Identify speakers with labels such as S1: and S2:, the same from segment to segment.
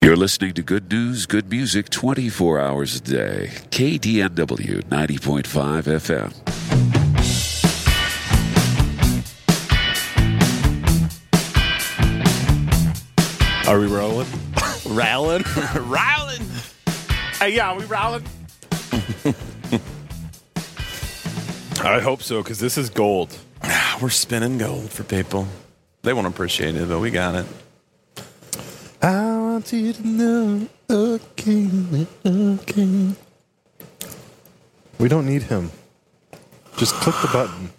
S1: You're listening to good news, good music 24 hours a day. KDNW 90.5 FM.
S2: Are we rolling?
S3: Rowling? Rowling!
S2: Hey, yeah, are we rolling? I hope so, because this is gold.
S3: We're spinning gold for people. They won't appreciate it, but we got it. I want you to know, okay, okay.
S4: We don't need him. Just click the button.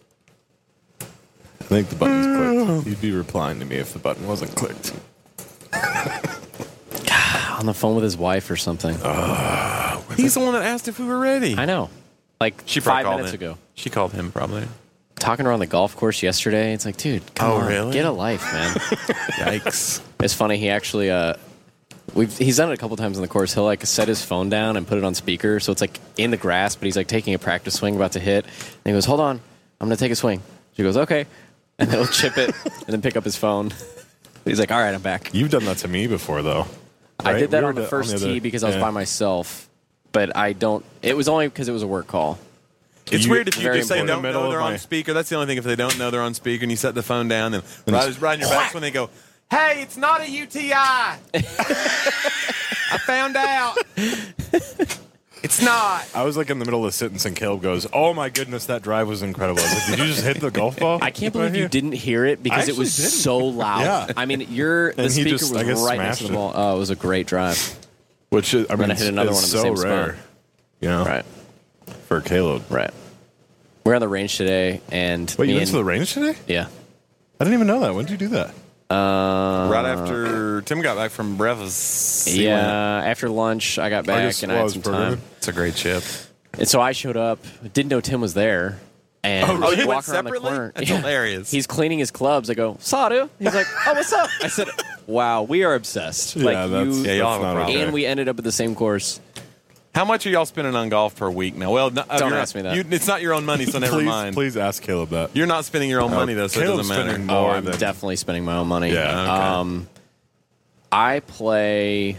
S5: I think the button's clicked. You'd be replying to me if the button wasn't clicked.
S6: on the phone with his wife or something.
S3: He's the one that asked if we were ready.
S6: I know. Like
S3: She probably
S6: five
S3: called
S6: minutes
S3: him.
S6: ago.
S3: She called him probably.
S6: Talking around the golf course yesterday. It's like, dude, come
S3: Oh,
S6: on.
S3: really?
S6: Get a life, man.
S3: Yikes!
S6: it's funny. He actually, uh, we've, he's done it a couple times on the course. He'll like set his phone down and put it on speaker. So it's like in the grass, but he's like taking a practice swing about to hit. And he goes, hold on. I'm going to take a swing. She goes, okay. And he'll chip it and then pick up his phone. He's like, all right, I'm back.
S5: You've done that to me before, though.
S6: I
S5: Right?
S6: did that
S5: We were
S6: on the
S5: the-
S6: first
S5: on the other-
S6: tee because I was
S5: yeah.
S6: by myself, but I don't. It was only because it was a work call.
S3: It's
S5: You-
S3: weird if you
S6: Very
S3: just say
S5: important.
S3: don't
S5: In the middle
S3: know
S5: of
S3: they're
S5: my-
S3: on speaker. That's the only thing. If they don't know they're on speaker and you set the phone down, then
S5: And
S3: I
S5: it's-
S3: was riding your back when they go, "Hey, it's not a UTI." I found out. It's not.
S5: I was like in the middle of the sentence, and Caleb goes, "Oh my goodness, that drive was incredible." I was like, "Did you just hit the golf ball?"
S6: I can't believe you didn't hear it because it
S5: actually
S6: was
S5: didn't.
S6: so loud.
S5: Yeah.
S6: I mean, your the
S5: And he
S6: speaker
S5: just, I
S6: was
S5: guess,
S6: right next to the
S5: smashed it.
S6: ball. Oh, it was a great drive.
S5: Which is, I mean,
S6: I hit another
S5: it's
S6: one in
S5: so
S6: the same spot.
S5: rare. You know,
S6: Right,
S5: for Caleb.
S6: right. We're on the range today, and
S5: Wait,
S6: me
S5: you went
S6: and-
S5: to the range today?
S6: yeah.
S5: I didn't even know that. When did you do that?
S3: right after Tim got back from breakfast. he
S6: Yeah,
S3: went-
S6: after lunch, I got
S5: I
S6: back
S5: just-
S6: and
S5: well,
S6: I
S5: I
S6: had
S5: was
S6: some time.
S5: programming.
S3: It's a great chip.
S6: And so I showed up, didn't know Tim was there. And
S3: Oh, really?
S6: I was
S3: You went
S6: walking around the
S3: separately?
S6: corner.
S3: That's hilarious.
S6: He's cleaning his clubs. I go, Sadu. He's like, Oh, what's up? I said, Wow, we are obsessed. like you
S3: yeah, y'all have a
S5: not
S3: problem.
S5: okay.
S6: and we ended up at the same course.
S3: How much are y'all spending on golf per week now? Well, no, uh,
S6: Don't
S3: you're
S6: ask me that.
S3: You, it's not your own money, so never
S5: please,
S3: mind.
S5: please ask Caleb that.
S3: You're not spending your own money though, so
S5: Caleb's
S3: it doesn't
S5: spending
S3: matter.
S5: more
S6: Oh, I'm
S5: than
S6: definitely spending my own money.
S5: Yeah, okay.
S6: Um, I play.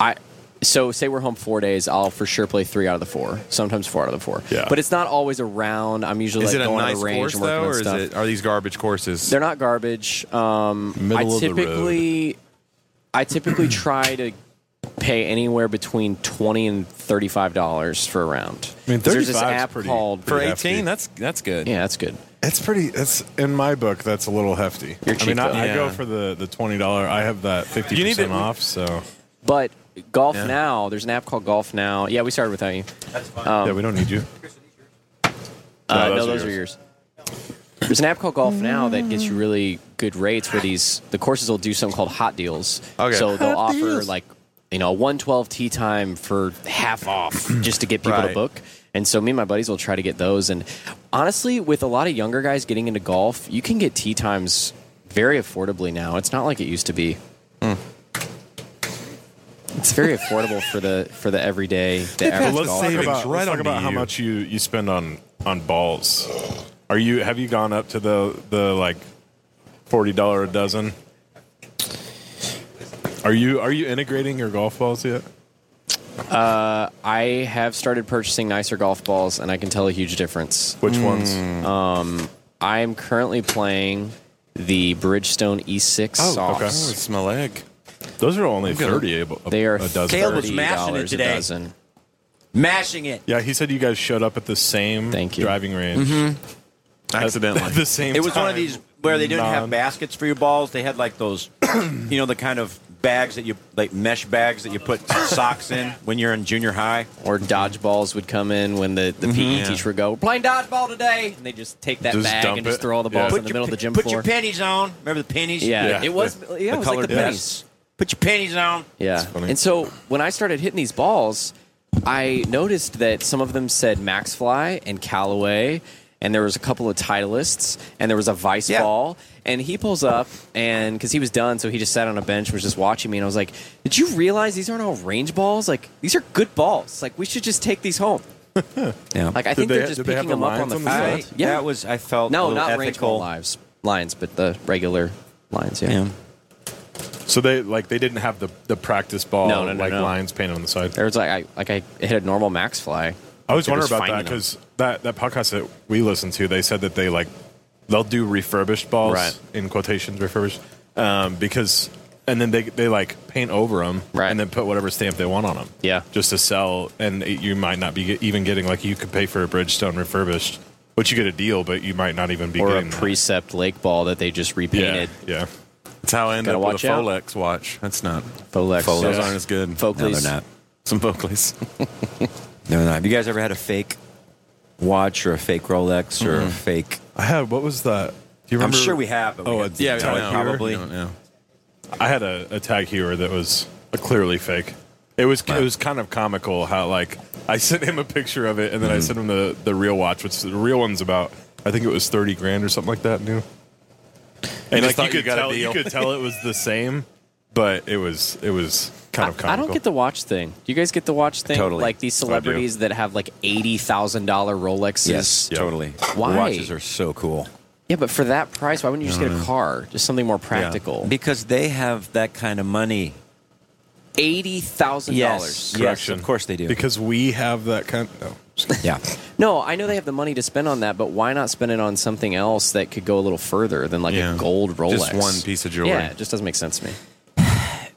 S6: I so say we're home four days. I'll for sure play three out of the four. Sometimes four out of the four.
S5: Yeah.
S6: But it's not always around. I'm usually
S3: Is
S6: like
S3: it a
S6: going to
S3: nice
S6: the range
S3: course
S6: and working
S3: though,
S6: on
S3: or is
S6: stuff.
S3: it are these garbage courses?
S6: They're not garbage. Um,
S5: Middle
S6: I
S5: of the road.
S6: typically, I typically try to pay anywhere between twenty and thirty-five dollars for a round.
S5: I mean,
S6: 'Cause there's this
S5: 35 is
S6: app
S5: pretty-
S6: called.
S3: for
S5: pretty
S3: 18.
S5: hefty.
S3: That's that's good.
S6: yeah, that's good.
S5: It's pretty. It's in my book. That's a little hefty.
S6: You're
S5: I
S6: cheap,
S5: mean,
S6: though.
S5: I, I
S3: Yeah.
S5: go for the the twenty dollar. I have that fifty
S3: You need to-
S5: percent off. So
S6: But Golf
S3: Yeah.
S6: Now, there's an app called Golf Now. Yeah, we started without you. Um,
S5: yeah, we don't need you.
S6: Uh,
S5: No,
S6: no, those are yours. There's an app called Golf Now that gets you really good rates where these the courses will do something called hot deals.
S3: Okay.
S6: So they'll
S5: Hot
S6: offer
S5: deals.
S6: like you know a 112 tea time for half off just to get people to
S3: Right.
S6: book. And so me and my buddies will try to get those. And honestly, with a lot of younger guys getting into golf, you can get tea times very affordably now. It's not like it used to be. It's very affordable for the for the everyday the average
S5: let's
S6: golfer.
S5: talk
S3: savings
S5: about,
S3: right
S5: let's talk
S3: onto
S5: about how
S3: you.
S5: much you you spend on on balls. Are you have you gone up to the the like forty dollar a dozen? Are you are you integrating your golf balls yet?
S6: I have started purchasing nicer golf balls, and I can tell a huge difference.
S5: Which
S6: Mm,
S5: ones?
S6: I am currently playing the Bridgestone E E6
S5: Oh, okay.
S6: softs.
S3: It's my leg.
S5: Those are only thirty a, a,
S6: They are
S5: a dozen.
S6: thirty
S2: Caleb was mashing it
S6: dollars a
S2: today.
S6: dozen.
S2: Mashing it.
S5: Yeah, he said you guys showed up at the same
S6: Thank you.
S5: driving range
S3: Accidentally.
S5: at the same.
S2: Mm-hmm. It was one of
S5: time.
S2: these where they didn't have
S5: Non-
S2: baskets for your balls. They had like those, you know, the kind of bags that you like mesh bags that you put socks in when you're in junior high.
S6: Or dodgeballs would come in when the, the PE
S3: Yeah.
S6: teacher would go, "We're playing dodgeball today," and they just take that
S5: Mm-hmm. Just
S6: bag
S5: dump
S6: and just
S5: it.
S6: throw all the
S5: Yeah.
S6: balls
S5: Put
S6: in the middle of Oh, the gym
S2: put
S6: floor.
S2: your pennies on. Remember the pennies?
S6: yeah,
S5: Yeah.
S6: it was. Yeah, it was like the
S2: colored
S6: pennies.
S2: vests. Put your pennies on.
S6: Yeah.
S5: funny.
S6: And so when I started hitting these balls, I noticed that some of them said Max Fly and Callaway, and there was a couple of Titleists, and there was a Vice
S2: Yeah.
S6: ball. And he pulls up, and because he was done, so he just sat on a bench, was just watching me, and I was like, "Did you realize these aren't all range balls? Like these are good balls. Like we should just take these home."
S2: Yeah.
S6: Like I think
S5: they-
S6: they, are just
S5: did they
S6: picking
S5: have the
S6: them up on
S5: lines
S6: the
S5: on the
S6: fly.
S2: I, yeah. That was I felt a
S6: no,
S2: little
S6: not range
S2: ethical.
S6: ball lives lines, but the regular lines. Yeah.
S2: Yeah.
S5: So they like they didn't have the, the practice ball
S6: No, no, no,
S5: like
S6: no.
S5: lines painted on the side.
S6: There was like I like I hit a normal max fly.
S5: I always
S6: They're
S5: wonder
S6: just
S5: about
S6: finding
S5: that
S6: them.
S5: because that, that podcast that we listened to, they said that they like they'll do refurbished balls
S6: Right.
S5: in quotations refurbished um, because and then they they like paint over them
S6: Right.
S5: and then put whatever stamp they want on them.
S6: Yeah.
S5: just to sell, and it- you might not be get- even getting like you could pay for a Bridgestone refurbished, but you get a deal, but you might not even be
S6: or a
S5: getting that.
S6: precept lake ball that they just
S5: yeah
S6: repainted.
S5: uh, yeah.
S3: That's how I end
S6: Gotta
S3: up with a
S6: watch out.
S3: Folex watch. That's not.
S6: Folex.
S3: Those
S6: Yeah.
S3: aren't as good.
S6: Folkleys.
S3: No, they're not. Some Folkleys.
S2: No, no. Have you guys ever had a fake watch or a fake Rolex
S6: Mm-hmm.
S2: or a fake?
S5: I had what was that? Do you
S2: I'm
S5: remember?
S2: sure we have. But we
S5: Oh,
S2: had-
S5: it's-
S3: Yeah,
S5: we
S2: Tag
S5: know.
S2: probably.
S3: Yeah.
S5: I had a, a tag hewer that was a clearly fake. It was it was kind of comical how like I sent him a picture of it and then I sent him the the real watch, which the real one's about I think it was thirty grand or something like that new. And like
S3: just thought
S5: you could
S3: you got a
S5: tell you
S3: deal.
S5: could tell it was the same, but it was it was kind of comical.
S6: I, I don't get the watch thing. Do you guys get the watch thing?
S2: Totally.
S6: Like these
S5: do.
S6: celebrities that have like eighty thousand dollar Rolexes.
S2: Yes,
S5: Yeah.
S2: totally.
S6: Why?
S2: Watches are so cool
S6: Yeah, but for that price, why wouldn't you just get a car? Just something more practical.
S2: because they have that kind of money.
S6: Eighty thousand
S2: Yes,
S6: dollars.
S5: Correction.
S2: of course they do.
S5: because we have that kind. No,
S2: yeah,
S6: No, I know they have the money to spend on that, but why not spend it on something else that could go a little further than like
S3: Yeah.
S6: a gold Rolex?
S3: Just one piece of jewelry.
S6: Yeah, it just doesn't make sense to me.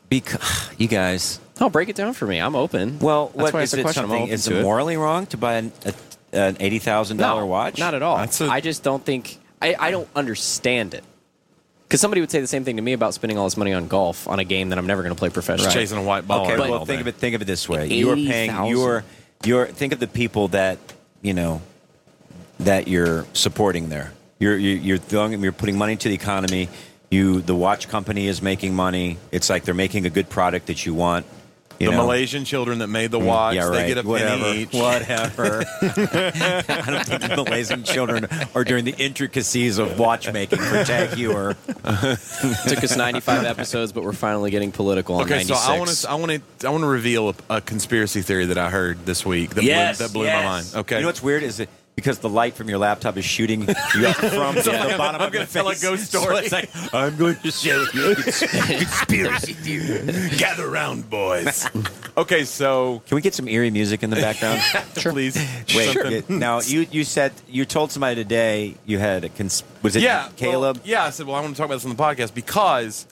S2: because you guys.
S6: Oh, break it down for me. I'm open.
S2: Well,
S6: that's
S2: what
S6: why
S2: is
S6: it's a
S2: it?
S6: question. I'm
S2: Something
S6: open
S2: is
S6: to
S2: it
S6: it.
S2: morally wrong to buy an, a, an eighty thousand
S6: No,
S2: dollar watch?
S6: Not at all. I
S3: That's a-
S6: I just don't think I, I don't understand it. Because somebody would say the same thing to me about spending all this money on golf on a game that I'm never going to play professionally.
S3: Just chasing a white ball.
S2: Okay,
S3: around
S2: well,
S3: all
S2: think of
S3: day.
S2: it. Think of it this way: you are paying
S6: 80,000.
S2: your your. Think of the people that you know that you're supporting there. You're you're you're, throwing, you're putting money to the economy. You the watch company is making money. It's like they're making a good product that you want.
S3: The
S2: You know? Mm,
S3: Malaysian children that made the watch,
S2: yeah, right.
S3: they get a
S2: Whatever.
S3: penny each.
S2: Whatever. I don't think the Malaysian children are doing the intricacies of watchmaking for Tag Heuer.
S6: Took us 95 episodes, but we're finally getting political on
S3: Okay,
S6: 96.
S3: so I want to, I want to, I want to reveal a, a conspiracy theory that I heard this week that blew, that blew my mind. Okay,
S2: You know what's weird is that because the light from your laptop is shooting you up from the bottom
S3: I'm
S2: of your
S3: gonna tell a
S2: face.
S3: ghost
S2: So
S3: story.
S2: it's like,
S3: I'm going to show you a conspiracy theory. Gather round, boys. okay, so
S2: Can we get some eerie music in the background?
S3: please,
S2: Wait,
S3: something-
S2: it- now you you said you told somebody today you had a cons- was it
S3: yeah, well,
S2: Caleb?
S3: yeah, I said, well, I want to talk about this on the podcast because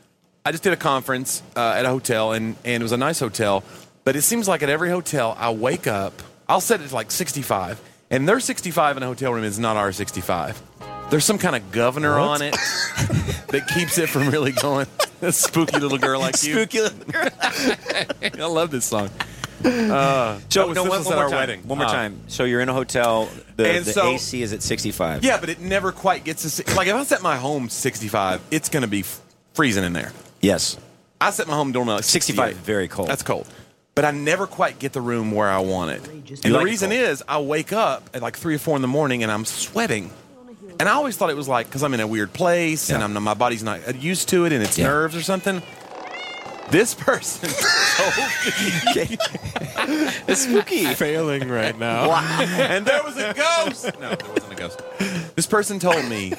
S3: I just did a conference uh, at a hotel, and, and it was a nice hotel. But it seems like at every hotel, I wake up, I'll set it to like 65, and their 65 in a hotel room is not our 65. There's some kind of governor on it that keeps it from really going. A spooky little girl like you. Spooky little girl. I love this song.
S2: So
S3: That was-
S2: Uh, no,
S3: this was
S2: one, one
S3: at
S2: more
S3: our
S2: time.
S3: wedding.
S2: One more
S3: Uh,
S2: time. So you're in a hotel. The,
S3: and
S2: the
S3: so-
S2: AC is at 65.
S3: Yeah, but it never quite gets to. si- Like if I set my home 65, it's going to be f- freezing in there.
S2: Yes.
S3: I set my home doormat at
S2: 65
S3: 68.
S2: very cold.
S3: That's cold. But I never quite get the room where I want it. And
S2: You
S3: the
S2: like it
S3: reason
S2: cold.
S3: is I wake up at like 3 or 4 in the morning and I'm sweating. And I always thought it was like because I'm in a weird place and
S2: Yeah.
S3: I'm not- my body's not used to it and it's
S2: Yeah.
S3: nerves or something. This person
S6: It's spooky.
S5: failing right now.
S3: and there was a ghost. No, there wasn't a ghost. This person told me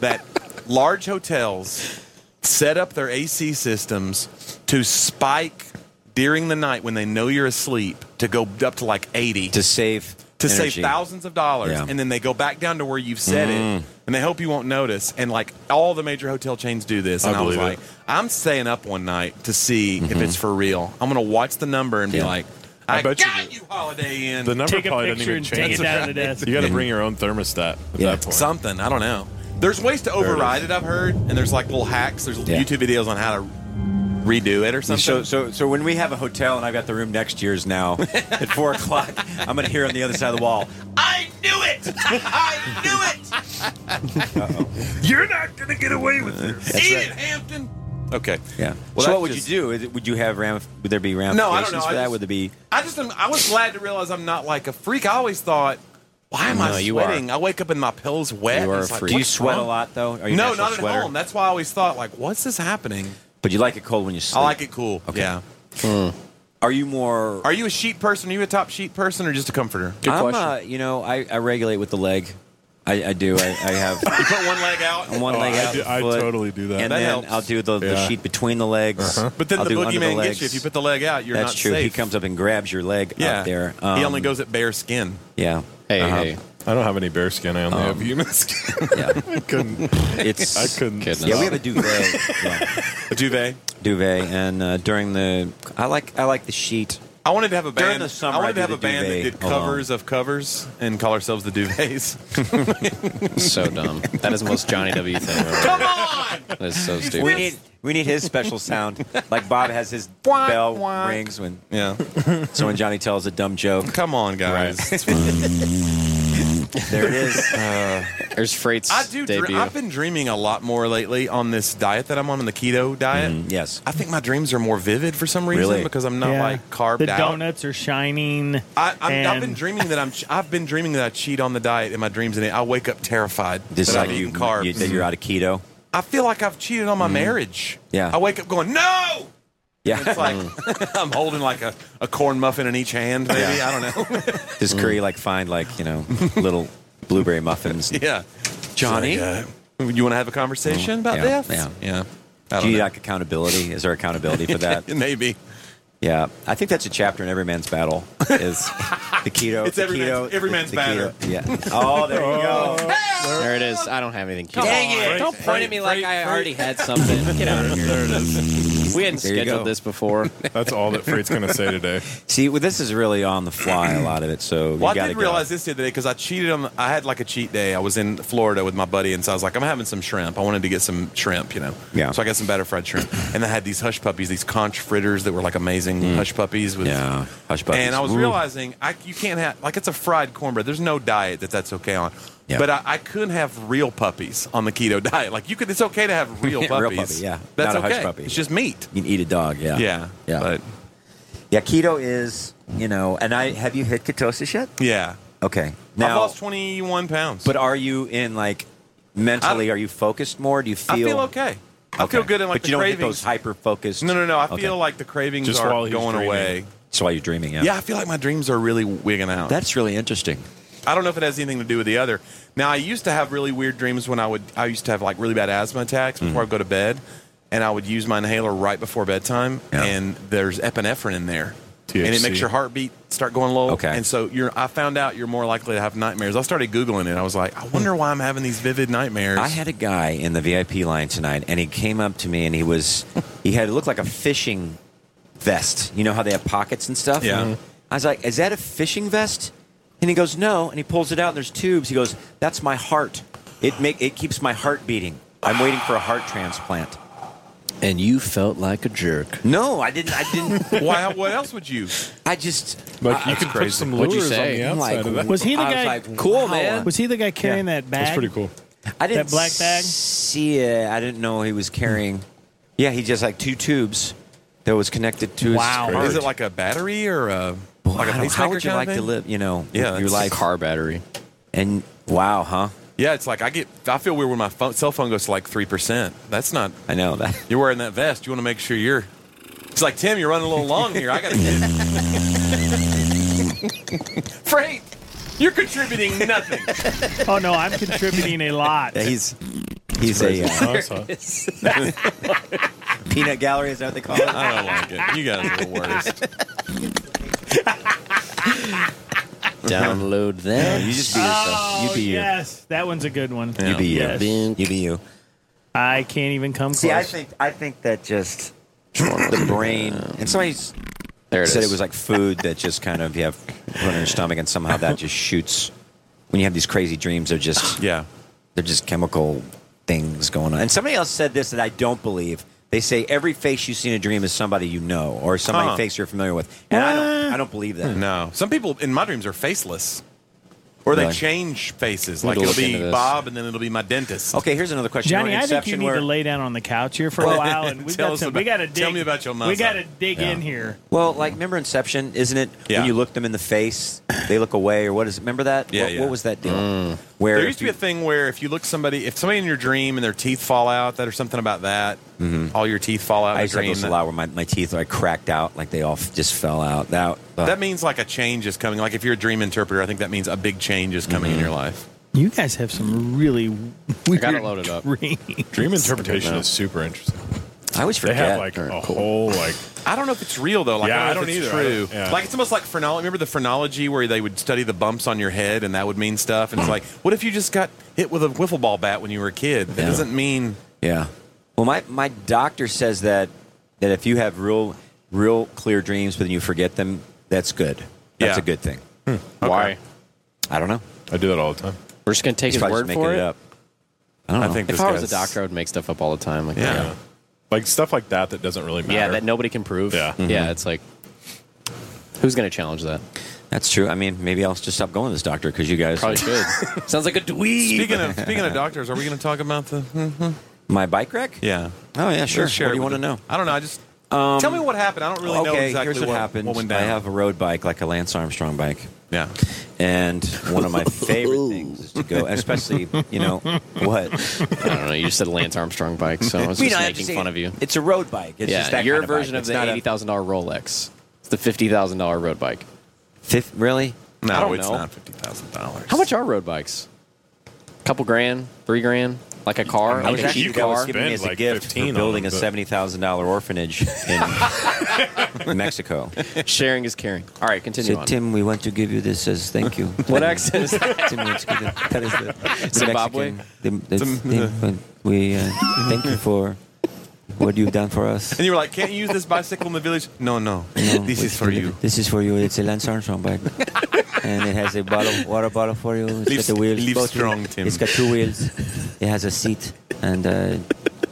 S3: that large hotels set up their AC systems to spike during the night when they know you're asleep to go up to like 80
S2: To save
S3: to
S2: energy.
S3: save thousands of dollars
S2: Yeah.
S3: and then they go back down to where you've set
S5: Mm.
S3: it and they hope you won't notice and like all the major hotel chains do this
S5: I
S3: and i, was
S5: believe it. Mm-hmm.
S3: like i'm staying up one night to see if it's for real i'm gonna watch the number and
S2: Yeah.
S3: be like i,
S5: bet you
S3: got
S5: do.
S3: you, holiday inn
S5: The number
S7: Take a
S5: probably doesn't
S7: picture
S5: even
S7: and take
S5: change.
S7: it down to desk.
S5: You got to bring your own thermostat at
S2: Yeah.
S5: that point.
S3: something i don't know there's ways to override it, i've heard and there's like little hacks there's
S2: Yeah.
S3: youtube videos on how to redo it or something
S2: So, so, so when we have a hotel and I've got the room next year's now at four o'clock, I'm going to hear on the other side of the wall. I knew it. I knew it.
S7: You're not going to get away with this.
S3: eat it hampton okay
S2: Yeah.
S3: Well,
S2: so,
S3: that's
S2: what would
S3: just-
S2: you do? Is it, would you have ram? Would there be
S3: No, I
S2: ramifications
S3: don't know.
S2: for
S3: I
S2: that?
S3: just-
S2: would there be?
S3: I just am, I was glad to realize I'm not like a freak. I always thought, why am
S6: No,
S3: I
S6: you are.
S3: sweating? I wake up and my pillow's wet.
S6: You are
S3: It's
S6: a
S3: like,
S6: freak.
S2: Do you
S3: what's
S2: sweat
S3: wrong?
S2: a lot though? Are you a
S3: No,
S2: natural
S3: not at
S2: sweater?
S3: home. That's why I always thought, like, what's this happening?
S2: But you like it cold when you sleep.
S3: I like it cool.
S2: Okay.
S3: Yeah.
S2: Are you more?
S3: Are you a sheet person? Are you a top sheet person or just a comforter?
S6: Good
S2: I'm,
S6: question.
S2: Uh, you know, I, I regulate with the leg. I, I do. I, I have
S3: You put one leg out.
S2: one
S5: Oh,
S2: leg
S5: I
S2: out.
S5: do-
S2: the
S5: I
S2: foot,
S5: totally do that.
S2: And
S3: That
S2: then
S3: helps. Uh-huh.
S2: I'll do the, the
S5: Yeah.
S2: sheet between the legs.
S3: But then
S2: I'll
S3: the
S2: do under
S3: boogeyman gets
S2: legs.
S3: you. If you put the leg out, you're
S2: That's
S3: not
S2: true.
S3: safe.
S2: He comes up and grabs your leg
S3: yeah.
S2: up there. um,
S3: he only goes at bare skin.
S2: Yeah.
S6: Hey,
S2: Uh-huh.
S6: hey,
S5: I don't have any bear skin. I only have human skin.
S2: Yeah.
S5: I Um, couldn't.
S2: It's.
S5: I couldn't.
S6: goodness.
S2: Yeah, we have a duvet. yeah.
S3: A duvet.
S2: Duvet, and uh, during the, I like I like the sheet.
S3: I wanted to have a band.
S2: During the
S3: I
S2: summer, I
S3: wanted
S2: do
S3: to have
S2: the
S3: a band that did
S2: duvet
S3: covers of covers and call ourselves the duvets.
S6: so dumb. That is the most Johnny W thing. Ever.
S3: Come on!
S6: That is so stupid.
S2: We need we need his special sound, like Bob has his
S3: Quack,
S2: bell
S3: quack.
S2: rings when.
S3: Yeah.
S2: So when Johnny tells a dumb joke,
S3: Come on, guys.
S2: there it is.
S6: There's Freight's
S3: I do. Dre-
S6: debut.
S3: I've been dreaming a lot more lately on this diet that I'm on, on the keto diet.
S2: yes.
S3: I think my dreams are more vivid for some reason
S2: Mm. Really?
S3: because I'm not
S8: Yeah.
S3: like carved
S8: the
S3: out.
S8: donuts are shining.
S3: I, I'm, I've
S8: and-
S3: been dreaming that I'm. I've been dreaming that I cheat on the diet in my dreams, and I wake up terrified
S2: Just
S3: that
S2: like
S3: I've
S2: you,
S3: eaten carbs.
S2: you, that you're out of keto.
S3: I feel like I've cheated on my marriage.
S2: Yeah.
S3: I wake up going no. It's
S2: Yeah.
S3: like I'm holding like a, a corn muffin in each hand, maybe I don't know.
S2: Does Curry like find like you know little blueberry muffins?
S3: yeah, Johnny, you want to have a conversation about
S2: Mm. Yeah,
S3: this?
S2: yeah.
S3: yeah. I
S2: Do
S3: don't
S2: you
S3: know.
S2: like accountability? Is there accountability for that?
S3: maybe.
S2: Yeah, I think that's a chapter in every man's battle. Is the keto?
S3: It's
S2: the
S3: every
S2: keto,
S3: man's- every man's
S2: the
S3: batter.
S2: keto- Yeah. Oh, there you go.
S6: there it is. I don't have anything. Cute.
S3: Dang it.
S6: Don't point at me like I already had something. Get out of here. We hadn't
S2: There you go.
S6: scheduled this before.
S5: That's all that Freight's gonna say today.
S2: See, well, this is really on the fly. A lot of it. So
S3: Well,
S2: you
S3: I
S2: gotta
S3: did
S2: go.
S3: realize this the other day because I cheated on. I had like a cheat day. I was in Florida with my buddy, and so I was like, I'm having some shrimp. I wanted to get some shrimp, you know.
S2: Yeah.
S3: So I got some batter fried shrimp, and I had these hush puppies, these conch fritters that were like amazing hush puppies with.
S2: Mm. Yeah, hush puppies.
S3: And I was
S2: Ooh.
S3: realizing I, you can't have like it's a fried cornbread. There's no diet that that's okay on.
S2: Yeah.
S3: But I, I couldn't have real puppies on the keto diet. Like you could, it's okay to have real
S2: Real
S3: puppies.
S2: puppy, yeah.
S3: that's
S2: Not a
S3: okay.
S2: hush puppy.
S3: It's just meat.
S2: You can eat a dog. Yeah.
S3: Yeah,
S2: Yeah.
S3: But
S2: Yeah. Keto is you know, and I have you hit ketosis yet?
S3: yeah,
S2: Okay.
S3: I've
S2: Now,
S3: lost 21 pounds.
S2: but are you in like mentally? are you focused more? Do you feel?
S3: I feel okay. I
S2: Okay.
S3: feel good in like
S2: but
S3: the
S2: you don't
S3: cravings.
S2: get those hyper focused.
S3: No, no, no. I
S2: Okay.
S3: feel like the cravings
S5: Just while
S3: are
S5: he's
S3: going
S5: dreaming.
S3: away.
S2: That's why you're dreaming. Yeah.
S3: Yeah, I feel like my dreams are really wigging out.
S2: That's really interesting.
S3: I don't know if it has anything to do with the other. Now, I used to have really weird dreams when I would. I used to have like really bad asthma attacks before I would go to bed, and I would use my inhaler right before bedtime.
S2: Yeah.
S3: And there's epinephrine in there, and it
S5: THC.
S3: makes your heartbeat start going low.
S2: Okay.
S3: and so you're. I found out you're more likely to have nightmares. I started googling it. I was like, I wonder why I'm having these vivid nightmares.
S2: I had a guy in the VIP line tonight, and he came up to me, and he was he had it looked like a fishing vest. You know how they have pockets and stuff. Mm-hmm.
S3: Yeah. Mhm.
S2: I was like, "Is that a fishing vest?" And he goes, "No." And he pulls it out, and there's tubes. He goes, "That's my heart. It make it keeps my heart beating. I'm waiting for a heart transplant."
S6: And you felt like a jerk.
S2: No, I didn't. I didn't.
S3: why? What else would you?
S2: I just.
S5: Like you
S3: that's
S5: could put
S3: crazy.
S5: some
S6: What'd you
S5: lures on
S6: say?
S5: the
S2: I'm
S5: outside
S2: like,
S5: of that.
S8: Was he the
S2: I
S8: guy-
S2: like,
S6: Cool,
S2: wow.
S6: man.
S8: Was he the guy carrying that bag?
S5: That's pretty cool.
S2: I didn't
S8: That black bag?
S2: See it. I didn't know he was carrying. Yeah, he just like two tubes that was connected to
S8: Wow.
S2: his.
S8: Hurt.
S3: Is it like a battery or a
S2: Well,
S3: like a
S2: I don't-
S3: pacemaker
S2: how would you
S3: kind of
S2: like to
S3: thing?
S2: live? You know,
S3: Yeah,
S2: your
S3: it's
S2: life.
S6: Car battery.
S2: And wow, huh?
S3: Yeah, it's like I get. I feel weird when my phone, cell phone goes to like three percent. That's not.
S2: I know that.
S3: You're wearing that vest. You want to make sure you're. It's like Tim, you're running a little long here. I gotta get. Frank, you're contributing nothing.
S8: Oh no, I'm contributing a lot.
S2: Yeah, he's he's a uh,
S5: Oh, I saw it.
S2: peanut gallery. Is that what they call it?
S3: I don't like it. You guys are the worst.
S6: Download that.
S2: You just be yourself.
S8: Oh
S2: You be you.
S8: yes, that one's a good one.
S2: You be
S8: Yes.
S2: you. You be you.
S8: I can't even come
S2: See, I
S8: close.
S2: think I think that just the brain and somebody s-
S6: There it is.
S2: said it was like food that just kind of you have put in your stomach and somehow that just shoots when you have these crazy dreams. They're just
S3: Yeah.
S2: They're just chemical things going on. And somebody else said this that I don't believe. They say every face you see in a dream is somebody you know or somebody
S3: Huh. Eh.
S2: face you're familiar with. And I don't I don't believe that.
S3: No. Some people in my dreams are faceless, or they
S2: Really?
S3: change faces.
S6: Need
S3: Like
S6: to
S3: it'll
S6: look into
S3: be
S6: this.
S3: Bob, and then it'll be my dentist.
S2: Okay, here's another question.
S8: Johnny,
S2: You know,
S8: I think you
S2: Inception
S8: need
S2: where-
S8: to lay down on the couch here for a
S3: Well,
S8: while, and we've
S3: tell
S8: got
S3: us
S8: some.
S3: about-
S8: we got to dig.
S3: tell me about your
S8: We
S3: mouth.
S8: got to dig in here.
S2: Well, like remember Inception, isn't it?
S3: Yeah.
S2: When you look them in the face, they look away or what is it? Remember that?
S3: Yeah,
S2: what,
S3: yeah. Mm.
S2: what was that deal? Where
S3: There used
S2: if
S3: to be a
S2: you-
S3: thing where if you look somebody, if somebody in your dream and their teeth fall out, that or something about that, all your teeth fall out.
S2: Mm-hmm.
S3: in a
S2: I used to have
S3: dream.
S2: those a lot where my, my teeth like cracked out, like they all f- just fell out. That, Mm-hmm.
S3: That means like a change is coming. Like if you're a dream interpreter, I think that means a big change is coming in your life.
S8: You guys have some really
S6: I
S8: weird
S6: gotta load it up.
S8: dreams.
S5: Dream interpretation is super interesting.
S2: I always
S5: They
S2: forget.
S5: have like a whole like
S3: I don't know if it's real though. Like,
S5: Yeah,
S3: I don't know
S5: I
S3: if
S5: don't
S3: it's
S5: either. I
S3: true.
S5: don't- yeah.
S3: Like it's almost like phrenology. Remember the phrenology where they would study the bumps on your head and that would mean stuff.
S2: Mm.
S3: And it's like, what if you just got hit with a wiffle ball bat when you were a kid? That
S2: Yeah.
S3: doesn't mean
S2: Yeah. Well, my, my doctor says that that if you have real real clear dreams but then you forget them, that's good. That's
S3: Yeah.
S2: a good thing.
S6: Why?
S2: I don't know.
S5: I do that all the time.
S6: We're just gonna take
S2: He's
S6: his
S2: probably
S6: word
S2: just making
S6: for
S2: it
S6: it.
S2: up. I don't know.
S3: I think
S6: If
S3: this
S6: I was a
S3: guy's-
S6: doctor, I would make stuff up all the time. Like,
S3: Yeah.
S6: yeah,
S5: Like stuff like that that doesn't really matter.
S6: yeah, that nobody can prove.
S5: Yeah.
S6: yeah, it's like, Mm-hmm. who's gonna challenge that?
S2: that's true. I mean, maybe I'll just stop going to this doctor because you guys.
S6: Probably should. Sounds like a dweeb.
S3: Speaking of speaking of doctors, are we going to talk about the? hmm?
S2: My bike wreck?
S3: Yeah.
S2: Oh yeah, sure.
S3: Let's share
S2: what do
S3: it
S2: you
S3: with
S2: want to
S3: the-
S2: know? Um,
S3: I don't know. I just tell me what happened. I don't really know
S2: okay,
S3: exactly
S2: here's what, happened.
S3: went
S2: I
S3: down.
S2: have a road bike, like a Lance Armstrong bike.
S3: yeah.
S2: And one of my favorite things is to go, especially, you know, what?
S6: I don't know. You Oh. just said Lance Armstrong bike, so I was
S2: You
S6: just
S2: know, I have to
S6: making
S2: say,
S6: fun of you.
S2: It's a road bike. It's
S6: yeah,
S2: just that
S6: your
S2: kind
S6: version
S2: bike.
S6: of
S2: It's
S6: the
S2: not a
S6: eighty thousand dollar Rolex. It's the fifty thousand dollar road bike.
S2: fifth, really?
S3: No,
S6: I don't
S3: it's
S6: know.
S3: not fifty thousand dollars.
S6: How much are road bikes? Couple grand, three grand, like a car,
S2: I
S6: like
S2: was
S6: a
S5: think
S2: actually
S5: you
S6: cheap
S5: could
S2: that was
S6: car.
S5: spend-
S2: given me as a
S5: like
S2: gift
S5: 15
S2: for
S5: on
S2: building
S5: it,
S2: a
S5: but-
S2: seventy thousand dollar orphanage in Mexico.
S6: Sharing is caring. All right, continue
S2: So
S6: on.
S2: Tim, we want to give you this as thank you.
S6: What accent is that?
S2: Tim, we want to give you- that is the- the
S6: Zimbabwe?
S2: Mexican- the- the thing, but we uh, thank you for what you've done for us.
S3: And you were like, can't you use this bicycle in the village? No, no.
S2: No,
S3: this
S2: we-
S3: is for you.
S2: This is for you. It's a Lance Armstrong bike. and it has a bottle, water bottle for you. It's
S3: Live-
S2: got the wheels.
S3: live
S2: both wheels.
S3: strong, Tim.
S2: It's got two wheels. It has a seat. And uh,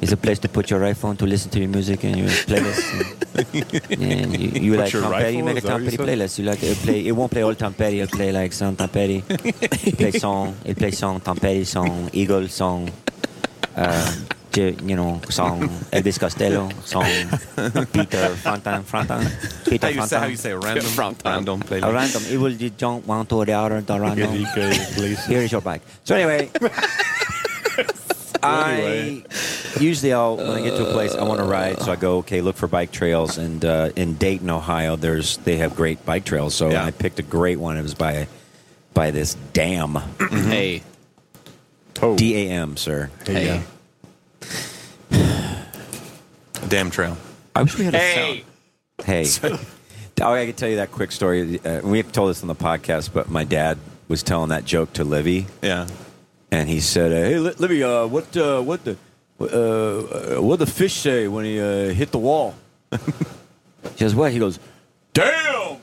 S2: it's a place to put your iPhone to listen to your music and your playlist. And, and you, you like
S5: your
S2: Tom Petty. You
S5: rifle?
S2: make a
S5: Is that
S2: Tom
S5: what you
S2: Petty playlist. You like, it, play, it won't play all Tom Petty. It'll play like some Tom Petty. it plays song. It plays song, Tom Petty song, Eagle song. Uh, J- you know, song Elvis Costello, song Peter Fontan, Fontan, Peter
S3: How you say? How you say? Random. Random. playlist.
S2: a random evil you don't want to the other the random. Here is your bike. So anyway, I usually I'll when I get to a place I want to ride, so I go okay look for bike trails. And uh, in Dayton, Ohio, there's they have great bike trails. So
S3: Yeah.
S2: I picked a great one. It was by by this dam,
S6: hey,
S2: D A M, sir.
S6: hey,
S3: Damn trail.
S2: I wish we had a
S6: hey.
S2: Hey, Oh, I can tell you that quick story. Uh, we've told this on the podcast, but my dad was telling that joke to Livy,
S3: Yeah.
S2: and he said, uh, "Hey, Li- Livy, uh, what uh, what the uh, uh, what the fish say when he uh, hit the wall?" he says, "What?" He goes,
S7: Damn!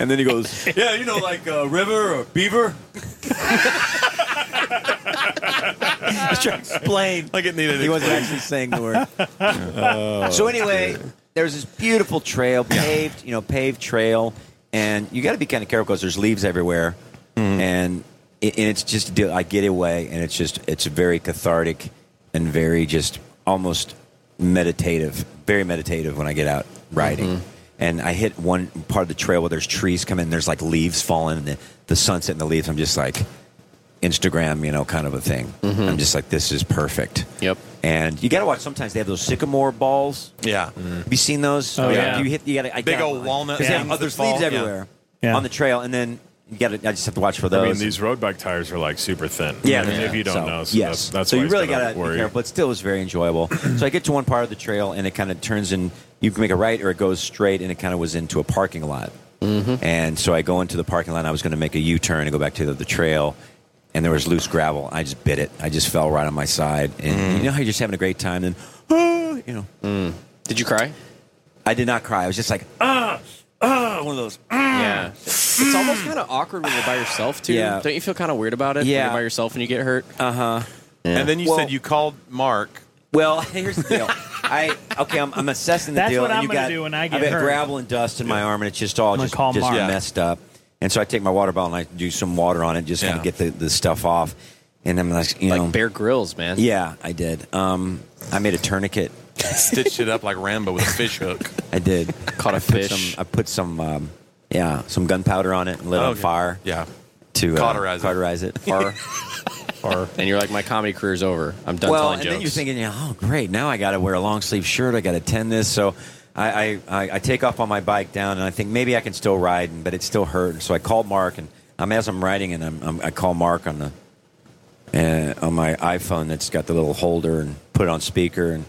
S2: and then he goes,
S7: Yeah, you know, like uh, river or beaver.
S2: "Explain."
S3: Like it needed.
S2: he wasn't actually saying the word. Oh, so anyway, there's this beautiful trail, paved, you know, paved trail, and you got to be kind of careful because there's leaves everywhere, and it, and it's just a deal- I get away, and it's just it's very cathartic and very just almost meditative, very meditative when I get out riding. And I hit one part of the trail where there's trees coming, and there's like leaves falling, and the, the sunset and the leaves. I'm just like Instagram, you know, kind of a thing. I'm just like, this is perfect.
S6: Yep.
S2: And you got to watch. Sometimes they have those sycamore balls.
S3: Yeah.
S2: Have you seen those?
S8: Oh, yeah.
S2: You hit. You got
S3: Big old walnut
S2: There's
S3: ones that
S2: there's
S3: fall.
S2: leaves
S3: Yeah.
S2: everywhere
S8: Yeah.
S2: on the trail, and then you got to. I just have to watch for those.
S5: I mean, these road bike tires are like super thin.
S2: yeah,
S5: I mean, if you don't
S2: so,
S5: know, so
S2: yes,
S5: that's, that's
S2: so
S5: why
S2: you
S5: he's
S2: really
S5: gotta
S2: gotta
S5: worry.
S2: be careful. But still, it's very enjoyable. so I get to one part of the trail, and it kind of turns in. You can make a right, or it goes straight, and it kind of was into a parking lot. And so I go into the parking lot. and I was going to make a U turn and go back to the, the trail, and there was loose gravel. I just bit it. I just fell right on my side, and you know how you're just having a great time, and oh, you know,
S6: Did you cry?
S2: I did not cry. I was just like,
S7: Ah, one of those.
S6: Yeah. It's almost kind of awkward when you're by yourself too.
S2: Yeah.
S6: Don't you feel kind of weird about it? When
S2: Yeah. Uh,
S6: you're by yourself and you get hurt.
S3: And then you
S2: Well-
S3: said you called Mark.
S2: Well, here's the deal. I okay. I'm, I'm assessing the
S8: That's
S2: deal.
S8: what
S2: and
S8: I'm
S2: you
S8: gonna
S2: got-
S8: do when I get
S2: I've got
S8: hurt.
S2: gravel and dust in my arm, and it's just all
S8: gonna
S2: just,
S8: call
S2: just
S8: Mark.
S2: messed up. And so I take my water bottle and I do some water on it, just kind
S3: Yeah.
S2: of get the, the stuff off. And I'm like, you
S6: like
S2: know,
S6: Bear grills, man.
S2: yeah, I did. Um, I made a tourniquet.
S3: Stitched it up like Rambo with a fish hook.
S2: I did.
S6: Caught a
S2: I put
S6: fish.
S2: Some, I put some, um, yeah, some gunpowder on it and lit it on
S3: Okay.
S2: fire
S3: Yeah.
S2: to uh,
S3: Cauterize it.
S2: Cauterize it.
S6: And you're like, my comedy career's over. I'm done
S2: well,
S6: telling
S2: and
S6: jokes.
S2: then you're thinking, you know, oh, great, now I got to wear a long sleeve shirt. I got to attend this. So I, I, I, I take off on my bike down, and I think maybe I can still ride, but it's still hurting. So I called Mark, and I'm as I'm writing it, I'm, I'm, I call Mark on the uh, on my iPhone that's got the little holder and put it on speaker, and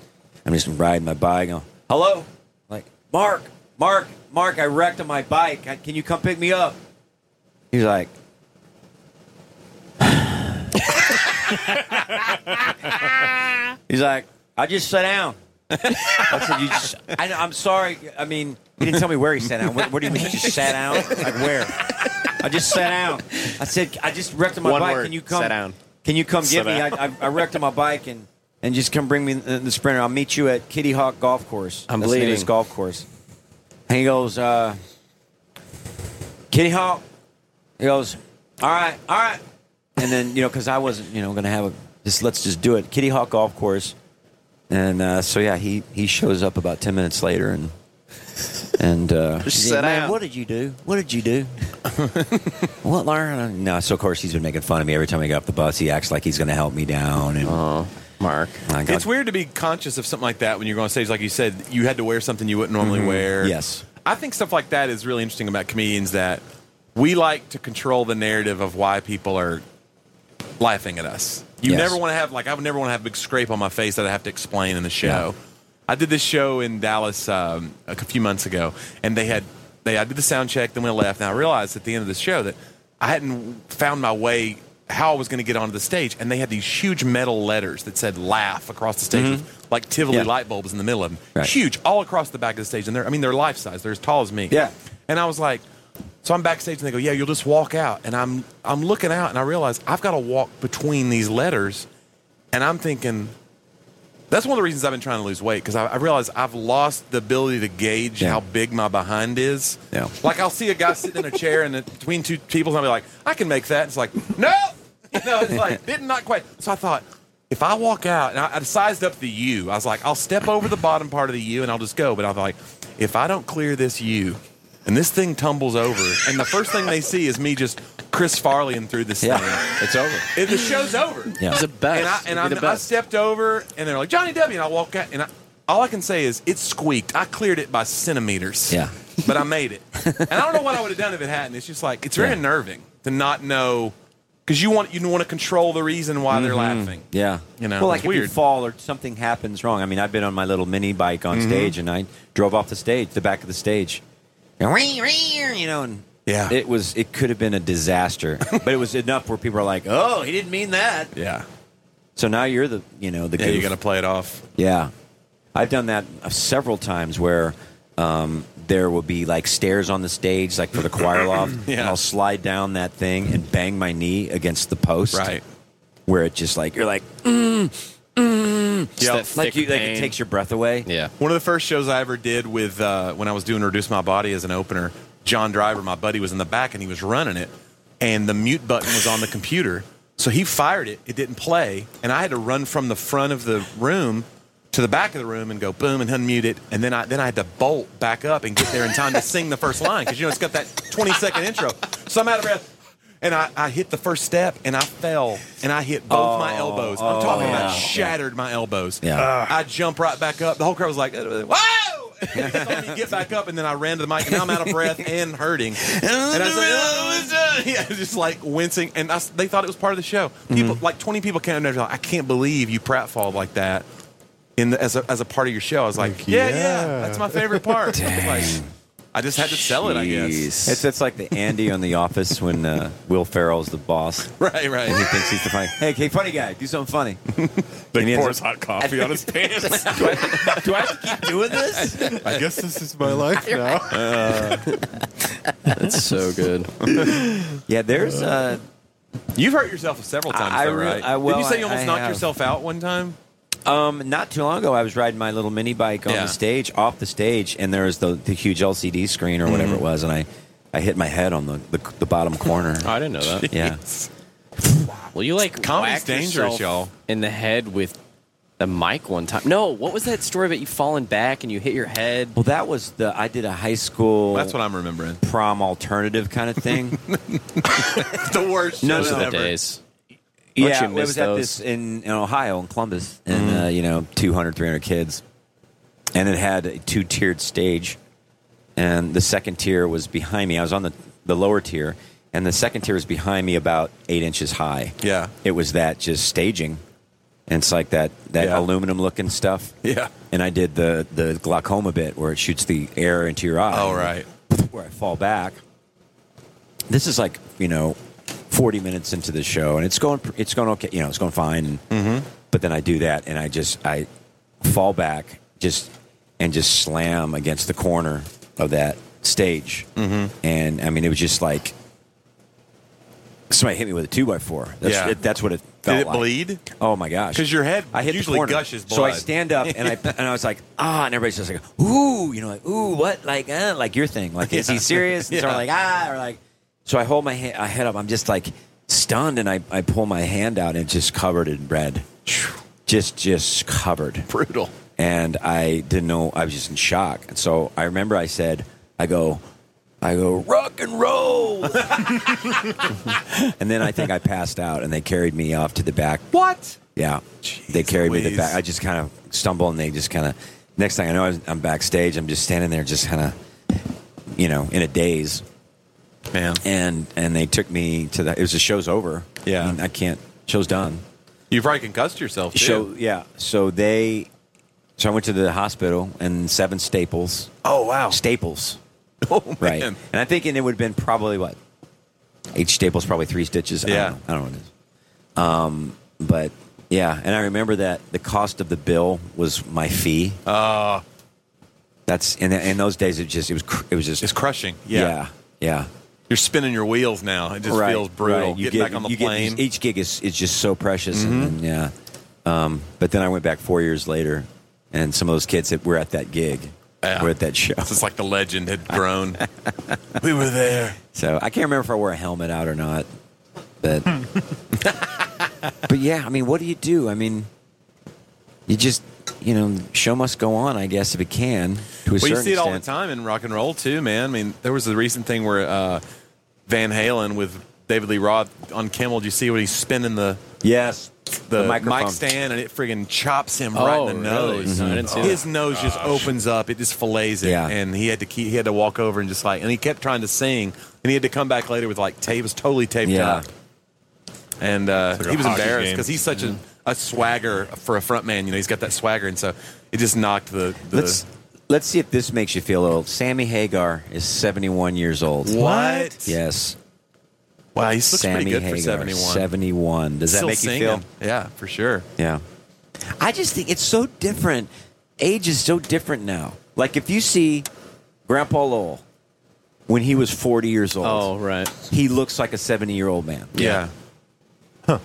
S2: I'm just riding my bike. Going, Hello, like Mark, Mark, Mark, I wrecked on my bike. Can- Can you come pick me up? He's like. He's like, I just sat down. I said, you just, I, I'm sorry. I mean, he didn't tell me where he sat down. What, what do you mean? You just sat down? Like where? I just sat down. I said, I just wrecked on my
S6: One
S2: bike.
S6: word,
S2: Can you come?
S6: sat down.
S2: Can you come
S6: Sat
S2: get me?
S6: down.
S2: I, I, I wrecked on my bike and and just come bring me the, the sprinter. I'll meet you at Kitty Hawk Golf Course.
S6: I'm
S2: That's the name of this
S6: bleeding.
S2: golf course. And he goes, uh, Kitty Hawk. He goes, all right, all right. And then you know, because I wasn't, you know, going to have a just let's just do it. Kitty Hawk Golf Course. And uh, so yeah, he he shows up about ten minutes later and and uh, he's
S6: sat
S2: like, "Man,
S6: down."
S2: what did you do? What did you do? what Lauren? No, so of course he's been making fun of me every time I get off the bus. He acts like he's going to help me down, and
S6: Oh, Mark.
S2: I got-
S3: It's weird to be conscious of something like that when you're going on stage. Like you said, you had to wear something you wouldn't normally wear.
S2: Mm-hmm. Yes.
S3: I think stuff like that is really interesting about comedians that we like to control the narrative of why people are laughing at us. You
S2: Yes.
S3: never want to have, like, I would never want to have a big scrape on my face that I have to explain in the show. I did this show in Dallas um, a few months ago, and they had, they, I did the sound check, then we left, and I realized at the end of the show that I hadn't found my way how I was going to get onto the stage, and they had these huge metal letters that said laugh across the stage, with, like Tivoli
S2: Mm-hmm. Yeah.
S3: light bulbs in the middle of them.
S2: Right.
S3: Huge, all across the back of the stage. And they're, I mean, they're life size. They're as tall as me.
S2: Yeah.
S3: And I was like, so I'm backstage and they go, yeah, you'll just walk out. And I'm, I'm looking out and I realize I've got to walk between these letters. And I'm thinking, that's one of the reasons I've been trying to lose weight because I, I realize I've lost the ability to gauge
S2: Yeah.
S3: how big my behind is.
S2: Yeah.
S3: Like I'll see a guy sitting in a chair and it- between two people, and I'll be like, I can make that. It's like, no, you know, it's like didn't not quite. So I thought, if I walk out and I, I sized up the U, I was like, I'll step over the bottom part of the U and I'll just go. But I was like, if I don't clear this U. And this thing tumbles over, and the first thing they see is me just Chris Farleying through this
S2: yeah, it's over.
S3: thing. And the show's over.
S2: Yeah.
S6: He's the best.
S3: And I and
S6: He'd be
S3: I'm,
S6: the
S3: I
S6: best.
S3: stepped over, and they're like Johnny W. And I walk out, and I, all I can say is it squeaked. I cleared it by centimeters.
S2: Yeah.
S3: but I made it, and I don't know what I would have done if it hadn't. It's just like it's very
S2: Yeah.
S3: unnerving to not know because you want you want to control the reason why they're laughing.
S2: Yeah,
S3: You know,
S2: well, like
S3: it's
S2: if you
S3: weird.
S2: fall or something happens wrong. I mean, I've been on my little mini bike on
S3: Mm-hmm.
S2: stage, and I drove off the stage, the back of the stage, And ring, ring, you know, and
S3: Yeah.
S2: it was it could have been a disaster, but it was enough where people are like, "Oh, he didn't mean that."
S3: Yeah,
S2: So now you're the you know the
S3: yeah,
S2: goof.
S3: you got to play it off.
S2: Yeah, I've done that uh, several times where um, there will be like stairs on the stage, like for the choir loft, and I'll slide down that thing and bang my knee against the post,
S3: Right.
S2: Where it just like you're like
S6: Just
S3: Yeah.
S6: that thick
S2: like you like it
S6: pain.
S2: takes your breath away.
S6: Yeah.
S3: One of the first shows I ever did with uh, when I was doing Reduce My Body as an opener, John Driver, my buddy, was in the back and he was running it, and the mute button was on the computer, so he fired it. It didn't play, and I had to run from the front of the room to the back of the room and go boom and unmute it, and then I then I had to bolt back up and get there in time to sing the first line because you know it's got that twenty second intro. So I'm out of breath. And I, I hit the first step and I fell and I hit both my elbows. I'm talking about shattered my elbows.
S2: Yeah.
S3: Uh, I jump right back up. The whole crowd was like, "Whoa!" And they saw me get back up, and then I ran to the mic, and now I'm out of breath and hurting. And I was like, "Oh, it's done." yeah, just like wincing, and I s they thought it was part of the show.
S2: Mm-hmm.
S3: People, like 20 people came up and they were like, "I can't believe you pratfalled like that." In the, as a as a part of your show, I was like, "Yeah, yeah,
S4: yeah.
S3: that's my favorite part." Like, I just had to sell it, I guess.
S2: It's, it's like the Andy on The Office when uh, Will Ferrell's the boss.
S3: Right,
S2: And he
S3: right.
S2: thinks he's the funny. Hey, hey, funny guy, do something funny.
S5: Then
S2: he
S5: he
S2: ends
S5: pours hot coffee on his pants.
S2: Do I have to keep doing this?
S4: I guess this is my life now.
S6: That's so good. Oh,
S2: Yeah, there's uh,
S3: You've hurt yourself several times,
S2: I- I
S3: though,
S2: re-
S3: right?
S2: I- well,
S3: Did you say
S2: I-
S3: you almost
S2: I
S3: knocked
S2: have.
S3: yourself out one time?
S2: Um, not too long ago, I was riding my little mini bike on
S3: Yeah.
S2: the stage, off the stage, and there was the, the huge LCD screen or
S3: Mm-hmm.
S2: whatever it was, and I, I hit my head on the, the, the bottom corner.
S3: Oh,
S6: I didn't know that.
S2: yeah,
S6: Well, you like
S3: Comedy's
S6: whacked
S3: dangerous,
S6: yourself
S3: y'all.
S6: In the head with the mic one time. No, what was that story about you falling back and you hit your head?
S2: well, that was the I did a high school
S3: That's what I'm remembering.
S2: prom alternative kind of thing.
S3: the worst
S2: No,
S3: shows
S6: Those
S2: no, no.
S6: are
S3: ever.
S6: the days. Don't
S2: yeah,
S6: you
S2: it
S6: miss
S2: was at
S6: those?
S2: this in, in Ohio in Columbus,
S3: Mm-hmm.
S2: and uh, you know, 200, 300 kids, and it had a two tiered stage, and the second tier was behind me. I was on the the lower tier, and the second tier was behind me about eight inches high.
S3: Yeah.
S2: It was that just staging. And it's like that, that
S3: Yeah.
S2: aluminum looking stuff.
S3: Yeah.
S2: And I did the, the glaucoma bit where it shoots the air into your eye.
S3: Oh, right.
S2: Where I fall back. This is like, you know, 40 minutes into the show and it's going, it's going okay. You know, it's going fine. Mm-hmm. But then I do that and I just, I fall back just, and just slam against the corner of that stage. Mm-hmm. And I mean, it was just like, somebody hit me with a two by four. That's,
S3: Yeah.
S2: it, that's what it felt
S3: Did it
S2: like.
S3: bleed?
S2: Oh my gosh!
S3: 'Cause your head
S2: I hit the
S3: usually
S2: corner.
S3: gushes
S2: So I
S3: blood.
S2: stand up and I and I was like ah, and everybody's just like ooh, you know, like ooh, what, like uh, like your thing, like is he serious? And so I'm like ah, or like so I hold my hand, I head up, I'm just like stunned, and I I pull my hand out and it's just covered in red, just just covered
S3: Brutal.
S2: and I didn't know. I was just in shock. And so I remember I said, I go, I go, rock and roll. and then I think I passed out and they carried me off to the back.
S3: What?
S2: Yeah. they carried me to the
S3: Louise.
S2: back. I just kind of stumble and they just kind of, next thing I know, I was- I'm backstage. I'm just standing there, just kind of, you know, in a daze.
S3: Man.
S2: And, and they took me to the, it was the show's over.
S3: Yeah.
S2: I, mean, I can't, show's done.
S3: You probably concussed yourself, too.
S2: So yeah, so they, so I went to the hospital and seven staples.
S3: oh, wow.
S2: Staples,
S3: Oh, man.
S2: right? And I'm thinking it would have been probably what each staple's probably three stitches. I
S3: Yeah.
S2: don't know, I don't know what it is. Um, but yeah, and I remember that the cost of the bill was my fee. Uh,
S3: Ah.
S2: that's in in those days it just it was cr- it was just
S3: It's crushing. Yeah.
S2: yeah yeah.
S3: You're spinning your wheels now. It just feels brutal.
S2: right.
S3: Getting back on the
S2: you
S3: plane. Mm-hmm.
S2: each gig is, is just so precious. And, yeah. Um, but then I went back four years later, and some of those kids that were at that gig
S3: Yeah.
S2: were at that show.
S3: it's just like the legend had grown. we were there.
S2: So I can't remember if I wore a helmet out or not. But, but yeah, I mean, what do you do? I mean, you just, you know, show must go on, I guess, if it can. To a
S3: Well,
S2: certain
S3: you see it all the
S2: extent.
S3: time in rock and roll too, man. I mean, there was a recent thing where uh, Van Halen with David Lee Roth on Kimmel. Do you see when he's spinning the
S2: Yes.
S3: the,
S2: microphone.
S3: mic stand and it friggin' chops him right in the
S6: Oh, really?
S3: nose?
S6: No, I didn't see Oh,
S3: His nose just opens up. It just fillets it,
S2: Yeah.
S3: and he had to keep, he had to walk over and just like, and he kept trying to sing, and he had to come back later with like tape, it was totally taped
S2: Yeah.
S3: up, and uh,
S5: like a
S3: he was
S5: hockey
S3: embarrassed
S5: game.
S3: because he's such
S6: Mm-hmm.
S3: a, a swagger for a front man. You know, he's got that swagger, and so it just knocked the. the
S2: Let's let's see if this makes you feel old. Sammy Hagar is 71 years old.
S3: what?
S2: Yes.
S3: Wow, he looks
S2: Sammy
S3: pretty good
S2: Hagar,
S3: for 71.
S2: 71. Does that
S3: Still
S2: make
S3: singing.
S2: you feel?
S3: Yeah, for sure.
S2: Yeah. I just think it's so different. Age is so different now. Like if you see Grandpa Lowell when he was 40 years old,
S6: Oh, right.
S2: he looks like a 70 year old man.
S3: Yeah. Huh.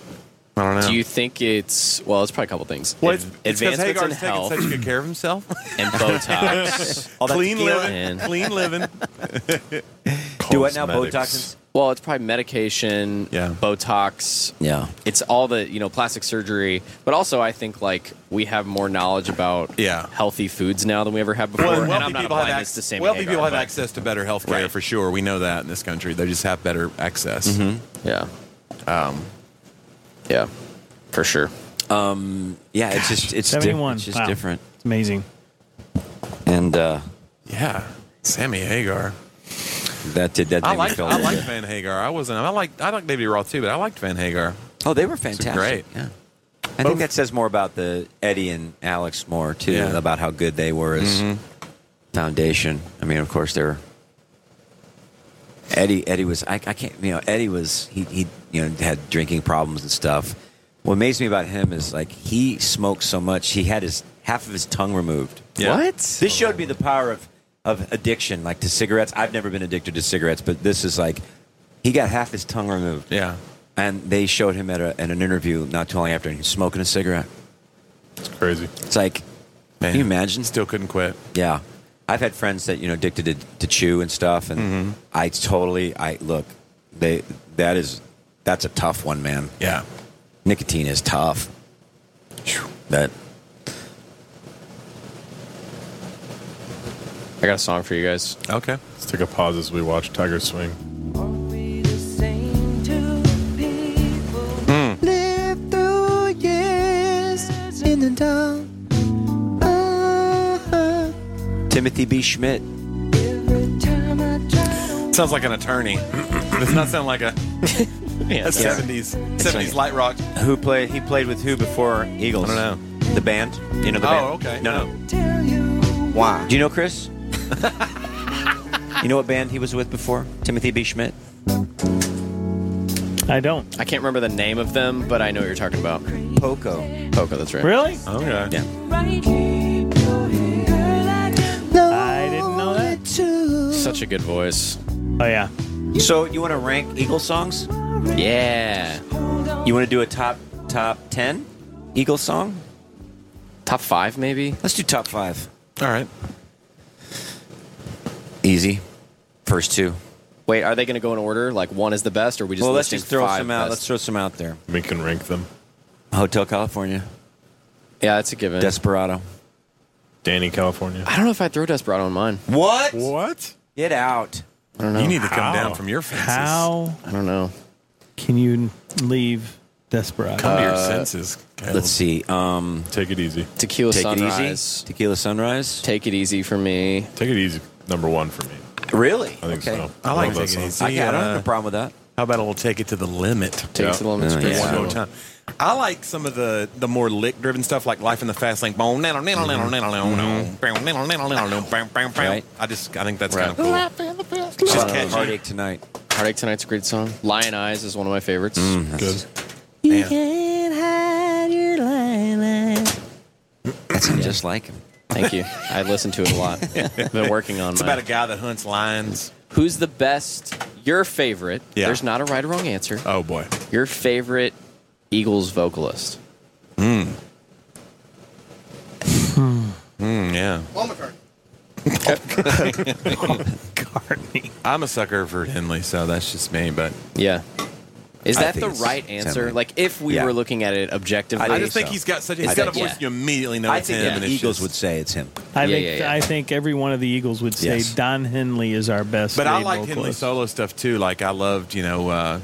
S3: I don't know.
S6: Do you think it's well? It's probably a couple things.
S3: well, it's,
S6: Ad-
S3: it's because Hagar's
S6: advancements in
S3: taking
S6: health
S3: such good care of himself.
S6: and Botox.
S2: All that
S3: clean
S2: tequila-
S3: living,
S6: and-
S3: clean living.
S2: Do what now?
S5: Cosmetics.
S2: Botox.
S6: well, it's probably medication,
S3: Yeah.
S6: Botox.
S2: And, yeah.
S6: It's all the you know plastic surgery, but also I think like we have more knowledge about
S3: Yeah.
S6: healthy foods now than we ever have before.
S3: Well,
S6: and
S3: wealthy
S6: I'm not
S3: people have
S6: applying this
S3: access.
S6: to Sammy
S3: wealthy
S6: Hagar,
S3: people have
S6: but-
S3: access to better health care
S6: Right.
S3: for sure. We know that in this country, they just have better access.
S6: Yeah.
S3: Um,
S6: yeah, for sure.
S2: Yeah. It's just it's di-
S8: 71.
S2: It's just
S8: Wow.
S2: different.
S8: It's amazing.
S2: And uh,
S3: Yeah, Sammy Hagar.
S2: that did that
S3: I
S2: made me
S3: like
S2: feel
S3: I
S2: really
S3: like
S2: good.
S3: Van Hagar. I wasn't. I like I like David Roth too, but I liked Van Hagar.
S2: Oh, they were fantastic.
S3: great.
S2: Yeah. I think that says more about the Eddie and Alex more too,
S3: Yeah. Mm-hmm.
S2: about how good they were as foundation. I mean, of course, they're Eddie. Eddie was I, I can't you know Eddie was he he you know had drinking problems and stuff. What amazed me about him is like he smoked so much he had his half of his tongue removed.
S3: Yeah.
S6: What?
S2: This showed me the power of, of addiction, like to cigarettes. I've never been addicted to cigarettes, but this is like he got half his tongue removed.
S3: Yeah,
S2: And they showed him at, a, at an interview not too long after, and he's smoking a cigarette.
S5: It's crazy.
S2: It's like,
S3: man.
S2: can you imagine?
S3: Still couldn't quit.
S2: Yeah. I've had friends that, you know, addicted to, to chew and stuff, and
S3: Mm-hmm.
S2: I totally, I look, they, that is, that's a tough one, man.
S3: Yeah,
S2: Nicotine is tough. That,
S6: I got a song for you guys.
S3: okay.
S5: Let's take a pause as we watch Tiger swing.
S9: Hmm.
S2: Timothy B. Schmidt.
S3: Sounds like an attorney. But it's not sound like a
S6: Yeah,
S3: that's 70s 70s
S2: like-
S3: light rock.
S2: Who played? He played with who before Eagles?
S3: I don't
S2: know. The band. You know the band?
S3: Oh, okay. Oh.
S2: No, no. Why? Do you know Chris? you know what band he was with before? Timothy B. Schmidt.
S8: I don't.
S6: I can't remember the name of them, but I know what you're talking about.
S2: Poco.
S6: Poco, that's right.
S8: Really?
S3: Okay.
S2: Yeah.
S8: I didn't know that.
S6: Such a good voice.
S8: Oh yeah.
S2: So you want to rank Eagle songs?
S6: Yeah.
S2: You want to do a top top ten Eagle song?
S6: Top five, maybe?
S2: Let's do top five.
S3: All right.
S2: Easy. First two.
S6: Wait, are they going to go in order? Like one is the best, or we just
S2: well, let's
S6: listing
S2: just throw
S6: five
S2: some out.
S6: best?
S2: Let's throw some out there.
S5: We can rank them.
S2: Hotel California.
S6: yeah, that's a given.
S2: Desperado.
S5: Danny California.
S6: I don't know if I throw Desperado on mine.
S2: What?
S5: What?
S2: Get out.
S3: You need to come
S5: How?
S3: down from your fences.
S8: How
S6: I don't know.
S8: can you leave Desperado?
S3: Come to your senses. Caleb.
S2: Let's see. Um,
S5: Take it easy.
S6: Tequila
S2: take
S6: Sunrise.
S2: it easy. Tequila Sunrise.
S6: Take it easy for me.
S5: Take it easy. Number one for me.
S2: Really?
S5: I think so.
S3: I like
S5: Love that
S3: Take It
S5: song.
S3: Easy.
S2: I, I don't have
S3: Yeah.
S2: a problem with that.
S3: How about a little take it to the limit?
S6: Take
S5: Yeah.
S6: it to the limit.
S2: Oh,
S6: Straight
S2: yeah.
S3: One
S6: Down.
S3: more time. I like some of the the more lick driven stuff, like Life in the Fast Lane.
S2: Mm-hmm. Right.
S3: I just I think that's kind of cool.
S2: It's
S3: just catchy.
S2: heartache tonight.
S6: Heartache Tonight's a great song. Lion Eyes is one of my favorites.
S2: Mm.
S5: Good.
S3: Man.
S2: That sounds just like him.
S6: Thank you. I listened to it a lot. Been working on
S3: It's
S6: mine.
S3: about a guy that hunts lions.
S6: Who's the best? Your favorite?
S3: Yeah.
S6: There's not a right or wrong answer.
S3: Oh boy.
S6: Your favorite Eagles vocalist?
S3: Mm, yeah.
S8: Courtney.
S3: I'm a sucker for Henley, so that's just me. But
S6: Yeah. Is
S2: I
S6: that
S2: think
S6: the
S2: it's
S6: right answer?
S2: Henley.
S6: Like, if we
S2: Yeah.
S6: were looking at it objectively,
S3: I just think
S2: so.
S3: he's got such he's
S6: I
S3: got a
S6: think-
S3: voice
S6: yeah.
S3: you immediately know
S2: I
S3: it's
S2: think
S3: him.
S2: the
S3: and it's
S2: Eagles
S3: just-
S2: would say it's him.
S8: I
S6: Yeah,
S8: think
S6: yeah, yeah.
S8: I think every one of the Eagles would say
S2: Yes.
S8: Don Henley is our best.
S3: But I
S8: lead
S3: liked Henley
S8: vocalist.
S3: solo stuff too. Like I loved, you know, uh,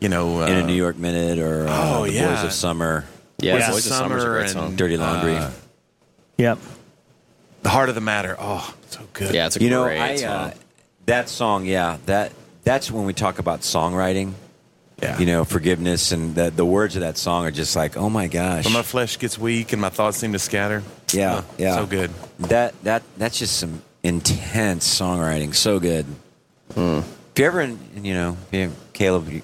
S3: you know, uh,
S2: In a New York Minute or uh,
S3: Oh,
S2: The
S3: yeah.
S2: Boys of Summer,
S6: yeah,
S8: Yeah.
S6: Boys of Summer's a
S3: Summer
S6: great
S3: and-
S6: song.
S2: Dirty Laundry.
S3: Uh,
S8: Yep.
S3: the heart of the matter. Oh, so good.
S6: Yeah, it's a
S2: you know,
S6: great
S2: I
S6: song.
S2: uh, that song, yeah, that that's when we talk about songwriting.
S3: yeah.
S2: You know, forgiveness and the, the words of that song are just like, oh my gosh,
S3: When my flesh gets weak and my thoughts seem to scatter.
S2: Yeah,
S3: Oh,
S2: yeah.
S3: So good.
S2: that that that's just some intense songwriting. So good. If you ever, in- you know, if you- Caleb, you,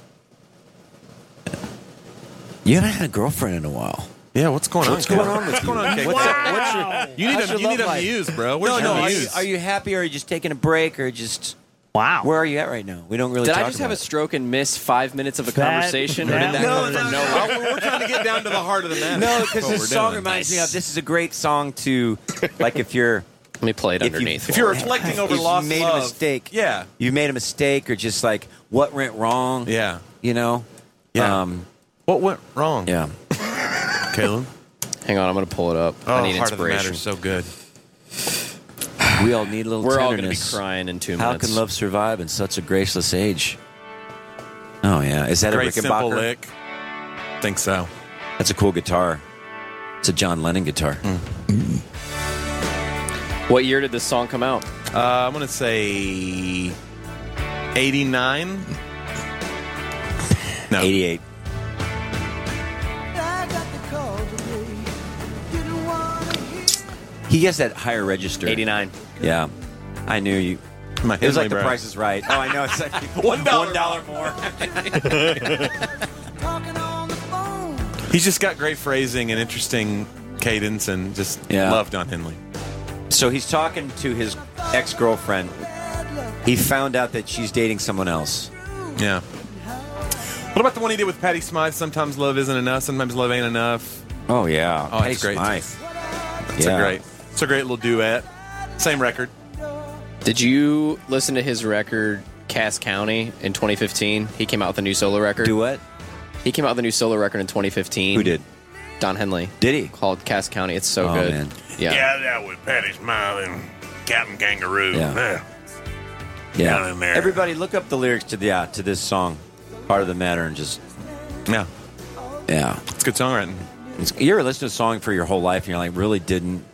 S2: you haven't had a girlfriend in a while.
S3: Yeah, what's going on? What's going on? What's going on? What's you need a, you need a muse, bro. Where's your
S2: Are you,
S3: muse?
S2: are you happy, or are you just taking a break, or just
S8: Wow.
S2: where are you at right now? We don't really.
S6: Did
S2: talk
S6: I just have a
S2: about
S6: stroke and miss five minutes of a
S8: That-
S6: conversation, or
S8: that
S6: did that
S8: was-
S6: come from nowhere?
S3: I- we're trying to get down to the heart of the matter.
S2: it. No, because
S3: That's what
S2: this
S3: we're
S2: song
S3: doing.
S2: reminds me of. This is a great song to, like, if you're
S6: Let me play it
S2: If you-
S6: underneath.
S3: If you're reflecting over
S2: if you
S3: lost
S2: made
S3: love-
S2: a mistake.
S3: yeah,
S2: you made a mistake, or just like what went wrong.
S3: yeah,
S2: you know.
S3: yeah.
S2: um,
S3: what went wrong?
S2: yeah.
S3: Caleb.
S6: Hang on, I'm gonna pull it up.
S3: Oh,
S6: I need
S3: heart of the matter
S6: inspiration.
S3: is so good.
S2: We all need a little.
S6: We're all gonna be
S2: tenderness.
S6: crying in two
S2: How
S6: minutes.
S2: can love survive in such a graceless age? Oh yeah, is that
S3: Great
S2: a
S3: simple
S2: Rickenbacker?
S3: lick. Think so.
S2: That's a cool guitar. It's a John Lennon guitar.
S3: Mm.
S6: What year did this song come out?
S3: Uh, I'm gonna say 89. No,
S2: Eighty-eight. He gets that higher register.
S6: 89.
S2: Yeah, I knew you.
S3: My
S2: It was
S3: Henley
S2: like The
S3: bro.
S2: Price is Right. Oh, I know. It's like
S3: One dollar
S2: more.
S3: He's just got great phrasing and interesting cadence, and just
S2: Yeah.
S3: love Don Henley.
S2: So he's talking to his ex-girlfriend. He found out that she's dating someone else.
S3: Yeah. What about the one he did with Patty Smythe? Sometimes love isn't enough. Sometimes love ain't enough.
S2: Oh yeah.
S3: Oh, it's great. It's a great, it's a great little duet. Same record.
S6: Did you listen to his record, Cass County, in 2015? He came out with a new solo record.
S2: duet.
S6: He came out with a new solo record in 2015.
S2: Who did?
S6: Don Henley.
S2: Did he?
S6: Called Cass County. It's so
S2: Oh,
S6: good.
S2: man.
S6: Yeah.
S7: Yeah, that was Patty Smile and Captain Kangaroo.
S2: Yeah.
S7: Man. Down in there.
S2: Everybody, look up the lyrics to the uh, to this song, "Part of the Matter," and just
S3: Yeah,
S2: yeah.
S3: it's good songwriting.
S2: It's, you ever listen to a song for your whole life and you're like, really didn't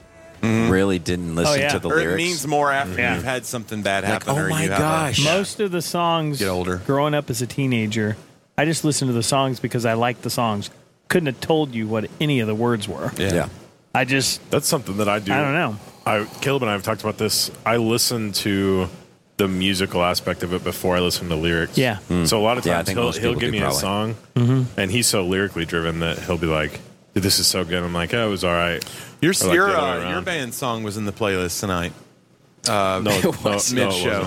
S2: really didn't listen
S8: yeah.
S2: to the
S3: Or
S2: lyrics.
S3: it Oh, means more after
S8: Yeah.
S3: you've had something bad
S2: Like,
S3: happen.
S2: oh
S3: or
S2: my
S3: you have a-
S2: gosh.
S8: Most of the songs
S3: Get older.
S8: growing up as a teenager, I just listened to the songs because I liked the songs. Couldn't have told you what any of the words were.
S2: yeah.
S8: I just
S5: That's something that I do.
S8: I don't know.
S5: I Caleb and I have talked about this. I listen to the musical aspect of it before I listen to lyrics.
S8: Yeah. Mm-hmm.
S5: So a lot of
S2: Hmm. Yeah, I
S5: times
S2: think
S5: he'll
S2: most
S5: he'll
S2: people
S5: give
S2: do
S5: me a
S2: probably.
S5: song, and he's so lyrically driven that he'll be like, "Dude, "This is so good." I'm like, "Oh, it was all right."
S3: Your
S5: like
S3: your,
S5: the other way
S3: uh, your
S5: around.
S3: band song was in the playlist tonight.
S5: No, no, no, it
S3: Mid show.
S5: wasn't.
S6: what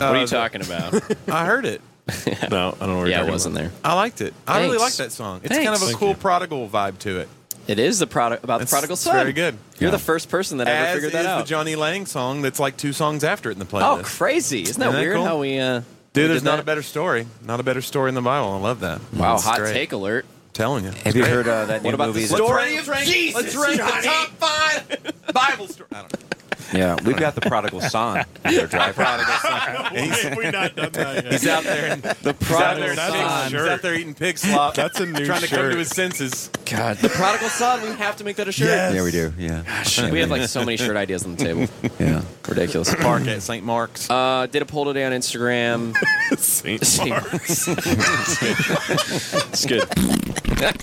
S6: are
S3: Oh,
S6: you talking about?
S3: I heard it.
S5: No, I don't know. What
S6: yeah,
S5: you're
S6: it wasn't there.
S3: I liked it. I really like
S6: Thanks.
S3: that song. It's
S6: Thanks.
S3: kind of a
S5: Thank
S3: cool
S5: you.
S3: prodigal vibe to it.
S6: It is the product about
S3: It's-
S6: the prodigal
S3: it's
S6: son.
S3: very good.
S6: You're the first person that ever
S3: As
S6: figured
S3: is
S6: that
S3: the
S6: out.
S3: Johnny Lang song that's like two songs after it in the playlist.
S6: oh, crazy! Isn't that
S3: Isn't that
S6: weird?
S3: cool?
S6: How we uh, we
S3: Dude, there's
S6: did
S3: not
S6: that?
S3: a better story. Not a better story in the Bible. I love that.
S6: wow.
S3: It's
S6: Hot
S3: great.
S6: take alert.
S3: I'm telling you.
S2: Have you heard uh, that new
S6: What about
S2: movie?
S6: the
S2: that-
S6: story
S3: Let's
S6: of
S3: rank-
S6: Jesus?
S3: Let's rank the top five Bible stories. I don't know.
S2: Yeah, we've got the prodigal son. as our driver.
S5: Have we not done that yet?
S3: He's out there. And, the
S6: prodigal
S3: he's out there,
S5: son.
S3: He's out there eating pig slop.
S5: That's a new
S3: trying to come
S5: shirt.
S3: to his senses.
S6: God, the prodigal son. We have to make that a shirt.
S2: yeah, we do. Yeah,
S6: We have like so many shirt ideas on the table.
S2: yeah.
S6: Ridiculous.
S3: Park at St. Mark's.
S6: Uh, did a poll today on Instagram.
S5: Saint Mark's. it's good.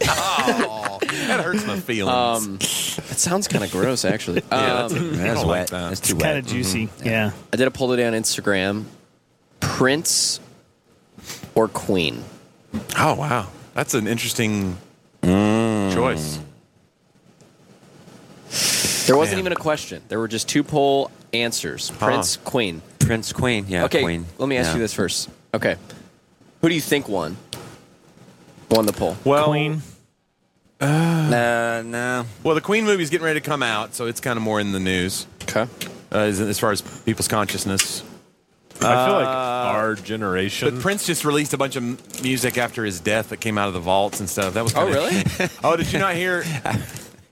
S3: oh, that hurts my feelings.
S6: Um, that sounds kind of gross, actually.
S3: that's
S6: Um,
S2: That's
S3: don't like
S2: wet.
S3: that.
S2: That's too
S8: kind
S2: wet. Mm-hmm.
S8: of juicy. Yeah.
S6: I did a poll today on Instagram. Prince or Queen?
S3: oh, wow. That's an interesting
S6: Mm.
S3: choice.
S6: There wasn't
S3: Man.
S6: even a question. There were just two poll answers: Prince, Queen.
S2: Prince Queen. Yeah,
S6: okay,
S2: Queen.
S6: let me ask
S2: Yeah.
S6: you this first. Okay, who do you think won? Won the poll?
S3: Well,
S8: Queen.
S2: Nah, nah.
S3: Well, the Queen movie's getting ready to come out, so it's kind of more in the news
S6: Okay.
S3: uh, as, as far as people's consciousness.
S5: I feel like
S6: Uh,
S5: our generation.
S3: But Prince just released a bunch of m- music after his death that came out of the vaults and stuff. That was
S6: Oh,
S3: kinda-
S6: really?
S3: oh, did you not hear?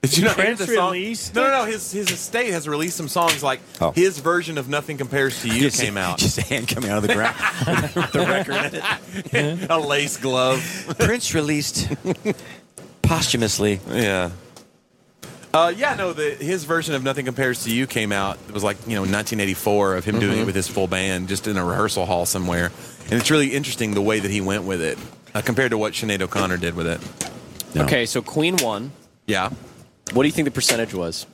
S3: Did you not
S8: Prince
S3: hear the song?
S8: released
S3: no, no, no. His his estate has released some songs like
S2: Oh.
S3: his version of "Nothing Compares to You"
S2: Just-
S3: came out.
S2: Just a hand coming out of the ground.
S3: a lace glove.
S2: Prince released posthumously.
S3: Yeah. Uh, yeah, no, the, his version of Nothing Compares to You came out. It was like, you know, 1984 of him doing it with his full band just in a rehearsal hall somewhere. And it's really interesting the way that he went with it uh, compared to what Sinead O'Connor did with it.
S2: No.
S6: Okay, so Queen won.
S3: Yeah.
S6: What do you think the percentage was?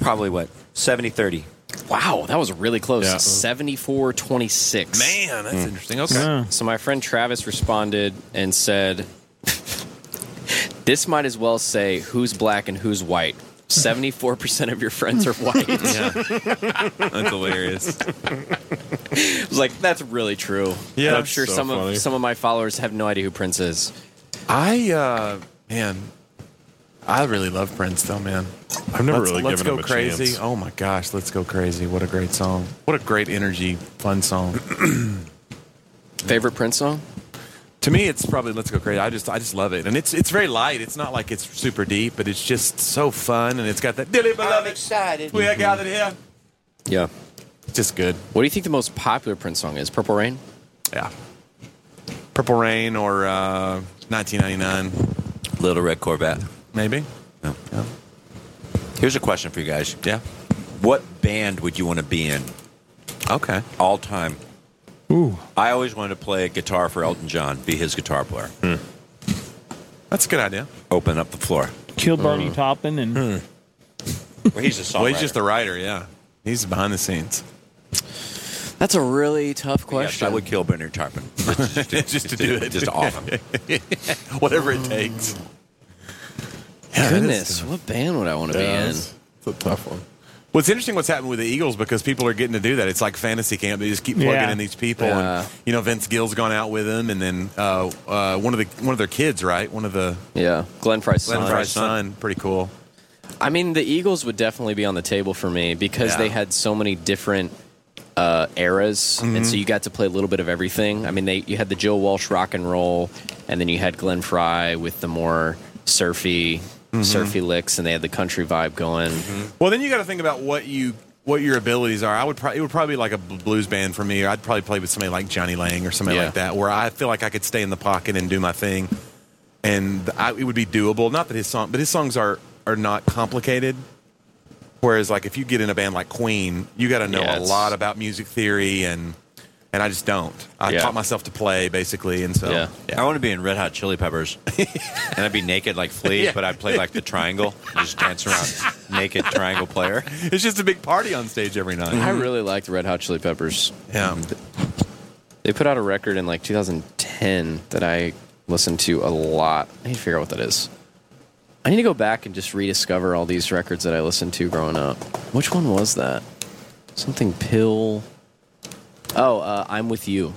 S2: Probably what? 70 30.
S6: Wow, that was really close.
S5: Yeah.
S6: 74 26.
S3: Man, that's interesting. Okay.
S8: Yeah.
S6: So my friend Travis responded and said, This might as well say who's black and who's white. 74% of your friends are white.
S3: Yeah. that's hilarious.
S6: I was like, that's really true.
S5: Yeah,
S6: And I'm
S5: that's
S6: sure
S5: so
S6: some
S5: funny.
S6: of some of my followers have no idea who Prince is.
S3: I, uh, man, I really love Prince, though, man.
S5: I've never
S3: let's
S5: really
S3: let's
S5: given
S3: go
S5: him a
S3: crazy.
S5: chance.
S3: Oh my gosh, let's go crazy. What a great song. What a great energy, fun song.
S6: Favorite Prince song?
S3: To me, it's probably "Let's Go Crazy." I just, I just love it, and it's, it's very light. It's not like it's super deep, but it's just so fun, and it's got that. Dilly beloved, excited. We are gathered here.
S6: Yeah.
S3: It's Mm-hmm. just good.
S6: What do you think the most popular Prince song is? Purple Rain?
S3: Yeah. Purple Rain or uh, 1999,
S2: Little Red Corvette.
S3: maybe.
S2: Here's a question for you guys.
S3: Yeah.
S2: What band would you want to be in
S3: Okay.
S2: all time? Ooh. I always wanted to play guitar for Elton John, be his guitar player.
S3: That's a good idea.
S2: Open up the floor.
S8: Kill
S2: Mm.
S8: Barney Toppin and
S2: Well, he's a songwriter.
S3: Well, he's just the writer. Yeah. He's behind the scenes.
S6: That's a really tough
S2: Yes,
S6: question.
S2: I would kill Bernard Tarpon just to,
S3: Just to do it.
S2: Just to off him.
S3: Whatever it takes.
S6: Goodness, what band would I want to be in?
S5: it's a tough one.
S3: Well, it's interesting what's happened with the Eagles because people are getting to do that. It's like fantasy camp. They just keep plugging
S8: Yeah.
S3: in these people,
S6: Yeah.
S3: and you know Vince Gill's gone out with them, and then uh, uh, one of the one of their kids, right? One of the
S6: Yeah, Glenn Fry's
S3: Glenn
S6: son.
S3: Fry's son, pretty cool.
S6: I mean, the Eagles would definitely be on the table for me because
S3: Yeah.
S6: they had so many different uh, eras, and so you got to play a little bit of everything. I mean, they you had the Joe Walsh rock and roll, and then you had Glenn Fry with the more surfy, surfy licks, and they had the country vibe going.
S3: Well, then you got to think about what you what your abilities are. I would probably it would probably be like a bl- blues band for me, or I'd probably play with somebody like Johnny Lang or somebody
S6: Yeah.
S3: like that, where I feel like I could stay in the pocket and do my thing, and I, it would be doable. Not that his song, but his songs are are not complicated. Whereas, like, if you get in a band like Queen, you got to know
S6: Yeah,
S3: a
S6: it's-
S3: lot about music theory, and and I just don't. I
S6: Yeah.
S3: taught myself to play basically, and so
S6: Yeah.
S2: I want to be in Red Hot Chili Peppers, and I'd be naked like Flea, but I'd play like the triangle, and just dance around, naked triangle player.
S3: it's just a big party on stage every night.
S6: I really liked Red Hot Chili Peppers.
S3: Yeah.
S6: They put out a record in like 2010 that I listened to a lot. I need to figure out what that is. I need to go back and just rediscover all these records that I listened to growing up. Which one was that? Something pill. Oh, uh, I'm with you.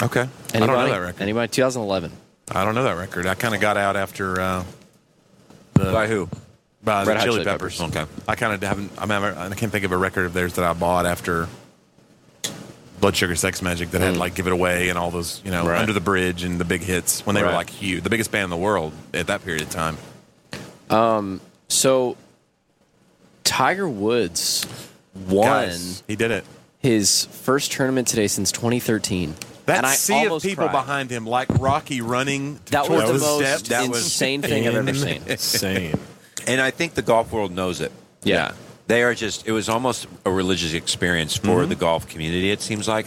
S3: Okay. I don't know that record.
S6: Anybody? 2011.
S3: I don't know that record. I kind of got out after uh,
S2: By who?
S3: by the
S6: Hot
S3: Chili
S6: Chili
S3: Peppers.
S2: Peppers. Okay.
S3: I kind of haven't. I'm having, I can't think of a record of theirs that I bought after Blood Sugar Sex Magic that
S6: Mm.
S3: had like Give It Away and all those you know
S2: Right.
S3: Under the Bridge and the big hits when they were
S2: Right.
S3: like huge, the biggest band in the world at that period of time.
S6: So, Tiger Woods won
S3: Guys, he did it.
S6: his first tournament today since 2013.
S3: That
S6: and I
S3: sea of
S6: almost
S3: people
S6: cried.
S3: behind him, like Rocky running to-
S6: That was
S3: towards
S6: the
S3: his
S6: most
S3: steps.
S2: That was
S6: insane thing I've ever seen.
S5: Insane.
S2: And I think the golf world knows it.
S6: Yeah.
S2: They are just, it was almost a religious experience for
S3: Mm-hmm.
S2: the golf community, it seems like.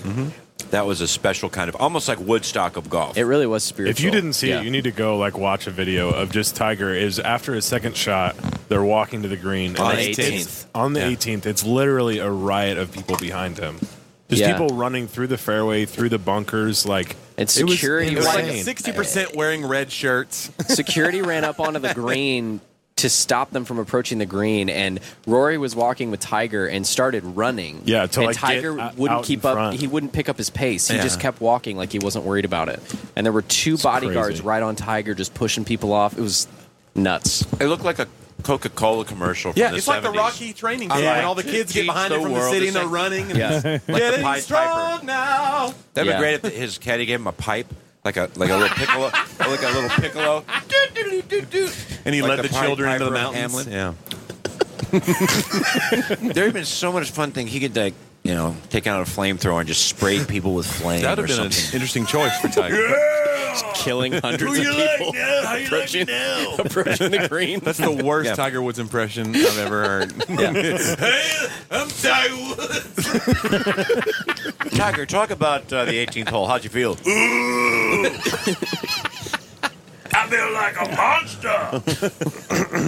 S2: That was a special kind of, almost like Woodstock of golf.
S6: It really was spiritual.
S5: If you didn't see
S6: Yeah.
S5: it, you need to go like watch a video of just Tiger is after his second shot, they're walking to the green and
S2: On the
S5: it's-
S2: 18th.
S5: it's- On the 18th, it's literally a riot of people behind him. Just
S6: Yeah.
S5: people running through the fairway, through the bunkers, like
S6: And
S5: it was
S6: security
S3: It was like
S5: insane.
S3: sixty percent wearing red shirts.
S6: security ran up onto the green to stop them from approaching the green, and Rory was walking with Tiger and started running.
S5: Yeah, to,
S6: and
S5: like, get
S6: Tiger
S5: o-
S6: wouldn't
S5: out
S6: keep
S5: in
S6: up.
S5: front.
S6: He wouldn't pick up his pace. He
S3: Yeah.
S6: just kept walking like he wasn't worried about it. And there were two bodyguards
S5: crazy.
S6: right on Tiger, just pushing people off. It was nuts.
S2: It looked like a Coca Cola commercial. From
S3: Yeah,
S2: the
S3: it's like the
S2: 70s.
S3: Rocky training camp,
S2: Yeah.
S3: and all the kids get
S2: Teach
S3: behind
S2: the
S3: it from the
S2: world
S3: city and
S2: to
S3: they're
S2: sing.
S3: running and
S6: Yeah.
S2: Like the
S3: getting
S2: Pied
S3: strong
S2: Piper.
S3: now.
S2: That'd
S6: Yeah.
S2: be great if his caddy gave him a pipe, like a like a little piccolo, like a little piccolo.
S3: And he
S2: Like
S3: led
S2: the
S3: the,
S2: Pied
S3: children into the
S2: Piper of
S3: mountains.
S2: Hamlin.
S3: Yeah.
S2: There'd been so much fun thing he could like, you know, take out a flamethrower and just spray people with flame
S3: That
S2: or
S3: would have been an
S2: something.
S3: interesting choice for Tiger.
S6: Killing hundreds of
S7: you like
S6: people
S7: now? How you like
S6: approaching,
S7: now?
S6: approaching the green.
S3: That's the worst
S2: Yeah.
S3: Tiger Woods impression I've ever heard.
S7: I'm Tiger Woods.
S2: Tiger, talk about uh, the 18th hole. How'd you feel?
S7: I feel like a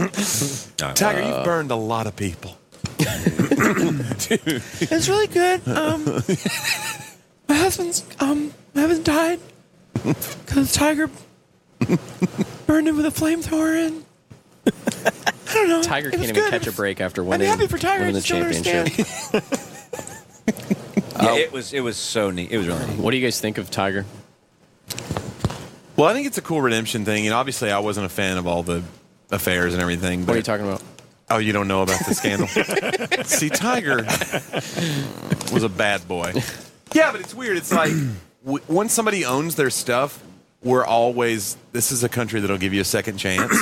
S7: monster.
S3: Tiger,
S10: Uh,
S3: you've burned a lot of people.
S10: It's really good. Um, my husband's um, my husband died because tiger burned him with a flamethrower, and I don't know.
S6: Tiger
S10: It was
S6: can't even
S10: good.
S6: catch a
S10: It was-
S6: break after winning,
S10: happy for Tiger,
S6: winning
S10: I
S6: the
S10: just don't understand.
S6: championship.
S2: Yeah, it was it was so neat. It was really neat.
S6: What do you guys think of Tiger?
S3: Well, I think it's a cool redemption thing. And obviously, I wasn't a fan of all the affairs and everything. But
S6: What are you talking about?
S3: Oh, you don't know about the scandal? See, Tiger was a bad boy. Yeah, but it's weird. It's like w- once somebody owns their stuff, we're always this is a country that'll give you a second chance.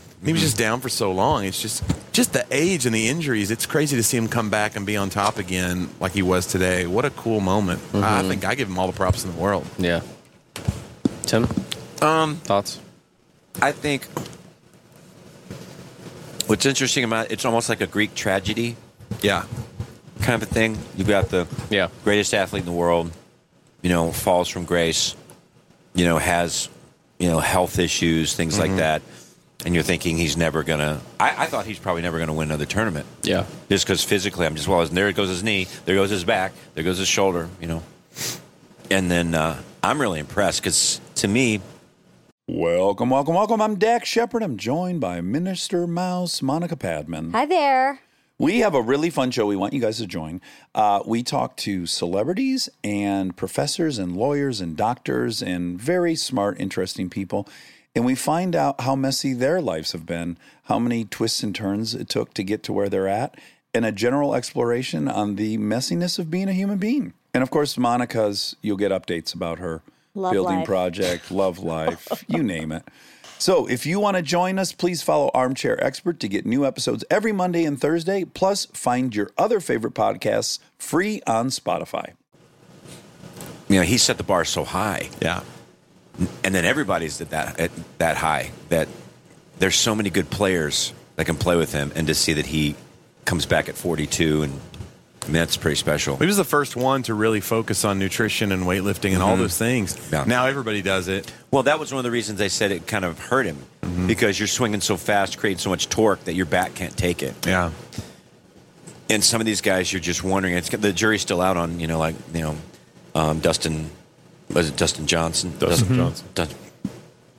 S3: he was just down for so long. It's just just the age and the injuries. It's crazy to see him come back and be on top again like he was today. What a cool moment. I think I give him all the props in the world.
S6: Yeah. Tim? Um thoughts?
S2: I think what's interesting about it's almost like a Greek tragedy
S3: Yeah.
S2: kind of a thing. You've got the
S6: Yeah.
S2: greatest athlete in the world, you know, falls from grace, you know, has, you know, health issues, things like that. And you're thinking he's never going to, I thought he's probably never going to win another tournament.
S6: Yeah.
S2: Just because physically, I'm just, well, there goes his knee, there goes his back, there goes his shoulder, you know. And then uh, I'm really impressed because to me,
S11: Welcome, welcome, welcome. I'm Dak Shepard. I'm joined by Minister Mouse Monica Padman.
S9: Hi there.
S11: We have a really fun show we want you guys to join. Uh, we talk to celebrities and professors and lawyers and doctors and very smart, interesting people. And we find out how messy their lives have been, how many twists and turns it took to get to where they're at, and a general exploration on the messiness of being a human being. And of course, Monica's, you'll get updates about her
S9: Love
S11: building
S9: life.
S11: project, love life, you name it. So, if you want to join us, please follow Armchair Expert to get new episodes every Monday and Thursday. Plus, find your other favorite podcasts free on Spotify.
S2: you know, he set the bar so high.
S3: Yeah.
S2: and then everybody's at that at that high that there's so many good players that can play with him and to see that he comes back at 42, and I mean, that's pretty special.
S3: He was the first one to really focus on nutrition and weightlifting and all
S2: Mhm.
S3: those things.
S2: Yeah.
S3: Now everybody does it.
S2: Well, that was one of the reasons I said it kind of hurt him because you're swinging so fast, creating so much torque that your back can't take it.
S3: Yeah.
S2: And some of these guys, you're just wondering. It's the jury's still out on you know like you know um, Dustin was it Dustin Johnson? Dustin,
S5: Johnson.
S2: Dustin,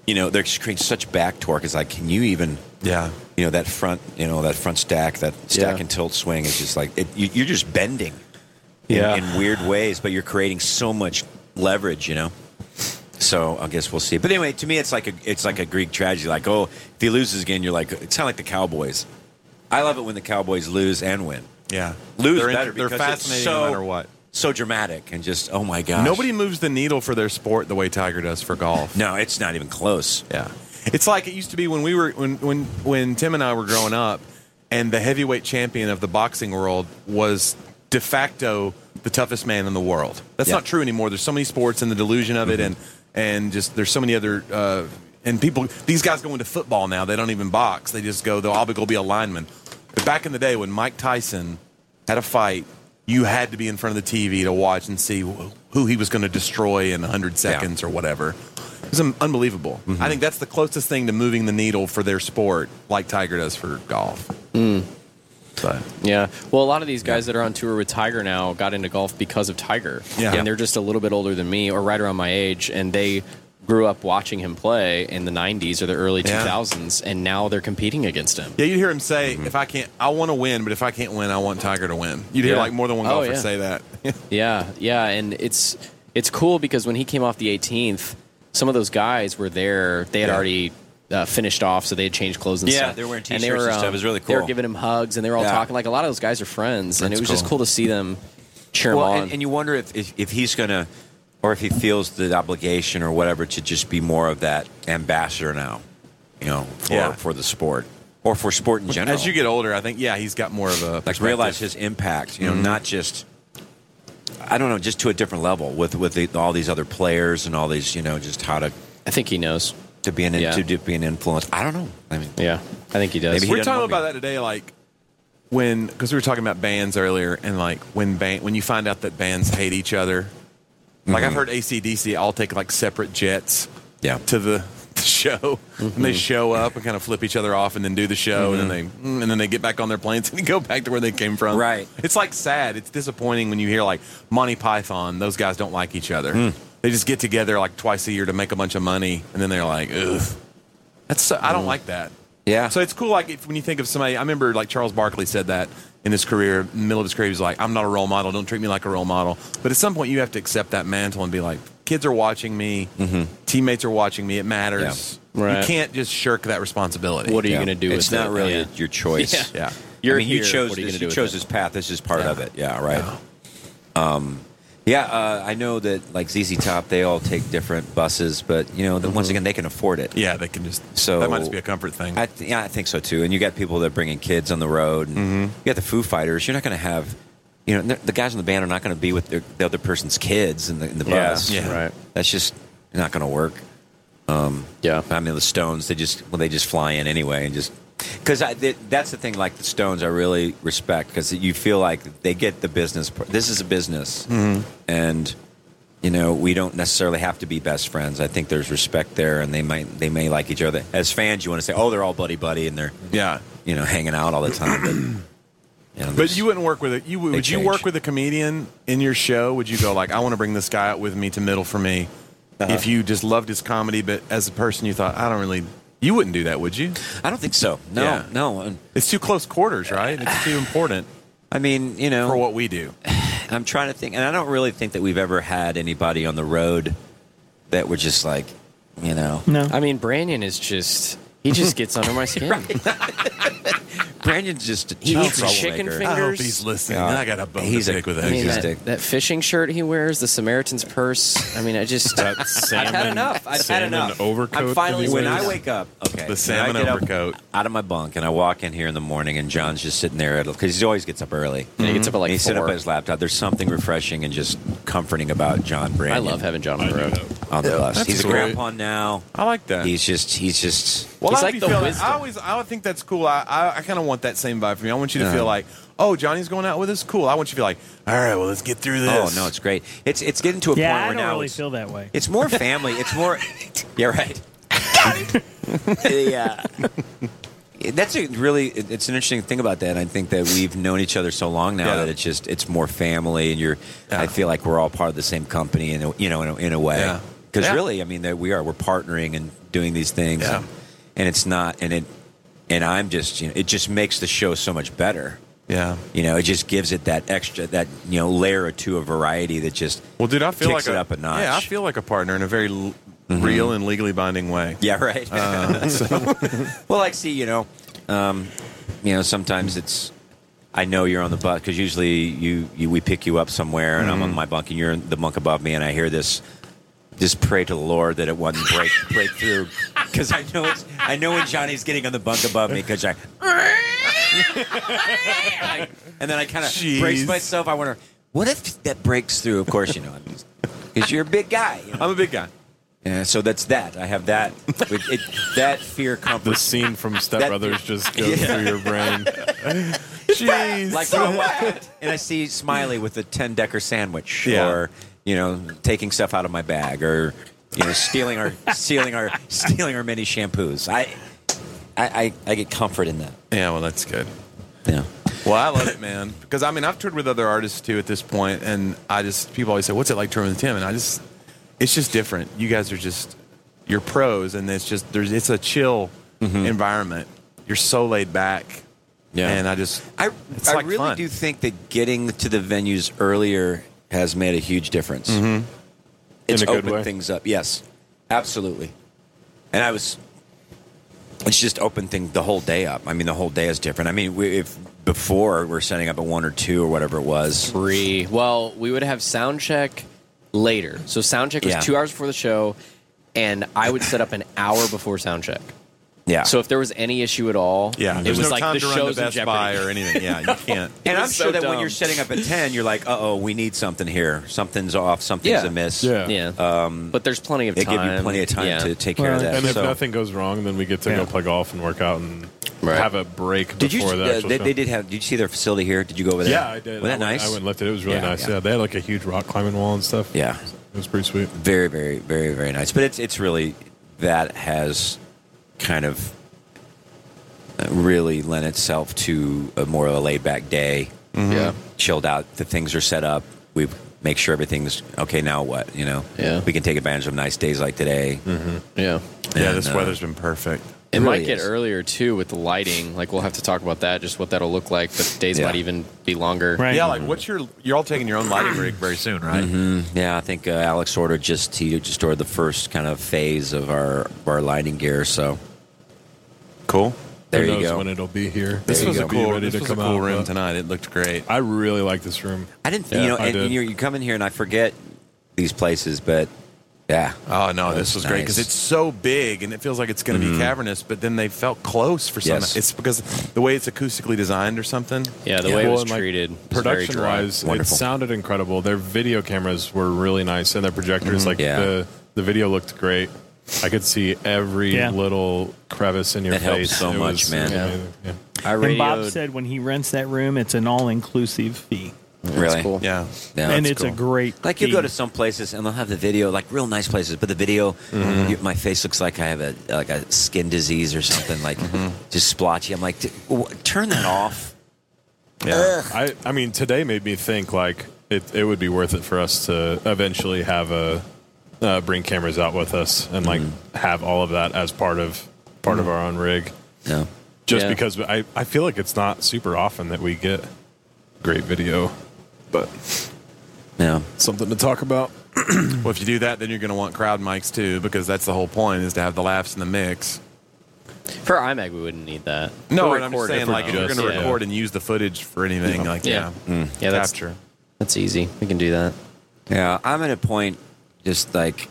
S2: you know they're just creating such back torque. It's like, can you even?
S3: Yeah.
S2: You know that front, you know that front stack, that stack
S3: Yeah.
S2: and tilt swing is just like it, you, you're just bending, in-
S3: Yeah.
S2: in, weird ways, but you're creating so much leverage, you know. So I guess we'll see. But anyway, to me, it's like a it's like a Greek tragedy. Like, oh, if he loses again, you're like it's kind of like the Cowboys. I love it when the Cowboys lose and win.
S3: Yeah.
S2: Lose
S3: They're in-
S2: better
S3: they're
S2: because
S3: fascinating
S2: it's so,
S3: no matter what.
S2: So dramatic and just oh my gosh.
S3: Nobody moves the needle for their sport the way Tiger does for golf.
S2: No, it's not even close.
S3: Yeah. It's like it used to be when we were when when when Tim and I were growing up and the heavyweight champion of the boxing world was de facto the toughest man in the world. That's
S2: Yeah.
S3: not true anymore. There's so many sports and the delusion of it and and just there's so many other uh, and people these guys go into football now. They don't even box. They just go, they'll all go be a lineman. But back in the day when Mike Tyson had a fight, you had to be in front of the TV to watch and see wh- who he was going to destroy in 100 seconds or whatever. It was un- unbelievable.
S6: Mm-hmm.
S3: I think that's the closest thing to moving the needle for their sport, like Tiger does for golf.
S6: Mm.
S3: But
S6: Yeah. Well, a lot of these guys that are on tour with Tiger now got into golf because of Tiger.
S3: Yeah.
S6: And they're just a little bit older than me or right around my age. And they grew up watching him play in the 90s or the early
S3: Yeah.
S6: 2000s. And now they're competing against him.
S3: yeah, you hear him say,
S6: Mm-hmm.
S3: "If I can't, I want to win, but if I can't win, I want Tiger to win." You'd hear
S6: Yeah.
S3: like more than one
S6: Oh,
S3: golfer
S6: yeah.
S3: say that.
S6: yeah. Yeah. And it's it's cool because when he came off the 18th, some of those guys were there. They had
S2: Yeah.
S6: already. Uh, finished off, so they had changed clothes and
S2: Yeah,
S6: stuff.
S2: they were wearing
S6: And
S2: t-shirts and
S6: um,
S2: stuff. It was really
S6: They were
S2: cool.
S6: giving him hugs, and they were all
S2: Yeah.
S6: talking. Like a lot of those guys are friends, and it
S2: That's
S6: was just cool
S2: cool.
S6: to see them cheer him
S2: well,
S6: on.
S2: And, and you wonder if, if, if he's going to, or if he feels the obligation or whatever to just be more of that ambassador now, you know, for,
S3: Yeah.
S2: for the sport or for sport in general.
S3: As you get older, I think yeah, he's got more of a
S2: like realize his impact, you know,
S3: Mhm.
S2: not just, I don't know, just to a different level with, with the, all these other players and all these, you know, just how to.
S6: I think he knows.
S2: To be an,
S6: Yeah.
S2: to, to be an influence. I don't know. I mean,
S6: yeah, I think he does.
S2: Maybe he
S3: We're
S2: doesn't
S3: talking
S2: want me.
S3: about that today, like when because we were talking about bands earlier, and like when band when you find out that bands hate each other. Like I've
S2: Mhm.
S3: heard ACDC all take like separate jets,
S2: yeah. Mm-hmm.
S3: to the, the show, and they show up and kind of flip each other off, and then do the show, and then they mm, and then they get back on their planes and go back to where they came from. Right. It's like sad. It's disappointing when you hear like Monty Python. Those guys don't like each other.
S2: Mm.
S3: They just get together like twice a year to make a bunch of money, and then they're like, ugh. That's so, I
S2: Mm.
S3: don't like that.
S2: Yeah.
S3: So it's cool. Like if, when you think of somebody, I remember like Charles Barkley said that in his career, in the middle of his career, he was like, "I'm not a role model. Don't treat me like a role model." But at some point, you have to accept that mantle and be like, "Kids are watching me. Teammates are watching me. It matters.
S2: Mm-hmm. Yeah. Right.
S3: You can't just shirk that responsibility."
S2: What are you Yeah. gonna do It's with not it? really Yeah. your choice.
S3: Yeah.
S2: Yeah.
S6: You're
S2: I mean, you
S6: here.
S2: chose
S6: What are you
S2: this,
S6: gonna do
S2: you
S6: with
S2: chose
S6: it?
S2: this path. This is part of it. Yeah, right. Um, yeah, uh, I know that like ZZ Top, they all take different buses, but you know, then
S6: Mm-hmm.
S2: once again, they can afford it.
S3: Yeah, they can just.
S2: So
S3: that might just be a comfort thing.
S2: I th- yeah, I think so too. And you got people that are bringing kids on the road. And
S6: Mm-hmm.
S2: You got the Foo Fighters. You're not going to have, you know, the guys in the band are not going to be with their, the other person's kids in the, in the
S6: Yeah,
S2: bus.
S6: yeah. Right.
S2: That's just not going to work. Um,
S6: yeah.
S2: I mean, the Stones. They just well, they just fly in anyway and just because th- that's the thing. Like the Stones, I really respect because you feel like they get the business. Part. This is a business,
S3: Mm-hmm.
S7: Mhm.
S2: and you know we don't necessarily have to be best friends. I think there's respect there, and they might they may like each other as fans. You want to say, oh, they're all buddy buddy, and they're
S3: yeah,
S2: you know, hanging out all the time. But, you know,
S3: But you wouldn't work with it. You would
S2: They
S3: would you
S2: change.
S3: work with a comedian in your show? Would you go like, I want to bring this guy out with me to middle for me?
S2: Uh-huh.
S3: If you just loved his comedy, but as a person, you thought, I don't really. You wouldn't do that, would you?
S2: I don't think so. No, no.
S3: It's too close quarters, right? It's too important.
S2: I mean, you know,
S3: for what we do.
S2: I'm trying to think, and I don't really think that we've ever had anybody on the road that were just like, you know,
S6: No. I mean, Brandon is just. He just gets under my skin.
S2: Brandon's just a
S6: he
S2: child
S6: eats chicken
S2: troublemaker.
S6: fingers.
S2: I hope he's listening. Yeah. I got a bone to He's a- pick with that
S6: I mean,
S2: guy.
S6: that, that fishing shirt he wears, the Samaritan's purse. I mean, I just
S5: That
S2: I've had enough. I've had enough.
S5: overcoat
S2: I'm
S5: that
S2: finally
S5: he
S2: when
S5: wears.
S2: I wake up. Okay,
S5: The
S2: when I
S5: salmon
S2: get up
S5: overcoat.
S2: Out of my bunk, and I walk in here in the morning, and John's just sitting there because he always gets up early.
S5: Mm-hmm.
S6: And he gets up at like
S2: he's sitting up
S6: four.
S2: at his laptop. There's something refreshing and just comforting about John Brandon.
S6: I love having John on the road.
S2: Oh, on the
S3: Yeah,
S2: bus.
S3: that's
S2: He's a
S3: great.
S2: grandpa now.
S3: I like that.
S2: He's just he's just
S3: Well, I, like feeling, I always, I would think that's cool. I, I, I kind of want that same vibe from you. I want you to
S2: Yeah.
S3: feel like, oh, Johnny's going out with us. Cool. I want you to feel like, all right, well, let's get through this.
S2: Oh no, it's great. It's it's getting to a
S8: yeah,
S2: point
S8: I
S2: where
S8: don't
S2: now
S8: really
S2: it's,
S8: feel that way.
S2: it's more family. It's more. Yeah, right. yeah. That's a really. it- It's an interesting thing about that. I think that we've known each other so long now
S3: Yeah.
S2: that it's just it's more family, and you're. I feel like we're all part of the same company, in a, you know, in a, in a way.
S3: Yeah.
S2: Because
S3: Yeah.
S2: really, I mean, that we are we're partnering and doing these things,
S3: Yeah.
S2: and, and it's not, and it, and I'm just, you know, it just makes the show so much better.
S3: Yeah.
S2: You know, it just gives it that extra, that you know, layer or two of variety that just
S3: Well, dude, I feel
S2: kicks
S3: like
S2: it
S3: a,
S2: up a notch. Mm-hmm.
S3: Yeah, I feel like a partner in a very l- real and legally binding way.
S2: Yeah, right.
S3: Uh, so-
S2: well, like, see, you know, um, you know, sometimes it's. I know you're on the bus because usually you, you we pick you up somewhere, and I'm
S3: Mm-hmm.
S2: on my bunk, and you're in the bunk above me, and I hear this. Just pray to the Lord that it wasn't break break through, because I know it's I know when Johnny's getting on the bunk above me because I and then I kind of
S7: Jeez.
S2: brace myself. I wonder what if that breaks through. Of course, you know, because you're a big guy.
S3: I'm a big guy.
S2: Yeah, so that's that. I have that. It, it, that fear comfort. The scene from Step
S5: Brothers just goes through your brain.
S3: Jeez.
S2: Like, you know what? and I see Smiley with a 10 decker sandwich
S3: Yeah.
S2: or, you know, taking stuff out of my bag or, you know, stealing our, stealing our, stealing our mini shampoos. I, I, I, I get comfort in that.
S3: Yeah, well, that's good.
S2: Yeah.
S3: Well, I love it, man. Because I mean, I've toured with other artists too at this point, and I just people always say, "What's it like touring with Tim?" And I just, it's just different. You guys are just, you're pros, and it's just there's it's a chill environment. You're so laid back.
S2: Mm-hmm. Yeah.
S3: And I just,
S2: I,
S3: it's
S2: I
S3: like
S2: really
S3: fun.
S2: do think that getting to the venues earlier has made a huge difference.
S3: Mhm.
S2: It's
S3: In a good
S2: opened
S3: way.
S2: things up. Yes, absolutely. And I was, it's just opened thing the whole day up. I mean, the whole day is different. I mean, we, if before we're setting up at one or two or whatever it was,
S6: three. Well, we would have sound check later. So sound check was
S2: Yeah.
S6: two hours before the show, and I would set up an hour before sound check.
S2: Yeah.
S6: So if there was any issue at all,
S3: yeah,
S6: it
S3: there's
S6: was
S3: no
S6: like
S3: time
S6: the
S3: to run
S6: show's
S3: to Best
S6: in jeopardy
S3: Buy or anything. Yeah, you can't.
S2: And I'm sure that when you're setting up at ten, you're like, "Uh oh, we need something here. Something's off. Something's
S6: Yeah.
S2: amiss."
S6: Yeah. Yeah.
S2: Um,
S6: but there's plenty of
S2: they They give you
S6: time.
S2: plenty of time
S6: Yeah.
S2: to take care of that.
S5: And if
S2: so-
S5: nothing goes wrong, then we get to
S2: Yeah.
S5: go play golf and work out and
S2: Right.
S5: have a break
S2: Did you?
S5: before the
S2: Uh,
S5: actual
S2: they,
S5: show.
S2: they did have. Did you see their facility here? Did you go over there?
S5: Yeah, I did.
S2: Was
S5: I went-
S2: that nice?
S5: I went and lifted. It was really
S2: Yeah,
S5: nice.
S2: yeah.
S5: Yeah. they had like a huge rock climbing wall and stuff.
S2: Yeah.
S5: it was pretty sweet.
S2: Very, very, very, very nice. But it's it's really that has kind of uh, really lent itself to a more of a laid back day.
S6: Mhm. Yeah.
S2: chilled out. The things are set up. We make sure everything's okay. Now what? You know.
S6: Yeah.
S2: we can take advantage of nice days like today.
S5: Hmm.
S6: Mhm. Yeah.
S3: yeah, this weather's been perfect.
S6: It might get earlier too with the lighting. Like we'll have to talk about that, just what that'll look like. But days
S2: Yeah.
S6: might even be longer.
S3: Yeah, like what's your? You're all taking your own lighting rig very soon, right?
S2: Mm-hmm. Yeah, I think uh, Alex ordered just he just ordered the first kind of phase of our of our lighting gear. So
S3: cool.
S2: There
S5: Who
S2: you
S5: knows
S2: go.
S5: when it'll be here.
S2: This
S5: It'll
S2: was a
S5: be
S2: cool-
S5: ready
S2: this
S5: to
S2: was a
S5: come
S2: cool
S5: out,
S2: room
S5: but-
S3: tonight. It looked great.
S5: I really like this room.
S2: I didn't,
S5: Yeah,
S2: you know,
S5: I
S2: and,
S5: did.
S2: and you're, you come in here and I forget these places, but yeah.
S8: Uh,
S3: Oh no, this was great because it's so big and it feels like it's going to
S2: Mhm.
S3: be cavernous, but then they felt close for some.
S2: Yes.
S3: It's because the way it's acoustically designed or something.
S5: Well, and, like, Production wise, it sounded incredible. Their video cameras were really nice, and their projectors,
S2: Mhm.
S5: like
S2: Yeah.
S5: the the video looked great. I could see every
S8: Yeah.
S5: little crevice in your
S2: That helps
S5: face.
S2: so much, man. Yeah.
S5: amazing. Yeah.
S8: and Bob said when he rents that room, it's an all-inclusive fee.
S2: Really?
S3: Yeah.
S8: and it's a great.
S2: Like you
S8: fee.
S2: go to some places and they'll have the video, like real nice places, but the video,
S5: Mm-hmm.
S2: you- my face looks like I have a like a skin disease or something, like
S5: Mm-hmm.
S2: just splotchy. I'm like, "D- w- turn that off.
S5: Yeah. I, I mean, today made me think like it, it would be worth it for us to eventually have a uh, bring cameras out with us and like have all of that as part of part of our own rig.
S2: Yeah.
S5: Just
S2: Yeah.
S5: because I, I feel like it's not super often that we get great video, but
S2: yeah,
S5: something to talk about.
S3: well, if you do that, then you're going to want crowd mics too, because that's the whole point is to have the laughs in the mix.
S6: For IMAG, we wouldn't need that.
S3: No,
S6: For
S3: and I'm just
S6: record-
S3: saying,
S6: for
S3: like, if you're
S6: just-
S3: going to
S6: yeah.
S3: record and use the footage for anything,
S6: Yeah.
S3: like,
S6: Yeah.
S3: yeah,
S6: Mm. Yeah, that's-
S3: capture.
S6: That's easy. We can do that.
S2: Yeah, I'm at a point just like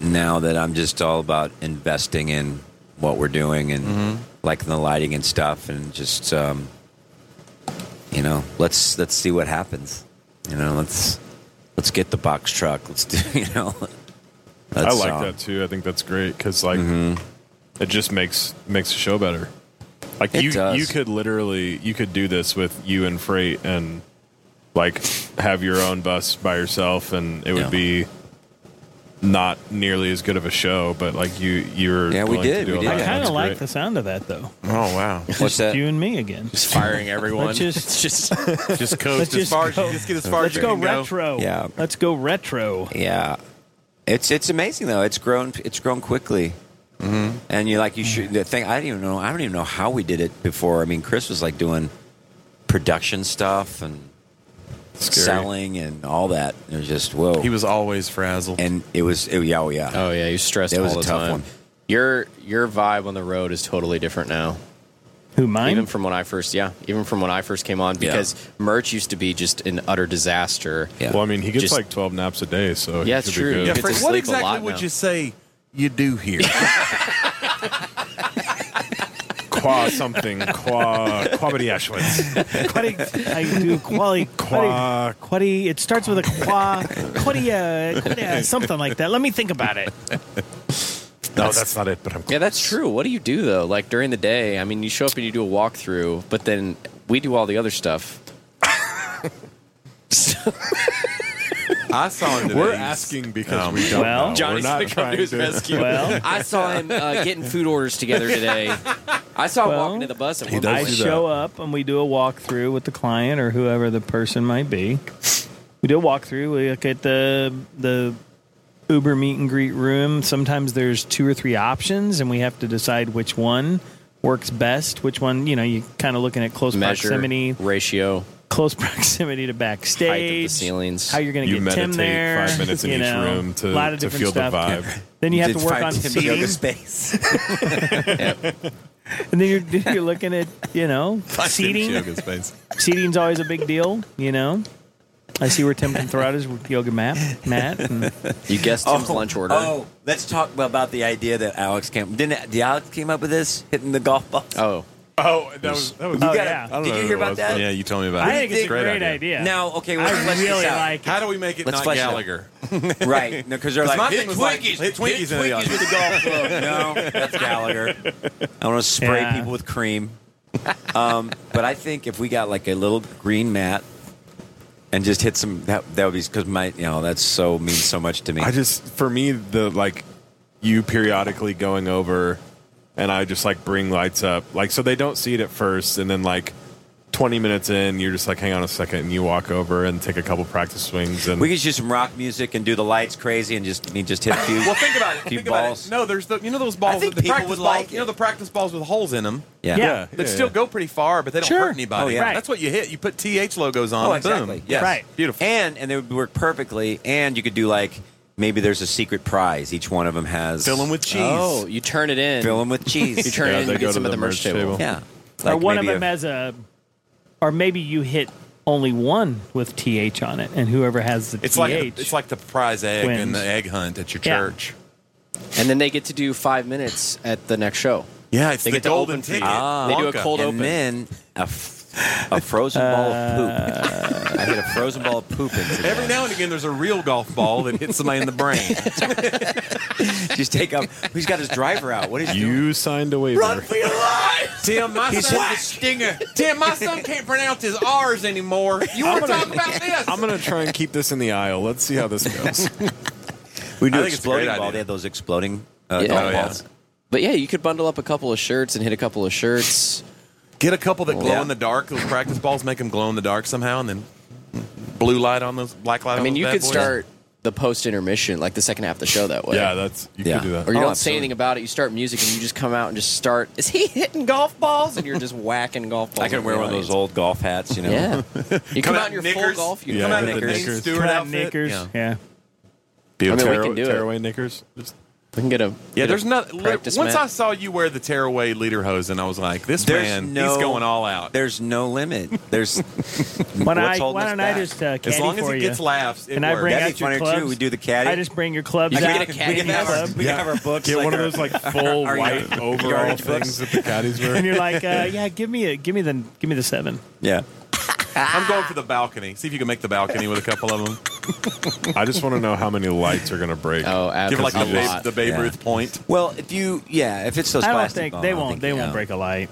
S2: now that I'm just all about investing in what we're doing and like the lighting and stuff and just um, you know, let's let's see what happens. You know, let's let's get the box truck. Let's do you know
S5: I
S2: That's,
S5: like
S2: uh,
S5: that too. I think that's great because like
S2: Mm-hmm.
S5: it just makes makes the show better. Like
S2: It
S5: you
S2: does.
S5: you could literally you could do this with you and Freight and like have your own bus by yourself and it would
S2: Yeah.
S5: be not nearly as good of a show, but like you you're
S2: Yeah, we
S5: willing to
S2: did,
S5: do
S2: we
S5: all
S2: did.
S5: that.
S8: I kind
S5: That's
S8: of like
S5: great.
S8: the sound of that though.
S3: Oh wow!
S8: just You and me again.
S3: Just firing everyone.
S8: Let's
S3: just,
S8: just just
S3: just coast
S8: let's
S3: as far
S8: go-
S3: as you just get as far
S8: Let's
S3: as you
S8: go
S3: can go.
S8: retro.
S2: Yeah.
S8: Let's go retro.
S2: Yeah, it's it's amazing though. It's grown. It's grown quickly. Mm-hmm. And you like you should the thing. I didn't even know. I don't even know how we did it before. I mean, Chris was like doing production stuff and
S5: Scary.
S2: selling and all that. It was just whoa.
S3: He was always frazzled.
S2: and it was it, yeah, oh yeah.
S6: Oh yeah, you're stressed
S2: That was
S6: all
S2: a
S6: the
S2: tough
S6: time.
S2: one.
S6: Your your vibe on the road is totally different now.
S8: Who mine?
S6: Even from when I first, yeah, even from when I first came on,
S2: Yeah.
S6: because merch used to be just an utter disaster.
S2: Yeah.
S5: Well, I mean, he gets
S6: Just-
S5: like twelve naps a day, so he
S6: Yeah, it's
S5: should be
S6: true.
S5: good.
S3: Yeah,
S6: Get to
S3: Frank,
S6: sleep
S3: what
S6: a
S3: exactly
S6: lot
S3: would
S6: now.
S3: you say you do here?
S5: Qua something, qua quabity ashwitz.
S8: Quaddy, I do quali,
S5: Qua-
S8: quaddy, quaddy. It starts with a qua, quaddy, uh, quaddy, uh, something like that. Let me think about it.
S5: No, that's not it. But I'm
S6: Yeah, that's true. What do you do though? Like during the day, I mean, you show up and you do a walkthrough, but then we do all the other stuff.
S3: I saw him today.
S5: We're asking because
S3: Um,
S5: we don't
S8: well,
S5: know.
S6: Johnny's
S5: We're not
S6: gonna come
S5: trying
S6: to his
S5: to-
S6: rescue.
S8: Well,
S6: I saw him uh, getting food orders together today. I saw him
S8: Well,
S6: walking to the bus. At
S5: he
S6: one
S5: does
S8: I
S6: point.
S5: do that.
S8: show up and we do a walkthrough with the client or whoever the person might be. We do a walkthrough. We look at the the Uber meet and greet room. Sometimes there's two or three options, and we have to decide which one works best. Which one, you know, you kind of looking at close
S6: measure
S8: proximity,
S6: ratio.
S8: close proximity to backstage,
S6: ceilings.
S8: how you're going
S5: You
S8: to get Tim
S5: meditate
S8: there.
S5: five minutes in
S8: you
S5: each
S8: know,
S5: room to-
S8: a lot of
S5: to
S8: different
S5: feel the
S8: stuff.
S5: vibe.
S8: Then you have
S2: Did
S8: to work
S2: find
S8: on
S2: Tim
S8: seating,
S2: yoga space.
S8: and then you're, you're looking at you know seating.
S3: Yoga space.
S8: seating's always a big deal, you know. I see where Tim can throw out his yoga map, Matt. And
S6: You guessed Tim's lunch order. Oh,
S2: Oh, let's talk about the idea that Alex came. Didn't did Alex came up with this hitting the golf ball?
S5: Oh, that was that was.
S8: Oh,
S2: gotta-
S8: yeah.
S5: I don't
S2: Did
S5: know
S2: you
S5: who
S2: hear
S5: it
S2: about
S5: was,
S2: that?
S5: but-
S3: Yeah, you told me about
S8: I
S3: it.
S8: think it's a great, idea.
S2: Now, okay, well,
S8: I
S2: let's
S8: really
S2: this out.
S8: like
S3: How do we make it
S2: Let's
S3: not
S2: flesh it out.
S3: Gallagher?
S2: right? Because they're like
S3: my
S2: hit
S3: thing was like,
S2: Twinkies,
S3: hit Twinkies in the
S2: Twinkies with the golf club. no, that's Gallagher. I want to spray
S8: Yeah.
S2: people with cream. Um, but I think if we got like a little green mat and just hit some, that that would be because my you know that's so means so much to me.
S5: I just for me the like you periodically going over and I just like bring lights up like so they don't see it at first and then like 20 minutes in you're just like hang on a second and you walk over and take a couple practice swings and
S2: we could just do some rock music and do the lights crazy and just you just hit a few.
S3: Well, think about it.
S2: Few
S3: Think
S2: balls.
S3: about it. No, there's the you know those balls.
S2: I think
S3: the
S2: people
S3: practice
S2: would
S3: balls,
S2: like
S3: You know
S2: it.
S3: the practice balls with holes in them.
S2: yeah.
S8: Yeah.
S3: That still go pretty far, but they don't
S2: Sure.
S3: hurt anybody.
S2: Oh, yeah.
S3: That's what you hit. You put TH logos on.
S2: Oh,
S3: boom.
S2: exactly. Yes.
S8: Right.
S3: Beautiful.
S2: And and they would work perfectly. And you could do like maybe there's a secret prize. Each one of them has
S3: Fill them with cheese.
S6: Oh, you turn it in.
S2: fill them with cheese.
S6: You turn
S5: Yeah,
S6: it in
S5: they
S6: to
S5: go
S6: get
S5: to
S6: some
S5: the
S6: at the merch
S5: merch table.
S6: table.
S2: yeah.
S8: or one of
S2: maybe
S8: them
S2: a-
S8: has a, or maybe you hit only one with th on it, and whoever has the
S3: It's
S8: th.
S3: like it's like the prize egg
S8: Wins.
S3: and the egg hunt at your
S8: Yeah.
S3: church.
S6: And then they get to do five minutes at the next show.
S3: Yeah, it's
S6: They
S3: the
S6: get to
S3: golden
S6: open for you.
S3: ticket.
S2: Ah. They
S6: do a
S3: Wonka.
S6: cold
S2: and
S6: open.
S2: then a, f- a frozen ball of poop. I hit a frozen ball of poop into that.
S3: Every now and again, there's a real golf ball that hits somebody in the brain.
S2: Just take up. Who's got his driver out? What is he doing?
S5: you signed a waiver
S2: your lives!
S3: Tim, my
S2: He's
S3: son,
S2: hitting the stinger.
S3: Tim, my son can't pronounce his R's anymore. You want to talk about this?
S5: I'm going to try and keep this in the aisle let's see how this goes
S2: We
S3: I
S2: do
S3: think it's a great
S2: exploding ball.
S3: idea.
S2: They had those exploding uh,
S6: Yeah.
S2: golf
S6: Oh,
S3: yeah.
S2: balls.
S6: But yeah, you could bundle up a couple of shirts and hit a couple of shirts.
S3: Get a couple that glow
S2: Yeah.
S3: in the dark. Those practice balls make them glow in the dark somehow, and then blue light on those, black light.
S6: I
S3: on
S6: mean,
S3: those
S6: you
S3: bad
S6: could
S3: boys.
S6: start the post intermission, like the second half of the show that way.
S5: yeah that's you
S2: Yeah.
S5: could do that
S6: Or you
S2: Oh,
S6: don't say
S2: absolutely.
S6: anything about it. You start music and you just come out and just start. Is he hitting golf balls? And you're just whacking golf balls.
S2: I can
S6: over
S2: wear
S6: the
S2: one of those
S6: audience.
S2: old golf hats, you know.
S6: Yeah. You come,
S3: out
S6: out in your
S3: in
S6: full
S3: knickers.
S6: golf. You
S5: Yeah,
S6: come out in
S5: with the
S6: knickers.
S5: knickers.
S3: Stewart
S8: Cut out
S3: outfit.
S8: knickers.
S3: Yeah.
S8: Yeah.
S6: I mean, we
S5: Tear-
S6: can do it.
S5: tearaway knickers Just-
S6: We can get a
S3: Yeah,
S6: get
S3: there's
S6: a
S3: not.
S6: practice
S3: Once I
S6: mat.
S3: saw you wear the tearaway leader hose, and I was like, this
S2: There's
S3: man,
S2: no-
S3: he's going all out.
S2: There's no limit. There's
S8: Why don't
S2: what's
S8: I,
S2: holding
S8: why
S2: us
S8: don't
S2: back?
S8: I just uh, caddy
S3: as long as
S8: for
S3: he
S8: you?
S3: gets laughs, it
S8: And I
S3: works.
S8: bring
S2: That'd
S8: out
S2: be
S8: your
S2: funny, too.
S8: clubs.
S2: We do the caddy.
S8: I just bring your clubs
S6: You can
S8: out.
S6: get a caddy
S2: we can
S8: and
S2: have
S8: your
S2: our,
S8: club.
S2: we can have our books.
S5: get
S2: like
S5: one of
S2: our-
S5: those like full
S2: our-
S5: white
S2: our
S5: overall
S2: yardage books.
S5: things that the caddies wear
S8: and you're like, uh, yeah, give me a, give me the, give me the seven.
S2: Yeah.
S3: I'm going for the balcony. See if you can make the balcony with a couple of them.
S5: I just want to know how many lights are going to break. Oh,
S3: Give it like the Babe, the Babe Ruth point.
S2: Well, if you, yeah, if it's
S8: I don't think they won't. They won't break a light.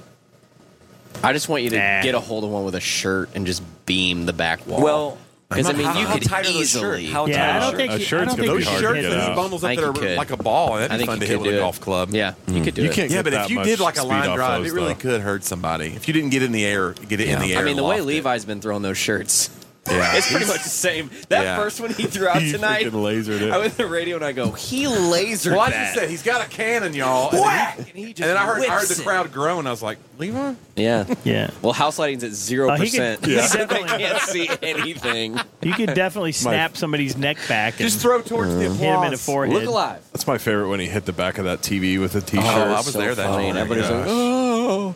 S6: I just want you to get a hold of one with a shirt and just beam the back wall.
S2: Well,
S6: because I mean,
S2: how-
S6: you
S2: how
S6: could
S2: tight are those
S6: easily.
S2: shirts? How Yeah, tight I are don't those think shirts? you- I don't think
S3: those
S2: you could
S3: shirts
S2: hit
S3: and
S2: it.
S3: these bundles
S2: I
S3: up
S2: think
S3: there
S2: you
S3: are
S2: could.
S3: like a ball.
S2: I
S3: That'd be
S2: think
S3: fun
S2: you
S3: to hit
S2: could
S3: with a
S2: do it.
S3: golf club.
S2: Yeah, you Mm. could do it.
S3: yeah, but if you did like a line drive, it really
S6: though.
S3: could hurt somebody. If you didn't get in the air, get it in the air.
S6: I mean, the
S3: and
S6: way
S3: loft it.
S6: Levi's been throwing those shirts,
S3: Yeah.
S6: it's pretty much the same. That
S3: Yeah.
S6: first one he threw out
S3: He
S6: tonight,
S3: freaking lasered it.
S6: I went to the radio and I go, he lasered
S3: Well, I
S6: that.
S3: just said he's got a cannon, y'all. And
S6: Whack!
S3: then he-
S6: And he
S3: And,
S6: just
S3: then I heard, I heard
S6: whips
S3: the
S6: it.
S3: crowd groan. and I was like, Levi?
S6: Yeah,
S8: yeah.
S6: Well, house lighting's at zero
S8: Oh, he could-
S6: percent.
S8: he
S6: so they can't see anything.
S8: You could definitely snap somebody's neck back. And
S3: Mm-hmm.
S8: hit him in the forehead.
S5: That's my favorite when he hit the back of that TV with a T-shirt.
S3: Oh, I was there that
S5: Oh,
S3: day.
S5: my
S3: Everybody's like,
S5: gosh.
S3: oh.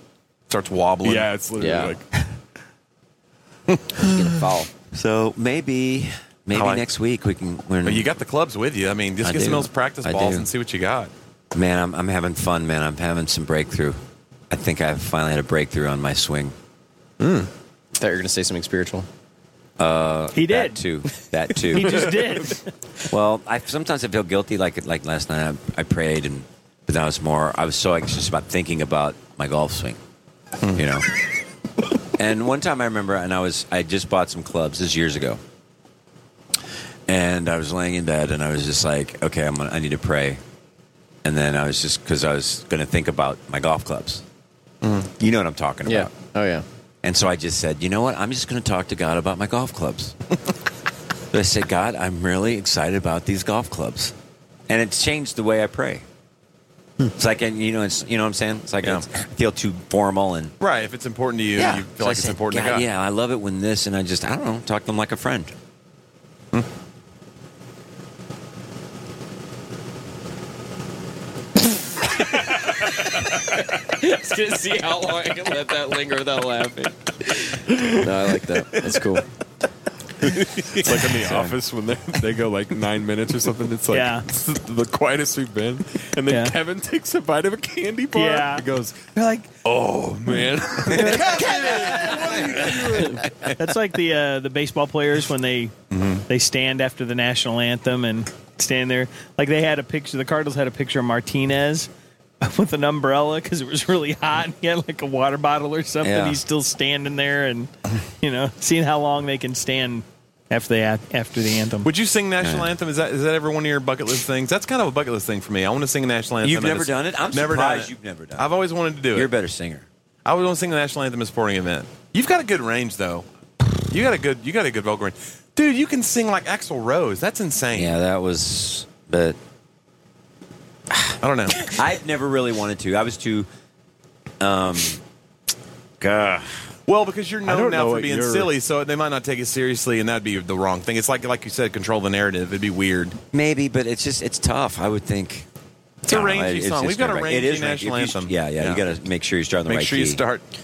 S3: Starts wobbling.
S5: Yeah, it's literally
S2: Yeah.
S5: like
S2: So maybe, maybe
S3: I like-
S2: next week we can. Learn
S3: But you got the clubs with you. I mean, just
S2: I
S3: get some
S2: do.
S3: of those practice
S2: I
S3: balls
S2: do.
S3: and see what you got.
S2: Man, I'm, I'm having fun, man. I'm having some breakthrough. I think I've finally had a breakthrough on my swing.
S6: Mm. Thought you were gonna say something spiritual.
S2: Uh,
S8: he did
S2: that too. That too.
S8: He just did.
S2: Well, I sometimes I feel guilty. Like like last night, I, I prayed, and but then I was more. I was so anxious about thinking about my golf swing, you know. and one time I remember, and I was I just bought some clubs. This is years ago, and I was laying in bed, and I was just like, okay, I'm gonna, I need to pray. And then I was just because I was going to think about my golf clubs. You know what I'm talking
S6: Yeah.
S2: about.
S6: Oh yeah.
S2: And so I just said, you know what? I'm just going to talk to God about my golf clubs. but I said, God, I'm really excited about these golf clubs, and it's changed the way I pray.
S6: Hmm.
S2: it's like, and you know, it's you know what I'm saying. It's like it's- I feel too formal and
S3: Right. If it's important to you, you feel
S2: So I
S3: like it's
S2: said,
S3: important
S2: God,
S3: to God.
S2: Yeah, I love it when this, and I just I don't know, talk to them like a friend.
S6: Just gonna see how long I can let that linger without laughing. No, I like that. That's cool.
S5: it's like in the
S6: Sorry.
S5: office when they, they go like nine minutes or something. It's like
S6: Yeah.
S5: it's the quietest we've been, and then
S7: Yeah.
S5: Kevin takes a bite of a candy bar.
S7: Yeah.
S5: he goes,
S7: They're like,
S5: "Oh man,
S8: That's like the uh, the baseball players when they they stand after the national anthem and stand there. Like they had a picture. The Cardinals had a picture of Martinez with an umbrella because it was really hot. And he had like a water bottle or something.
S7: Yeah.
S8: He's still standing there and you know seeing how long they can stand after they after the anthem.
S3: Would you sing national
S8: Yeah.
S3: anthem? Is that is that ever one of your bucket list things? That's kind of a bucket list thing for me. I want to sing a national anthem.
S2: You've
S3: at a
S2: never
S3: s-
S2: done it? I'm
S3: never done
S2: surprised you've never done it.
S3: I've always wanted to do it.
S2: You're a better singer.
S3: I always want to sing the national anthem at a sporting event. You've got a good range though. You got a good you got a good vocal range, dude. You can sing like Axl Rose. That's insane.
S2: Yeah, that was, but
S3: I don't know.
S2: I've never really wanted to. I was too, um, gah.
S3: Well, because you're
S2: I
S3: known
S2: don't
S3: now
S2: know
S3: for
S2: what
S3: being
S2: you're-
S3: silly, so they might not take it seriously, and that'd be the wrong thing. It's like like you said, control the narrative. It'd be weird.
S2: Maybe, but it's just it's tough. I would think
S3: It's a
S2: I don't know,
S3: rangy
S2: it's-
S3: song.
S2: it's
S3: We've got a
S2: nerve-wracking.
S3: rangy
S2: It is
S3: national
S2: rangy. If you-
S3: anthem.
S2: Yeah, yeah, You
S3: Yeah.
S2: got to make sure you start on the
S3: Make
S2: right
S3: sure you
S2: key. Um,
S3: start in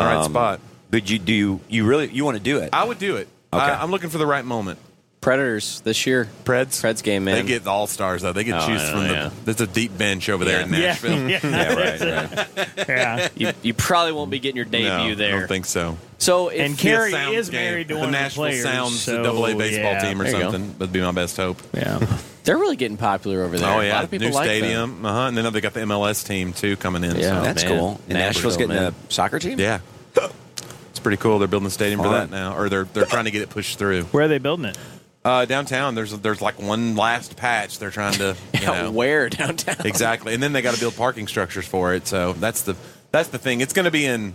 S3: the right spot.
S2: But you do you, you really you want to do it?
S3: I would do it.
S2: Okay.
S3: I, I'm looking for the right moment.
S6: Predators this year.
S3: Preds.
S6: Preds game man.
S3: They get the all stars though. They get
S6: Oh,
S3: choose
S6: I know,
S3: from
S6: yeah.
S3: the. There's a deep bench over there in
S6: Yeah.
S3: Nashville.
S6: Yeah. Yeah, right,
S8: yeah.
S6: You, you probably won't be getting your debut
S3: No,
S6: there.
S3: I don't think so.
S6: So if
S8: And Carrie is married to
S3: the
S8: one of the
S3: Nashville
S8: players.
S3: Sounds,
S8: so,
S3: the Double A baseball
S8: yeah.
S3: team or
S6: There you go.
S3: something. That'd be my best hope.
S8: Yeah,
S6: they're really getting popular over there.
S3: Oh
S6: a
S3: yeah,
S6: lot of people
S3: new
S6: like them.
S3: stadium. Uh huh. And then they got the MLS team too coming in.
S6: Yeah,
S3: so.
S6: That's man. cool. And Nashville's getting a
S2: soccer team.
S3: Yeah, it's pretty cool. They're building a stadium for that
S8: Fun.
S3: now, or they're they're trying to get it pushed through.
S8: where are they building it?
S3: Uh, downtown, there's there's like one last patch they're trying to you know,
S6: where downtown
S3: exactly, and then they got to build parking structures for it. So that's the that's the thing. It's going to be in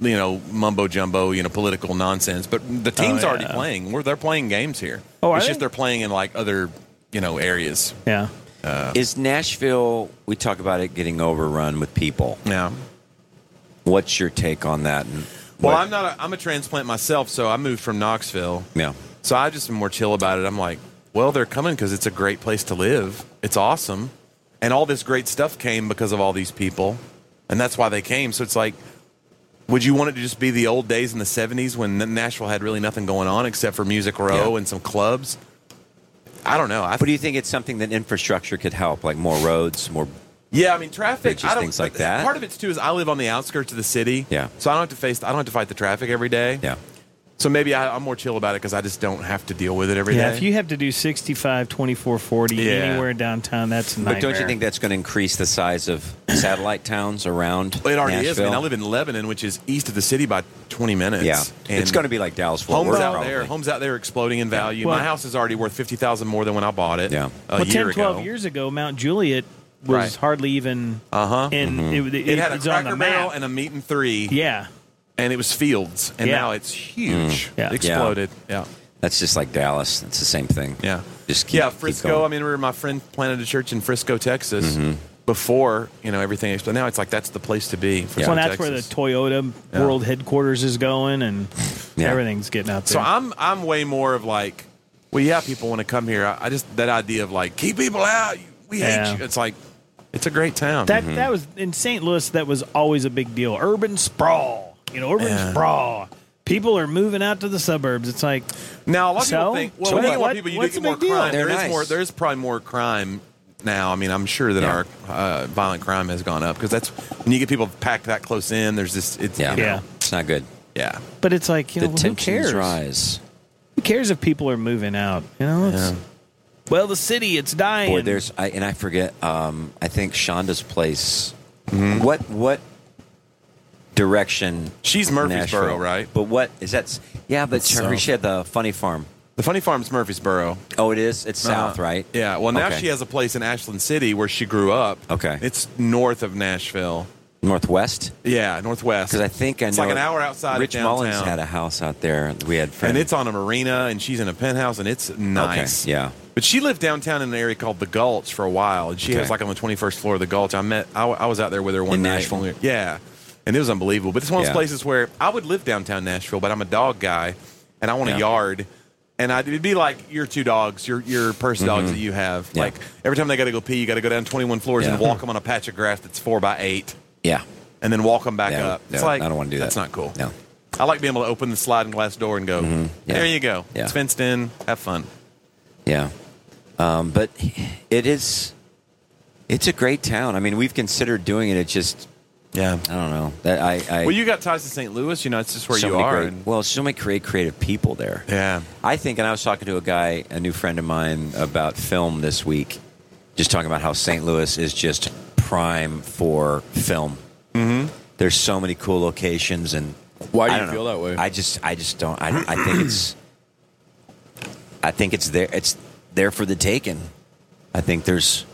S3: you know mumbo jumbo, you know political nonsense. But the team's
S8: Oh, yeah.
S3: already playing. We're, they're playing games here.
S2: Oh, are
S3: it's
S2: they?
S3: just they're playing in like other you know areas.
S8: Yeah.
S2: is Nashville? We talk about it getting overrun with people.
S3: Yeah.
S2: What's your take on that? And
S3: Well,
S2: what-
S3: I'm not. A, I'm a transplant myself, so I moved from Knoxville.
S2: Yeah.
S3: So I just am more chill about it. I'm like, well, they're coming because it's a great place to live. It's awesome, and all this great stuff came because of all these people, and that's why they came. So it's like, would you want it to just be the old days in the '70s when N- Nashville had really nothing going on except for Music Row and some clubs? I don't know. I
S2: but do you think it's something that infrastructure could help, like more roads, more
S3: Yeah, I mean traffic.
S2: Bridges,
S3: I don't,
S2: things like that.
S3: Part of it's too is I live on the outskirts of the city.
S2: Yeah.
S3: So I don't have to face. I don't have to fight the traffic every day.
S2: Yeah.
S3: So maybe I, I'm more chill about it because I just don't have to deal with it every day.
S8: Yeah, if you have to do 65, 24, 40
S3: Yeah.
S8: anywhere downtown, that's a nightmare.
S2: But don't you think that's going to increase the size of satellite towns around?
S3: It already is. I
S2: Nashville?
S3: mean, I live in Lebanon, which is east of the city by 20 minutes.
S2: Yeah. It's gonna be like Dallas, Fort
S3: Homes
S2: Worth,
S3: out
S2: probably.
S3: there, homes out there exploding in value.
S8: Well-
S3: My house is already worth 50000 more than when I bought it. Yeah. A
S8: well,
S3: year
S8: 10, 12
S3: ago.
S8: years ago, Mount Juliet was
S3: Right.
S8: hardly even.
S3: Uh huh.
S8: And it, it,
S3: had a
S8: it's on the
S3: cracker barrel
S8: map.
S3: and a meat and three.
S8: Yeah.
S3: And it was fields, and
S8: Yeah.
S3: now it's huge.
S2: Mm. Yeah.
S3: Exploded. Yeah.
S2: That's just like Dallas. It's the same thing.
S3: Yeah.
S2: Just keep,
S3: Yeah,
S2: keep
S3: Frisco.
S2: going.
S3: I mean, remember my friend planted a church in Frisco, Texas,
S2: Mhm.
S3: before you know everything exploded. Now it's like that's the place to be. Frisco,
S8: Well, that's
S3: Texas.
S8: where the Toyota
S3: Yeah.
S8: World Headquarters is going, and
S3: Yeah.
S8: everything's getting out
S3: So
S8: there.
S3: I'm I'm way more of like, well, yeah, people want to come here. I, I just that idea of like keep people out. We hate
S8: Yeah.
S3: you. It's like it's a great town.
S8: That that was in St. Louis. That was always a big deal. Urban sprawl, you know, urban
S3: Yeah.
S8: sprawl. People are moving out to the suburbs. It's like
S3: now a lot of
S8: so?
S3: people think. Well,
S8: So
S3: we think
S8: what?
S3: about people. You do
S8: What's
S3: get
S8: the
S3: more
S8: big deal?
S3: crime.
S8: They're
S3: There is
S8: nice.
S3: more. There is probably more crime now. I mean, I'm sure that our uh, violent crime has gone up because that's when you get people packed that close in. There's this. It's,
S8: Yeah.
S3: you know,
S8: Yeah.
S2: It's not good.
S3: Yeah.
S8: But it's like you
S3: The
S8: know, who
S3: tensions
S8: cares?
S2: rise.
S8: Who cares if people are moving out? You know, it's, well, the city it's dying.
S2: Boy, there's I, and I forget. Um, I think Shonda's place.
S3: Mm-hmm.
S2: What what direction?
S3: She's Murfreesboro,
S2: Nashville-
S3: right?
S2: But what is that? Yeah, but
S3: That's
S2: her,
S3: south.
S2: she had the funny farm.
S3: The funny farm's Murfreesboro.
S2: Oh, it is. It's south,
S3: Uh,
S2: right?
S3: Yeah. Well, now
S2: Okay.
S3: she has a place in Ashland City where she grew up.
S2: Okay.
S3: It's north of Nashville.
S2: northwest.
S3: Yeah, northwest.
S2: Because I think I know
S3: It's like an hour outside of
S2: Rich Mullins
S3: downtown.
S2: had a house out there. We had friends.
S3: And it's on a marina, and she's in a penthouse, and it's nice.
S2: Okay, yeah.
S3: But she lived downtown in an area called the Gulch for a while, and she
S2: Okay.
S3: was like on the 21st floor of the Gulch. I met, I, I was out there with her one
S2: In
S3: night.
S2: Nashville?
S3: when we- yeah, and it was unbelievable. But it's one of those
S2: Yeah.
S3: places where I would live downtown Nashville, but I'm a dog guy, and I want
S2: Yeah.
S3: a yard. And I, it'd be like your two dogs, your your purse dogs
S2: Mhm.
S3: that you have.
S2: Yeah.
S3: Like every time they got to go pee, you got to go down 21 floors and
S2: Yeah.
S3: walk them on a patch of grass that's four by eight,
S2: yeah.
S3: and then walk them back
S2: No,
S3: up. It's
S2: no,
S3: like
S2: I don't want to do
S3: That's
S2: that.
S3: not cool.
S2: No. Mm-hmm.
S3: I like being able to open the sliding glass door and go,
S2: Yeah.
S3: there you go.
S2: Yeah.
S3: It's fenced in. Have fun.
S2: Yeah. Um, but it is, it's a great town. I mean, we've considered doing it. It just,
S3: yeah,
S2: I don't know. That I, I
S3: well, you got ties to St. Louis. You know, it's just where
S2: so
S3: you
S2: many
S3: are.
S2: Great, well, so many great creative people there.
S3: Yeah.
S2: I think, and I was talking to a guy, a new friend of mine, about film this week, just talking about how St. Louis is just prime for film.
S7: Mm-hmm.
S2: There's so many cool locations, and
S7: Why do
S2: I
S7: you
S2: don't
S7: feel
S2: know.
S7: that way?
S2: I just, I just don't. I, I think it's, I think it's there. It's there for the taking. I think there's,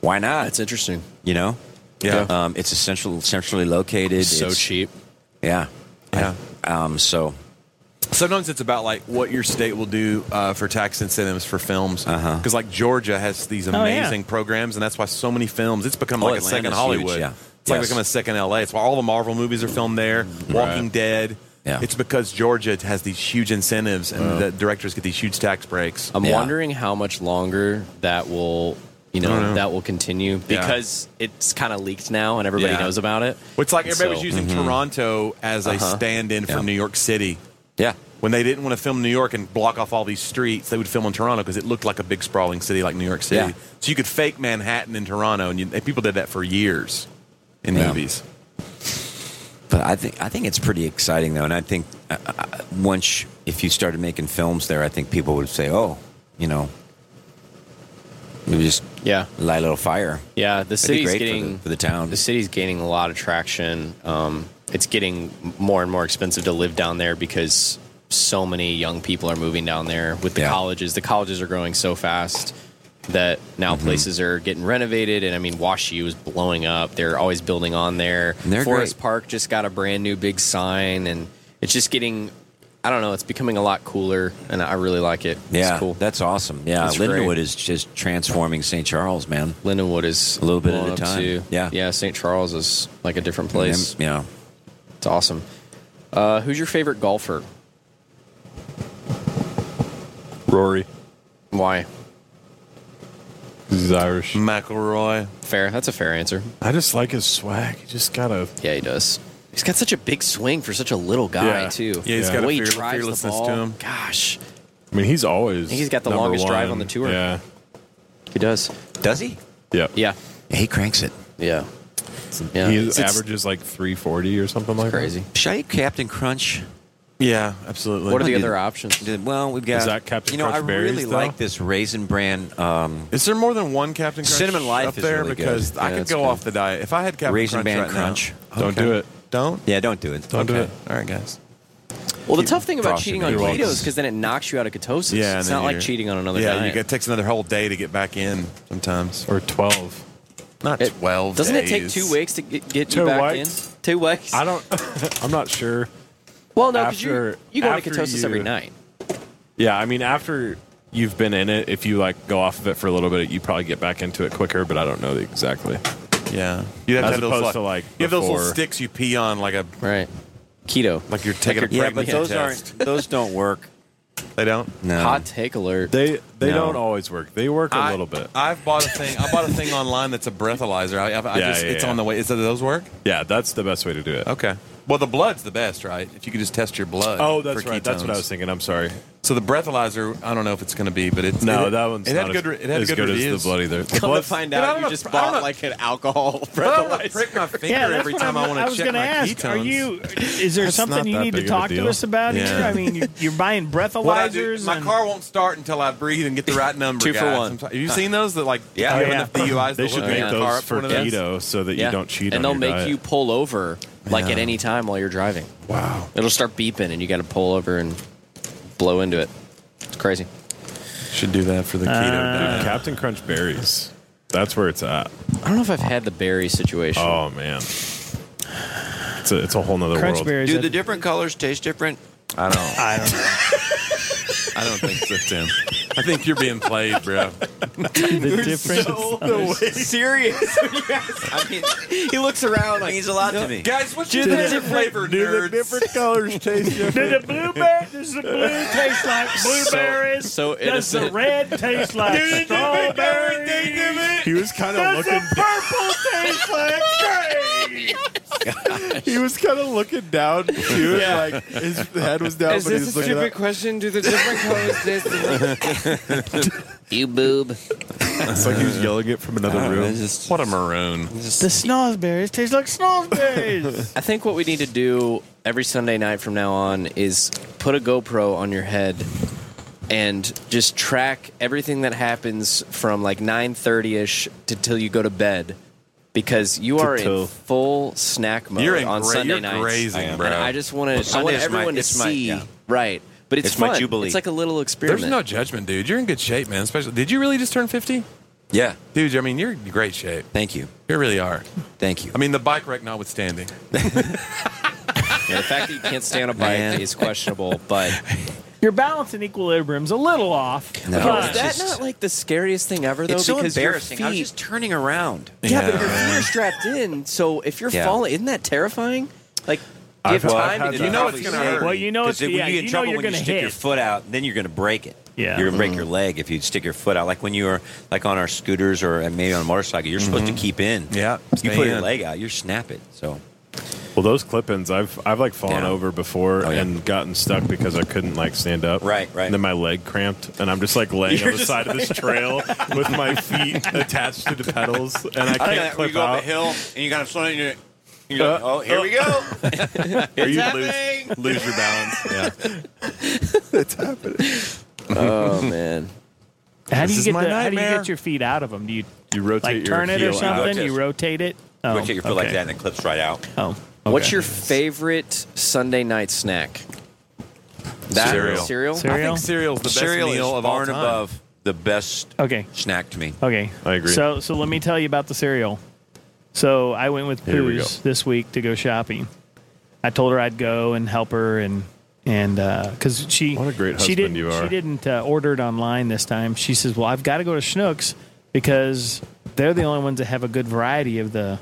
S2: why not? It's
S6: interesting.
S2: You know,
S6: Yeah.
S2: Um, it's essential, centrally located.
S6: So
S2: It's-
S6: cheap.
S2: Yeah.
S3: Yeah.
S2: um, so
S3: Sometimes it's about like what your state will do uh, for tax incentives for films. Because
S2: Uh-huh.
S3: like Georgia has these
S2: Oh, yeah.
S3: amazing programs, and that's why so many films. It's become
S2: Oh,
S3: like a second
S2: Atlanta's
S3: Hollywood.
S2: huge, yeah.
S3: It's like
S2: Yes. Mm-hmm.
S3: become a second LA. It's why all the Marvel movies are filmed there. Walking Dead.
S2: Yeah. Oh.
S3: It's because Georgia has these huge incentives, and
S6: Wow.
S3: the directors get these huge tax breaks.
S6: I'm wondering how much longer that will, you know,
S3: I don't know.
S6: that will continue
S3: Yeah.
S6: because it's kind of leaked now and everybody
S3: Yeah.
S6: knows about it.
S3: Well, It's like
S6: And
S3: everybody was
S6: so-
S3: using Toronto as a
S6: Uh-huh.
S3: stand-in for
S6: Yeah.
S3: New York City.
S2: Yeah.
S3: When they didn't want to film New York and block off all these streets, they would film in Toronto because it looked like a big sprawling city like New York City.
S2: Yeah.
S3: So you could fake Manhattan in Toronto, and, you, and people did that for years in
S2: Yeah.
S3: movies.
S2: But I think I think it's pretty exciting though, and I think uh, uh, once if you started making films there, I think people would say, "Oh, you know, we just
S6: yeah
S2: light a little fire."
S6: Yeah, the
S2: That'd be
S6: city's
S2: great for
S6: getting
S2: the- for the town.
S6: The city's gaining a lot of traction. Um, it's getting more and more expensive to live down there because so many young people are moving down there with the colleges. The colleges are growing so fast that now
S2: Mm-hmm.
S6: places are getting renovated. And I mean, Wash U is blowing up. They're always building on there.
S2: And they're
S6: Forest
S2: great.
S6: Park just got a brand new big sign, and it's just getting. I don't know. It's becoming a lot cooler, and I really like it.
S2: Yeah,
S6: it's cool.
S2: that's awesome. Yeah,
S6: It's
S2: Lindenwood
S6: great.
S2: is just transforming St. Charles, man.
S6: Lindenwood is
S2: a little bit at
S6: blowing
S2: a
S6: up,
S2: time.
S6: too.
S2: Yeah,
S6: yeah. St. Charles is like a different place.
S2: Yeah,
S6: It's awesome. Uh, who's your favorite golfer?
S5: Rory.
S6: Why?
S5: He's Irish.
S3: McElroy.
S6: Fair. That's a fair answer.
S5: I just like his swag. He just got a.
S6: Yeah, he does. He's got such a big swing for such a little guy
S5: Yeah.
S6: too.
S5: Yeah, he's
S6: The
S5: got a
S6: way he
S5: fearless-
S6: drives the
S5: fearlessness
S6: ball.
S5: to him.
S6: Gosh,
S5: I mean, he's always.
S6: I think he's got the
S5: number
S6: longest drive
S5: one.
S6: on the tour.
S5: Yeah.
S6: He does.
S2: Does he?
S5: Yeah.
S6: Yeah.
S2: He cranks it.
S6: Yeah.
S5: He
S6: It's-
S5: averages like 340 or something like
S6: crazy.
S2: that. Should I eat Captain Crunch?
S3: Yeah, absolutely.
S6: What are the other options?
S2: Well, we've got. You know, I really like this raisin bran. Um,
S3: Is there more than one Captain Crunch
S2: Cinnamon Life
S3: up
S2: is
S3: there?
S2: really good.
S3: because I
S2: Yeah,
S3: could
S2: it's
S3: go
S2: good.
S3: off the diet. If I had Captain
S2: Raisin
S3: Crunch
S2: Bran
S3: right now-
S2: Crunch.
S3: Don't do it. Don't?
S2: Yeah, don't do it.
S3: Don't do
S2: Okay.
S3: it. All right, guys.
S6: Well, the
S3: Keep
S6: tough thing about
S3: frosting
S6: cheating on
S3: it.
S6: keto is because then it knocks you out of ketosis.
S3: Yeah, and
S6: it's
S3: then
S6: not like
S3: you're-
S6: cheating on another
S3: yeah,
S6: diet.
S3: you it takes another whole day to get back in sometimes,
S5: or twelve.
S3: Not
S6: It-
S3: twelve.
S6: Doesn't it take
S3: days.
S6: two weeks to get, get you
S5: Two
S6: back
S5: weeks?
S6: in? Two weeks.
S5: I don't. I'm not sure.
S6: Well, no, because you
S5: After-
S6: you go into
S5: after
S6: ketosis
S5: you-
S6: every night.
S5: Yeah, I mean, after you've been in it, if you like go off of it for a little bit, you probably get back into it quicker. But I don't know exactly.
S3: Yeah, you have
S5: As
S3: to have those,
S5: opposed
S3: like,
S5: to, like,
S3: you have those little
S5: before.
S3: sticks you pee on like a
S6: right keto,
S3: like you're taking a
S2: yeah, but
S3: pregnancy
S2: those
S3: test.
S2: aren't. Those don't work.
S3: They don't.
S2: No.
S6: Hot take alert.
S5: Um, They they
S2: No.
S5: don't always work. They work a
S3: I-
S5: little bit.
S3: I've bought a thing. I bought a thing online that's a breathalyzer. I, I, I
S5: Yeah,
S3: just,
S5: yeah,
S3: it's
S5: yeah.
S3: on the way. Is that those work?
S5: Yeah, that's the best way to do it.
S3: Okay. Well, the blood's the best, right? If you could just test your blood.
S5: Oh, that's
S3: for
S5: right. That's what I
S3: ketones.
S5: was thinking. I'm sorry.
S3: So the breathalyzer, I don't know if it's going to be, but it's
S5: No,
S3: it,
S5: that one's
S3: it had
S5: not
S3: good.
S5: as-
S3: re- it had
S5: as
S3: good,
S5: good as the
S3: reviews.
S5: blood either. The
S6: Come to
S5: blood's-
S6: find
S3: Dude, I
S6: out,
S3: don't
S6: you
S3: know-
S6: just
S3: I don't
S6: bought
S3: know-
S6: like an alcohol
S3: But I don't want to
S6: breathalyzer.
S3: prick my finger
S8: Yeah, that's
S3: every
S8: what
S3: time I
S8: I'm-
S3: want
S8: was
S3: to check
S8: gonna
S3: my
S8: ask,
S3: ketones.
S8: Are you? Is there
S3: That's
S8: something
S3: not
S8: you
S3: that
S8: need to
S5: big of a
S8: talk to
S5: deal.
S8: us about
S3: Yeah.
S8: here? I mean, you, you're buying
S3: What I do,
S8: breathalyzers.
S3: my
S8: and-
S3: car won't start until I breathe and get the right number.
S6: Two for
S3: guys.
S6: one.
S3: Sometimes- Have you seen those that like?
S2: Yeah.
S3: you have
S8: Yeah.
S3: enough DUIs.
S5: They
S3: to
S5: should
S3: look
S5: make
S3: your car
S5: those
S3: up for
S5: for
S3: one of those?
S5: keto so that you don't cheat.
S6: and
S5: on
S6: they'll
S5: your
S6: make
S5: diet.
S6: you pull over like at any time while you're driving. Wow. It'll start beeping, and you got to pull over and blow into it. It's crazy.
S3: Should do that for the keto.
S5: Dude,
S3: diet.
S5: Captain Crunch berries. That's where it's at.
S6: I don't know if I've had the berry situation.
S5: Oh man, it's a it's a whole nother
S8: Crunch
S5: world.
S8: berries.
S10: Do the different colors taste different?
S3: I don't. I don't. I don't think so, Tim. I think you're being played, bro.
S8: the difference.
S10: Serious? I mean,
S6: He looks around like
S10: means a lot to me.
S3: Guys, what's your favorite flavor, nerds?
S5: colors taste different.
S8: Did the blueberry? Does the blue taste like blueberries?
S6: so
S8: does the
S6: innocent.
S8: red taste like strawberries?
S5: He was kind of looking.
S8: Purple taste like grapes.
S5: He was kind of looking down. He was like his head was down, but he was looking up.
S6: question? Do the different colors taste You boob.
S5: It's like he was yelling it from another room.
S3: What a maroon.
S8: The snozzberries taste like snozzberries.
S6: I think what we need to do every Sunday night from now on is put a GoPro on your head and just track everything that happens from like 9:30 ish to till you go to bed because you are in
S5: till-
S6: full snack mode
S3: You're in
S6: on
S3: gra-
S6: Sunday
S3: you're
S6: nights.
S3: grazing,
S6: I am.
S3: bro.
S6: And I just want to I want
S2: Sunday's my-
S6: everyone to
S2: it's my-
S6: see
S2: yeah.
S6: right. But it's,
S2: It's my
S6: fun.
S2: jubilee.
S6: It's like a little experiment.
S3: There's no judgment, dude. You're in good shape, man. Especially, did you really just turn 50?
S2: Yeah.
S3: Dude, I mean, you're in great shape.
S2: Thank you.
S3: You really are.
S2: Thank you.
S3: I mean, the bike wreck notwithstanding.
S6: Yeah, the fact that you can't stay on a bike
S2: Man.
S6: is questionable, but
S8: Your balance and equilibrium's a little off.
S2: No,
S8: but-
S2: it's
S6: is that
S2: just-
S6: not like the scariest thing ever though
S2: it's so
S6: because your
S2: embarrassing. I was
S6: feet-
S2: just turning around.
S6: Yeah, but your feet are strapped in, so if you're
S2: Yeah.
S6: falling, isn't that terrifying? Like,
S5: I've-
S6: give
S5: well, I've
S6: time.
S5: had
S6: to
S5: that.
S6: get
S3: You know
S6: off
S3: it's
S6: your
S3: gonna
S6: seat.
S3: hurt.
S8: Well, you know it's
S2: Because if-
S8: yeah,
S2: you get in
S8: you know
S2: trouble
S8: you're
S2: when you
S8: gonna
S2: stick
S8: hit.
S2: your foot out, then you're going to break it.
S8: Yeah.
S2: You're going to break your leg if you stick your foot out. Like when you are like on our scooters or maybe on a motorcycle, you're supposed to keep in.
S3: Yeah,
S2: You
S3: stay
S2: put your
S3: in.
S2: leg out, you snap it. So
S5: Well, those clip-ins, I've I've like fallen
S2: Yeah.
S5: over before
S2: Oh, yeah.
S5: and gotten stuck because I couldn't like stand up.
S2: Right, right.
S5: And then my leg cramped, and I'm just like laying
S2: You're
S5: on the
S2: just
S5: side of this trail with my feet attached to the pedals, and I
S10: I
S5: can't
S10: know,
S5: clip
S10: you go
S5: out.
S10: up a hill and you got to and you're, you're like, oh, here we go.
S5: or you
S10: happening.
S5: lose, lose your balance. Yeah.
S6: Oh man,
S8: How do
S3: This
S8: you
S3: is
S8: get
S3: my
S8: the, how do you
S3: nightmare.
S8: get your feet out of them? Do you
S5: You rotate
S8: like
S5: your
S8: turn it
S5: heel
S8: or
S5: out.
S8: something?
S2: Rotate.
S8: You rotate it. Oh,
S2: you rotate your foot like
S8: okay.
S2: that and it clips right out.
S8: Oh,
S6: what's
S8: okay.
S6: your favorite Sunday night snack? That
S3: Cereal.
S6: cereal?
S8: Cereal.
S3: I think cereal's the best
S2: Cereal
S3: meal
S2: is
S3: of all
S2: far and
S3: time.
S2: above the best
S8: Okay.
S2: snack to me.
S8: Okay.
S5: I agree.
S8: So so let me tell you about the cereal. So I went with
S5: Here we
S8: Poos
S5: go.
S8: this week to go shopping. I told her I'd go and help her and and because she
S5: What a great
S8: she
S5: husband
S8: didn't
S5: you are.
S8: she didn't uh, order it online this time. She says, "Well, I've got to go to Schnucks because they're the only ones that have a good variety of the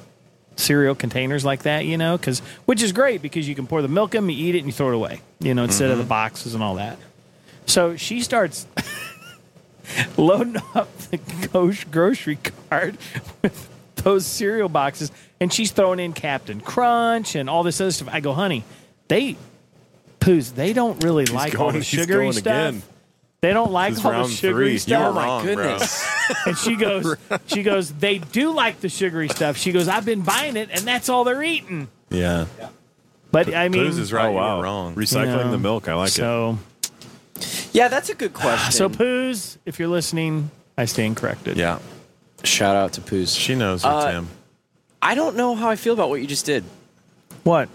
S8: cereal containers like that, you know, because which is great because you can pour the milk in, you eat it, and you throw it away, you know, instead
S5: Mm-hmm.
S8: of the boxes and all that." So she starts loading up the gos- grocery cart with those cereal boxes, and she's throwing in Captain Crunch and all this other stuff. I go, honey, they poos. They don't really like all
S5: going-
S8: the
S5: he's
S8: sugary
S5: going
S8: stuff.
S5: again.
S8: They don't like
S5: This is
S8: all the
S5: round
S8: sugary
S5: three. You
S8: stuff.
S5: are
S6: Oh my
S5: Wrong, bro.
S6: goodness!
S8: And she goes, she goes. They do like the sugary stuff. She goes, I've been buying it, and that's all they're eating.
S3: Yeah.
S8: But I mean,
S5: Poos is right. Oh, wow. wrong. Recycling
S8: You know,
S5: the milk. I like
S8: so,
S2: Yeah, that's a good
S8: it.
S2: question.
S8: So, Poos, if you're listening, I stand corrected.
S3: Yeah.
S6: Shout out to Poos. She
S5: knows
S6: her, Uh, Tim. I don't know how I feel about what you just did.
S8: What?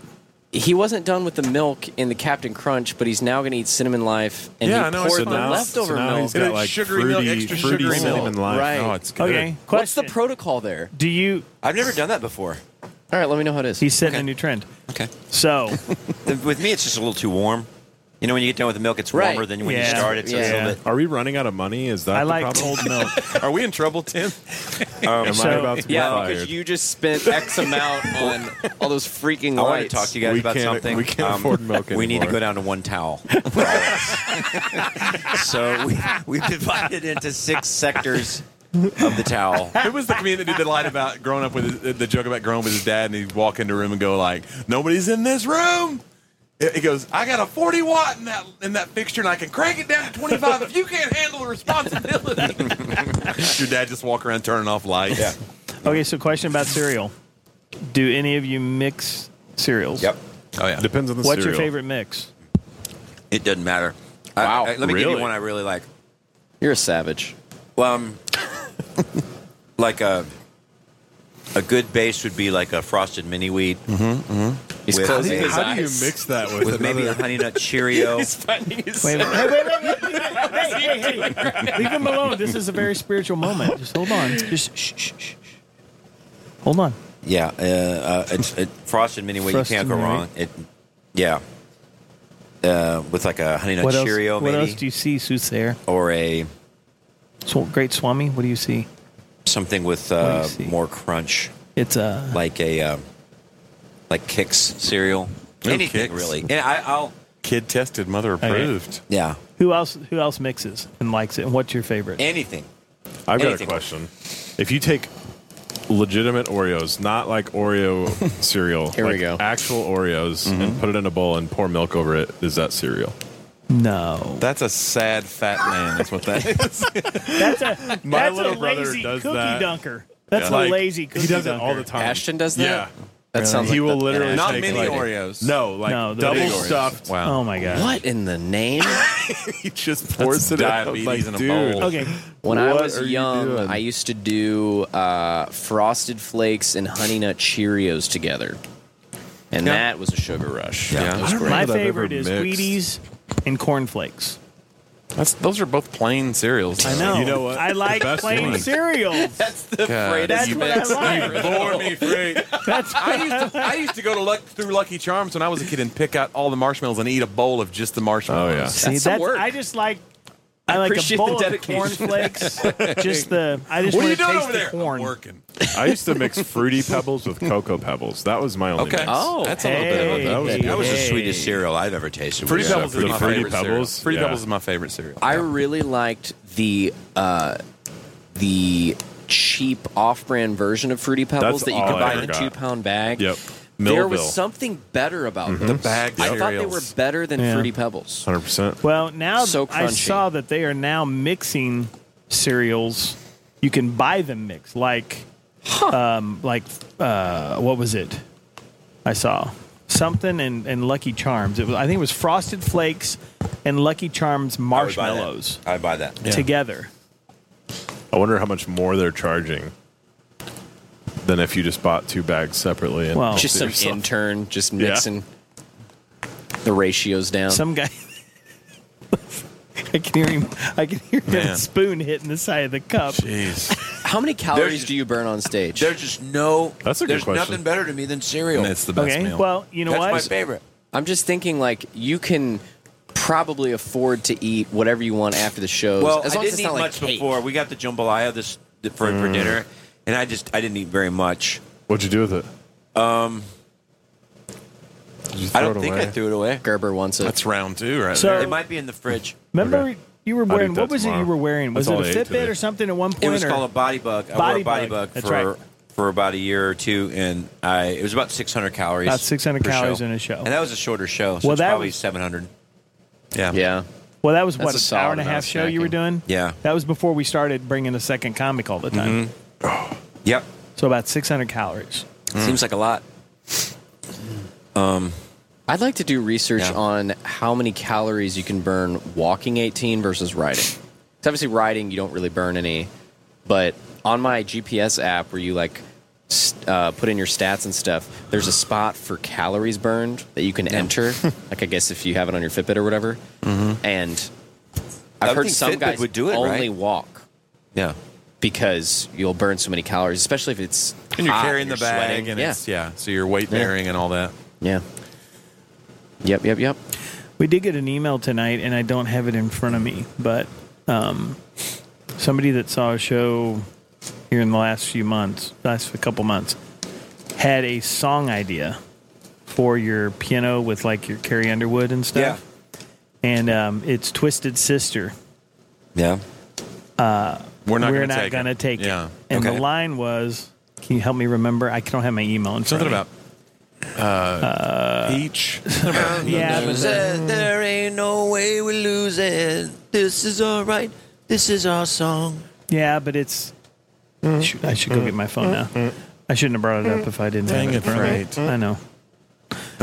S6: He wasn't done with the milk in the Captain Crunch, but he's now going to eat cinnamon life and
S5: Yeah,
S6: he
S5: I know,
S6: poured
S5: so
S6: the
S5: now-
S6: leftover
S5: so now
S6: milk.
S5: he's got, like, Sugary milk, fruity- extra fruity sugary milk. cinnamon life.
S6: Right.
S5: Oh, it's good.
S8: Okay,
S6: What's the protocol there?
S8: Do you?
S2: I've never done that before.
S6: All right, let me know how it is.
S8: He's setting a new trend.
S2: Okay.
S8: So,
S2: With me, it's just a little too warm. You know, when you get done with the milk, it's warmer than when you started. So it's a little bit.
S5: Are we running out of money? Is that
S2: I
S5: the
S2: like
S5: problem?
S2: cold
S5: milk.
S3: Are we in trouble, Tim?
S5: Am I about to be
S6: yeah,
S5: fired?
S6: because you just spent X amount on all those freaking
S2: I
S6: lights.
S2: want to talk to you guys about something. Um, We need to go down to one towel. so we, we've divided into six sectors of the towel.
S3: Who was the comedian that did the line about growing up with his, the joke about growing up with his dad, and he'd walk into a room and go like, "Nobody's in this room." He goes, "I got a 40 watt in that in that fixture, and I can crank it down to 25 if you can't handle the responsibility." Your dad just walk around turning off lights. Yeah.
S8: okay, so question about cereal. Do any of you mix cereals? Yep.
S3: Oh yeah.
S5: Depends on the
S8: What's
S5: cereal.
S8: your favorite mix?
S2: It doesn't matter. Wow. let me give
S6: Really?
S2: you one I really like.
S6: You're a savage.
S2: Um, like a a good base would be like a frosted mini wheat.
S7: Mm-hmm.
S2: He's
S5: How do
S2: closing
S5: you,
S2: his
S5: how do you
S2: eyes.
S5: mix that with,
S2: With maybe a honey nut Cheerio? He's
S6: finding his.
S8: Wait, wait, wait, wait, wait, wait. Hey, hey, hey. Leave him alone. This is a very spiritual moment. Just hold on. Just shh, shh, shh. Hold on.
S2: Yeah, uh, uh, it's, it, frosted mini wheat. You
S8: Frosted
S2: can't go
S8: Mini
S2: wrong. It, yeah, uh, with like a honey nut
S8: what else,
S2: Cheerio,
S8: what
S2: maybe,
S8: else do you see, Soothsayer?
S2: or a
S8: Sw- Great Swami, what do you see?
S2: something with
S8: What
S2: uh,
S8: do you see?
S2: more crunch,
S8: It's a.
S2: like a uh, like Kix cereal.
S3: Ooh,
S2: Anything
S3: Kix.
S2: really? And I, I'll
S3: kid tested, mother
S8: Okay.
S3: approved.
S2: Yeah.
S8: Who else? Who else mixes and likes it? And what's your favorite?
S2: anything.
S5: I've got a
S2: Anything.
S5: question. If you take legitimate Oreos, not like Oreo cereal,
S8: Here we
S5: like
S8: go.
S5: actual Oreos, and put it in a bowl and pour milk over it, is that cereal?
S8: No.
S3: That's a sad fat man. That's what that is.
S8: That's a.
S5: My
S8: that's
S5: little
S8: a
S5: brother
S8: lazy
S5: does
S8: cookie
S5: that.
S8: dunker. That's
S5: Yeah.
S8: a
S5: Like,
S8: lazy cookie
S5: He does
S8: dunker.
S5: it all the time.
S6: Ashton does that?
S5: Yeah.
S6: That sounds
S5: He
S6: like
S5: will
S6: the-
S5: literally
S3: Not
S5: take,
S3: many
S5: like-
S3: Oreos.
S5: No, like
S8: No, the
S5: double
S8: big Oreos.
S5: stuffed.
S8: Wow. Oh my god.
S6: What in the name?
S5: he just
S6: pours it out, like, dude.
S8: Okay.
S6: When I
S5: What
S6: was
S5: are you
S6: young,
S5: doing?
S6: I used to do uh, Frosted Flakes and Honey Nut Cheerios together, and
S8: Yeah.
S6: that was a sugar rush.
S5: Yeah.
S6: That
S5: I
S6: was
S5: don't
S6: great.
S8: My
S5: that I've ever
S8: favorite is Wheaties and Corn Flakes.
S3: That's those are both plain cereals.
S8: I know.
S5: Uh, You know what?
S8: I
S5: The
S8: like
S5: best
S8: plain
S5: one.
S8: cereals.
S6: That's the
S3: God,
S6: greatest
S8: That's what I
S6: mix.
S8: like.
S3: Bore me free.
S8: That's
S3: I used to I used to go to luck, through Lucky Charms when I was a kid and pick out all the marshmallows and eat a bowl of just the marshmallows.
S5: Oh, yeah.
S8: See, that's,
S6: That's some work.
S8: I just like.
S6: I
S8: I like
S6: appreciate
S8: a
S6: the
S8: bowl of
S6: dedication.
S8: corn flakes. just the. I just
S3: what are
S8: wanna
S3: you doing
S8: taste
S3: over
S8: the
S3: there?
S8: Corn.
S3: I'm working.
S5: I used to mix fruity pebbles with cocoa pebbles. That was my only
S3: Okay.
S5: mix.
S6: Oh,
S3: That's a little bit
S5: That
S3: of a
S5: was
S2: That was the
S8: Hey.
S2: sweetest cereal I've ever tasted.
S3: Fruity
S2: was, uh,
S3: Pebbles is
S5: Fruity
S3: my
S5: Fruity
S3: favorite cereal.
S5: Pebbles?
S3: Fruity
S5: Yeah.
S3: Pebbles is my favorite cereal.
S6: I really liked the uh, the cheap off-brand version of Fruity
S5: That's
S6: Pebbles that you
S5: all
S6: could
S5: I
S6: buy
S5: ever
S6: in a
S5: got.
S6: two-pound bag.
S5: Yep.
S6: There
S5: Millville. Mm-hmm.
S6: was something better about them.
S3: The bag
S6: I thought they were
S3: cereals.
S6: better than
S8: Yeah.
S6: Fruity Pebbles.
S5: 100%.
S8: Well, now
S6: So
S8: I
S6: crunchy.
S8: saw that they are now mixing cereals. You can buy them mixed, like, um, like uh, what was it? I saw something and, and Lucky Charms. It was I think it was Frosted Flakes and Lucky Charms
S2: I would buy that.
S8: marshmallows
S2: I would buy that.
S8: together.
S5: I wonder how much more they're charging than if you just bought two bags separately. And
S8: Well-
S6: Just some
S5: yourself.
S6: intern, just
S5: Yeah.
S6: mixing the ratios down.
S8: Some guy. I can hear him. I can hear
S3: Man.
S8: that spoon hitting the side of the cup.
S3: Jeez.
S6: How many calories
S2: There's-
S6: do you burn on stage?
S2: There's just no.
S5: That's a good
S2: there's
S5: question.
S2: nothing better to me than cereal.
S3: And it's the best
S8: Okay.
S3: meal.
S8: Well, you know
S2: That's
S8: what?
S2: my favorite.
S6: I'm just thinking like you can probably afford to eat whatever you want after the shows.
S2: Well,
S6: as
S2: I
S6: long as
S2: didn't
S6: it's
S2: eat
S6: not like
S2: much
S6: cake.
S2: before. We got the jambalaya this for, for
S10: Mm.
S2: dinner, and I just I didn't eat very much.
S5: What'd you do with it?
S2: Um,
S5: Did you
S2: I
S5: throw
S2: don't
S5: it
S2: think
S5: away?
S2: I threw it away.
S6: Gerber wants it.
S3: that's round two right
S8: So-
S3: there.
S2: It might be in the fridge.
S8: Remember,
S5: Okay.
S8: you were wearing
S5: that
S8: what was it you
S5: tomorrow.
S8: were wearing? Was
S5: That's all I ate
S8: it a Fitbit
S5: today.
S8: or something at one point?
S2: It was
S8: or-
S2: called a body bug. I wore
S8: Body
S2: a body bug,
S8: bug. That's
S2: for
S8: right.
S2: for about a year or two, and I it was about 600 calories.
S8: About 600
S2: per
S8: calories
S2: show.
S8: in a show.
S2: and that was a shorter show. So
S8: Well,
S2: it's
S8: that
S2: probably
S8: was-
S2: 700.
S6: Yeah.
S8: Well, that was
S6: That's a
S8: what an
S6: solid
S8: hour and a
S6: amount
S8: half
S6: of
S8: show you were
S6: snacking.
S8: doing.
S2: Yeah.
S8: that was before we started bringing a second comic all the time.
S2: Yep, Mm.
S8: So about 600 calories.
S2: seems like a lot. Um,
S6: I'd like to do research on how many calories you can burn walking 18 versus riding. It's obviously riding, you don't really burn any, but on my GPS app where you like s- uh, put in your stats and stuff, there's a spot for calories burned that you can enter. like I guess if you have it on your Fitbit or whatever. And
S2: Mm-hmm. I
S6: I've
S2: would
S6: heard
S2: think
S6: some
S2: Fitbit
S6: guys
S2: would do it,
S6: only
S2: right?
S6: walk
S2: Yeah.
S6: because you'll burn so many calories, especially if it's
S3: And you're
S6: hot
S3: carrying the bag
S6: Ah, sweating.
S3: and
S6: yeah.
S3: it's yeah, so you're weight
S6: Yeah.
S3: bearing and all that.
S6: Yeah. Yep, yep, yep.
S8: We did get an email tonight, and I don't have it in front of me, but um, somebody that saw a show here in the last few months, last couple months, had a song idea for your piano with like your Carrie Underwood and stuff. And um, it's Twisted Sister.
S2: Yeah.
S8: Uh,
S3: We're not gonna
S8: not
S3: take
S8: gonna
S3: it.
S8: take it.
S3: Yeah.
S8: And
S3: Okay.
S8: the line was, "Can you help me remember? I don't have my email in
S3: Something
S8: front
S3: about
S8: uh,
S3: peach.
S8: yeah, but
S10: Lose
S8: the-
S10: it. Uh, There ain't no way we lose it. This is all right. This is our song.
S8: yeah, but it's. Shoot, I should go get my phone now. I shouldn't have brought it up if I didn't
S3: Dang
S8: have
S3: it,
S8: it. in front of me.
S3: Frank.
S8: I know,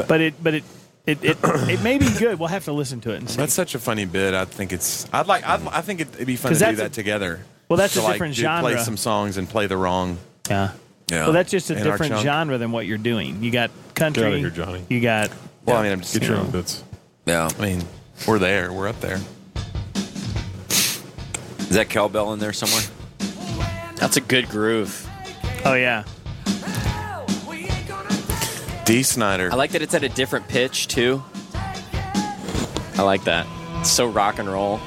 S8: but it, but it, it, it, it may be good. We'll have to listen to it and see.
S3: That's such a funny bit. I think it's. I'd like. I'd, I think it'd be fun to
S8: 'Cause
S3: do that
S8: that's a-
S3: together.
S8: Well, that's
S3: To,
S8: a
S3: like,
S8: different
S3: do- Play
S8: genre.
S3: some songs and play the wrong.
S8: Yeah.
S3: Yeah.
S8: Well, that's just a
S3: In our
S8: different
S3: chunk.
S8: genre than what you're doing. You got country.
S3: outta here, Johnny.
S8: You got.
S3: Well, I mean, I'm just
S8: Get your own
S5: bits.
S2: Yeah.
S3: I mean, we're there. We're up there.
S2: Is that cowbell in there somewhere?
S6: That's a good groove.
S8: Oh yeah.
S3: D. Snyder.
S6: I like that it's at a different pitch too. I like that. It's so rock and roll.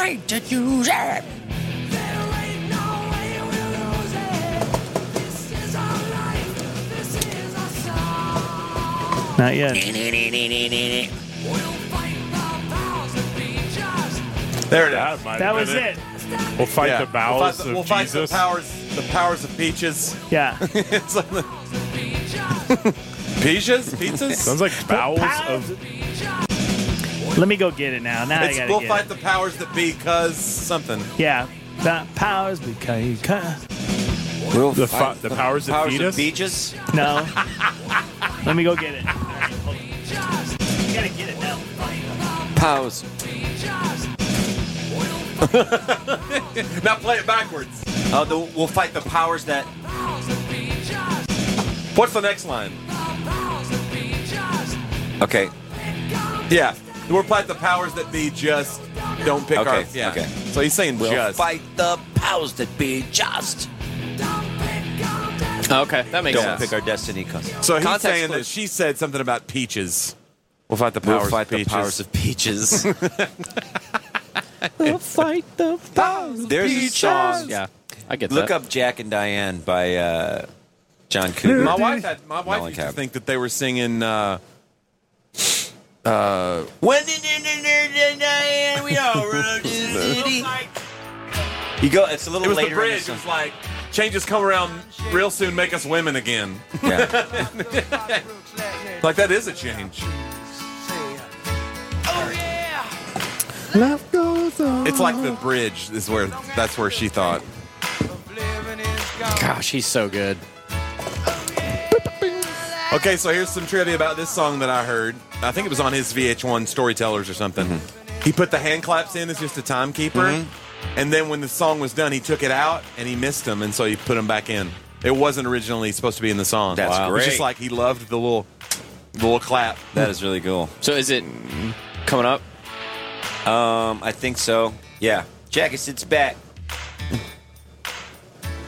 S10: Right to use it.
S9: Hmm.
S8: Not yet.
S3: There it
S5: That
S3: is.
S5: might
S8: That
S5: have
S8: was
S5: been
S8: it.
S5: We'll fight
S3: Yeah.
S5: the bowels
S3: we'll fight, the-
S5: of Jesus.
S3: we'll fight the powers. The powers of peaches.
S8: Yeah.
S3: It's like the- peaches. Pizzas.
S5: Sounds like bowels of.
S8: Let me go get it now. Now I
S3: It's,
S8: gotta
S3: we'll
S8: get
S3: fight the powers that be because something.
S8: it. Yeah. That powers because.
S2: We'll
S5: The, fi- the powers that
S2: powers
S5: feed
S2: of
S5: us.
S2: beaches.
S8: No. Let me go get it. All right, hold on. You gotta get it now.
S2: Powers.
S3: Now play it backwards.
S2: Uh, the, we'll fight the powers that.
S3: What's the next line?
S2: Okay.
S3: Yeah. We'll fight the powers that be. Just don't pick
S2: Okay,
S3: our. Yeah.
S2: okay.
S3: So he's saying
S2: We'll
S3: just.
S2: fight the powers that be just.
S6: Okay, that makes
S2: Don't
S6: sense.
S2: pick our destiny, cuz.
S3: So he's
S2: Context
S3: saying
S2: clue.
S3: that she said something about peaches. We'll fight the
S2: We'll
S3: powers
S2: fight
S3: of peaches.
S2: the powers of peaches.
S6: We'll fight the powers.
S2: There's a song.
S6: Yeah, I get
S2: Look
S6: that.
S2: up Jack and Diane by uh, John Cougar.
S3: my wife had my wife
S2: Mellencamp.
S3: used to think that they were singing uh,
S2: When the- the- the- the- the- Diane, we all run to the city. You go. It's a little
S3: it was
S2: later.
S3: the
S2: in
S3: bridge. It
S2: song.
S3: was like changes come around real soon, make us women again.
S2: Yeah.
S3: Like that is a change. It's like the bridge is where that's where she thought.
S6: Gosh, he's so good.
S3: Okay, so here's some trivia about this song that I heard. I think it was on his VH1 Storytellers or something.
S2: Mm-hmm.
S3: He put the hand claps in as just a timekeeper, and then when the song was done, he took it out and he missed them, and so he put them back in. It wasn't originally supposed to be in the song.
S2: That's
S3: It was
S2: great.
S3: just like he loved the little, the little clap.
S2: that is really cool.
S6: So is it coming up?
S2: Um, I think so. Yeah. Jack, it's it's back.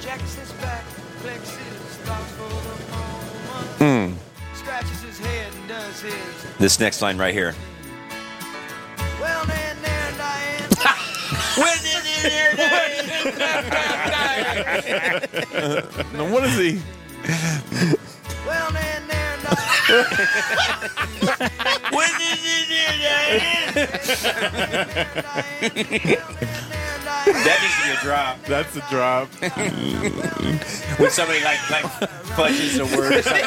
S9: Jack's his back, flexes, stops for the moment. Scratches his head and does his.
S2: This next line right here.
S9: Well, then there, Diane.
S3: Now what is he?
S9: well, then there, Diane.
S2: That needs to be a drop.
S5: That's a drop.
S2: When somebody like like fudges a word or something.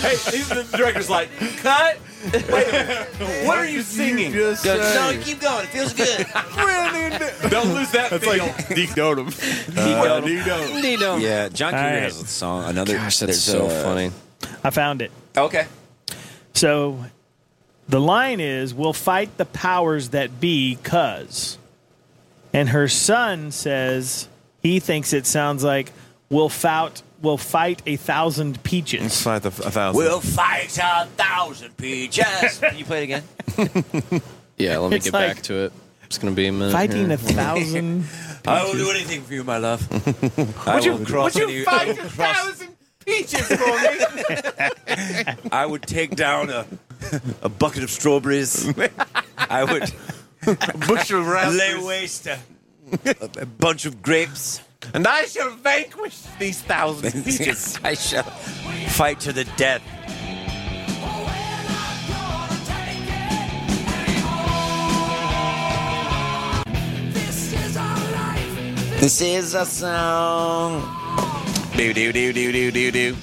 S3: hey, he's, the director's like, cut. Wait a minute. What are you singing?
S7: just
S3: Goes,
S7: say?
S3: no, keep going. It feels good. Don't lose that
S5: That's
S3: feel.
S5: like Deke Dotem.
S2: Uh,
S5: Deke Dotem.
S2: Yeah, John
S8: All
S2: Cougar
S8: right.
S2: has a song. Another.
S8: Gosh,
S2: there's,
S8: that's so
S2: uh,
S8: funny. I found it.
S2: Okay.
S8: So the line is We'll fight the powers that be, cuz. And her son says he thinks it sounds like We'll fout. We'll fight a thousand peaches.
S3: Fight a thousand.
S8: We'll
S2: fight a thousand peaches. Can you play it again?
S6: Yeah, let me
S8: It's
S6: get
S8: like-
S6: back to it. It's gonna be a minute.
S8: Fighting
S6: here.
S8: a thousand.
S2: I will do anything for you, my love. I
S8: Would you-
S2: will cross
S8: would you
S2: any-
S8: fight
S2: I will
S8: the
S2: cross-
S3: Peaches for me.
S2: I would take down a, a bucket of strawberries. I would
S3: Bushel of
S2: lay
S3: raspberries.
S2: waste a, a bunch of grapes.
S3: And I shall vanquish these thousand peaches.
S2: I shall fight to the death. This is a song. Do do do do do do do.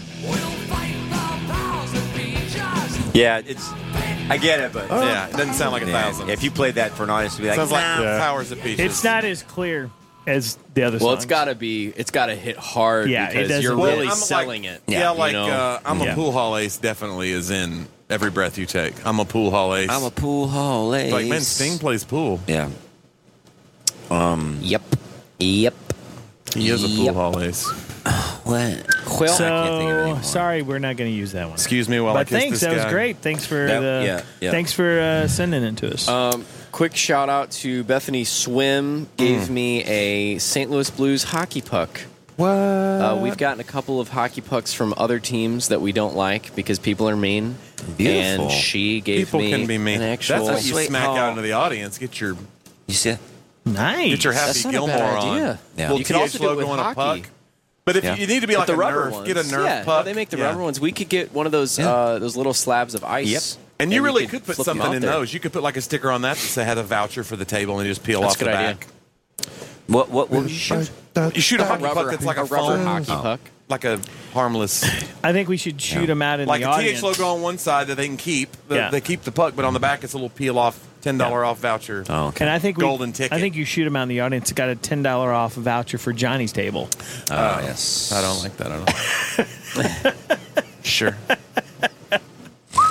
S2: Yeah, it's. I get it, but
S3: Yeah, it doesn't sound like a
S2: Oh. Yeah,
S3: thousand.
S2: If you played that for an audience, it'd be like
S3: Sounds like
S2: "Nah,
S3: powers of peaches.
S8: It's not as clear as the other.
S6: Well, it's
S8: songs.
S6: gotta be. It's gotta hit hard.
S8: Yeah, it
S6: because
S8: does
S6: you're
S8: hit. Well,
S6: really
S8: I'm like-
S6: selling it.
S3: Yeah,
S6: you
S3: like
S6: know?
S3: uh, I'm
S8: Yeah.
S3: a pool hall ace. Definitely is in every breath you take. I'm a pool hall ace.
S2: I'm a pool hall ace.
S3: like man, Sting plays pool.
S2: Yeah. Um. Yep. Yep.
S3: He is a pool
S2: Yep.
S3: hall ace.
S2: What? I
S8: Well,
S2: can't think of it
S8: so
S2: anymore.
S8: sorry, we're not going to use that one.
S3: Excuse me while I
S8: but
S3: kiss
S8: thanks,
S3: this
S8: that was
S3: guy.
S8: great. Thanks for
S2: That-
S8: the
S2: yeah, yeah.
S8: thanks for uh, sending it to us.
S6: Um, quick shout out to Bethany Swim. Gave me a St. Louis Blues hockey puck.
S3: Mm. What?
S6: Uh, we've gotten a couple of hockey pucks from other teams that we don't like because people are mean.
S2: Beautiful.
S6: And she gave
S3: People
S6: me
S3: can be mean.
S6: an actual.
S3: That's how you
S2: Sweet.
S3: smack
S2: Oh.
S3: out into the audience. Get your
S2: You see? it?
S8: nice.
S3: get your happy
S6: That's not a
S3: Gilmore
S6: bad
S3: on.
S6: idea.
S2: Yeah.
S3: Little
S6: You can
S3: TH
S6: also do it
S3: logo
S6: with
S3: on a
S6: hockey.
S3: puck. But if
S2: Yeah.
S3: you need to be like
S6: the
S3: a
S6: rubber
S3: Nerf,
S6: ones.
S3: get a Nerf
S6: yeah, no,
S3: puck.
S6: they make the
S3: Yeah.
S6: rubber ones. We could get one of those
S2: Yeah.
S6: uh, those little slabs of ice.
S2: Yep.
S3: And you
S6: we
S3: really could, put
S6: flip 'em
S3: something
S6: out
S3: in
S6: there.
S3: those. You could put like a sticker on that that said had a voucher for the table and you just peel
S6: That's
S3: off
S6: a good
S3: the
S6: idea.
S3: back.
S2: What? What? What would you shoot?
S3: You shoot a hockey
S6: Rubber,
S3: puck that's like
S6: a
S3: a Oh.
S6: rubber
S3: foam-
S6: hockey puck.
S3: like a harmless,
S8: I think we should shoot them out in
S3: like
S8: the
S3: a
S8: audience.
S3: TH logo on one side that they can keep. The,
S8: Yeah.
S3: They keep the puck, but on the back it's a little peel off, ten dollar off voucher.
S2: Oh, okay.
S8: and I think we,
S3: Golden ticket.
S8: I think you shoot them out in the audience. It got a ten dollar off voucher for Johnny's table.
S2: Oh, yes.
S3: I don't like that at all. sure,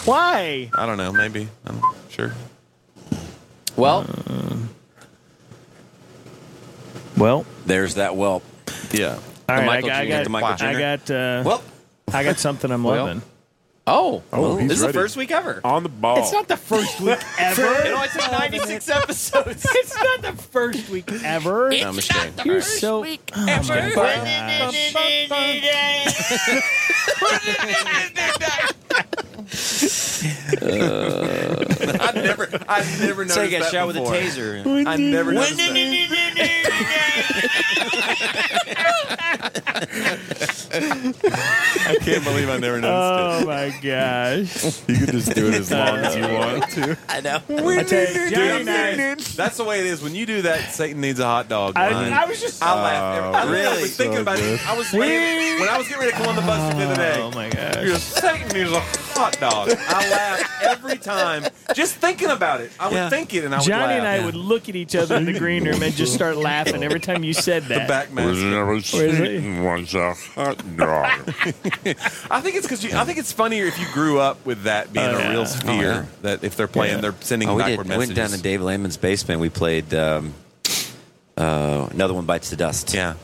S8: Why?
S3: I don't know. Maybe I don't, sure.
S6: Well,
S8: Well,
S2: There's that whelp.
S3: Yeah.
S8: all right, I
S6: Michael
S8: got, I
S6: Jr.
S8: got,
S2: The Michael
S8: I
S2: Jr.
S8: got, uh,
S2: Well,
S8: I got something I'm
S6: Well.
S8: loving.
S6: oh,
S5: Oh, he's
S6: this is the
S5: ready.
S6: first week ever.
S5: On the ball.
S8: It's not the first week
S6: It
S8: ever.
S6: only took 96 episodes.
S8: it's not the first week ever.
S3: No, I'm just kidding.
S8: You're so. Oh, my gosh.
S3: I never, I never noticed
S2: take a
S3: that
S2: shot with a
S3: before.
S2: taser.
S3: I never noticed that. I can't believe I never noticed
S8: Oh my gosh.
S5: You can just do it as long as you want to.
S2: I know.
S8: I tell you, Johnny and I-
S3: it. That's the way it is. When you do that, Satan needs a hot dog. line.
S8: I, I was just.
S3: I laughed. every- I literally
S2: really?
S3: was thinking
S5: So
S3: about
S5: good.
S3: it. I was ready, when I was getting ready to come on the bus the other
S8: Oh
S3: day.
S8: my gosh.
S3: You're Satan. You're a hot dog. I laughed every time just thinking about it. I would
S2: Yeah.
S3: think it, and I would
S8: Johnny
S3: laugh.
S8: and I would look at each other in the green room and just start laughing every time you said that.
S3: back mask.
S7: was a hot dog.
S3: I think it's because I think it's funnier if you grew up with that being
S8: Oh,
S3: a
S8: yeah.
S3: real sphere.
S2: yeah.
S3: That if they're playing, they're sending
S2: Oh, we did.
S3: backward
S2: I went
S3: messages.
S2: down to Dave Lehman's basement. We played um, uh, another one bites the dust.
S3: yeah,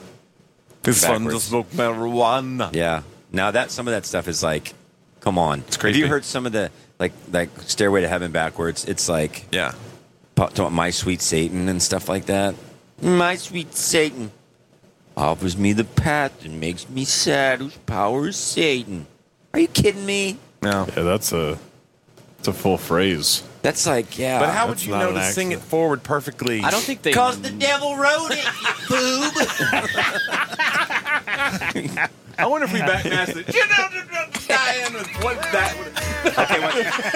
S3: it's fun to
S2: Backwards.
S3: smoke marijuana.
S2: Yeah. Now that some of that stuff is like, come on. It's
S3: creepy.
S2: Have you heard some of the like like Stairway to Heaven backwards? It's like
S3: Yeah,
S2: pa- talking about my sweet Satan and stuff like that. My sweet Satan offers me the path and makes me sad. Whose power is Satan? Are you kidding me?
S3: no.
S5: Yeah, that's a, it's a full phrase.
S2: That's like yeah.
S3: But how would
S5: That's
S3: you
S5: not
S3: know
S5: an
S3: to sing it forward perfectly?
S6: I don't think they.
S2: Cause the devil wrote it, you boob.
S3: I wonder if we backmasked it. You know, Diane, what that would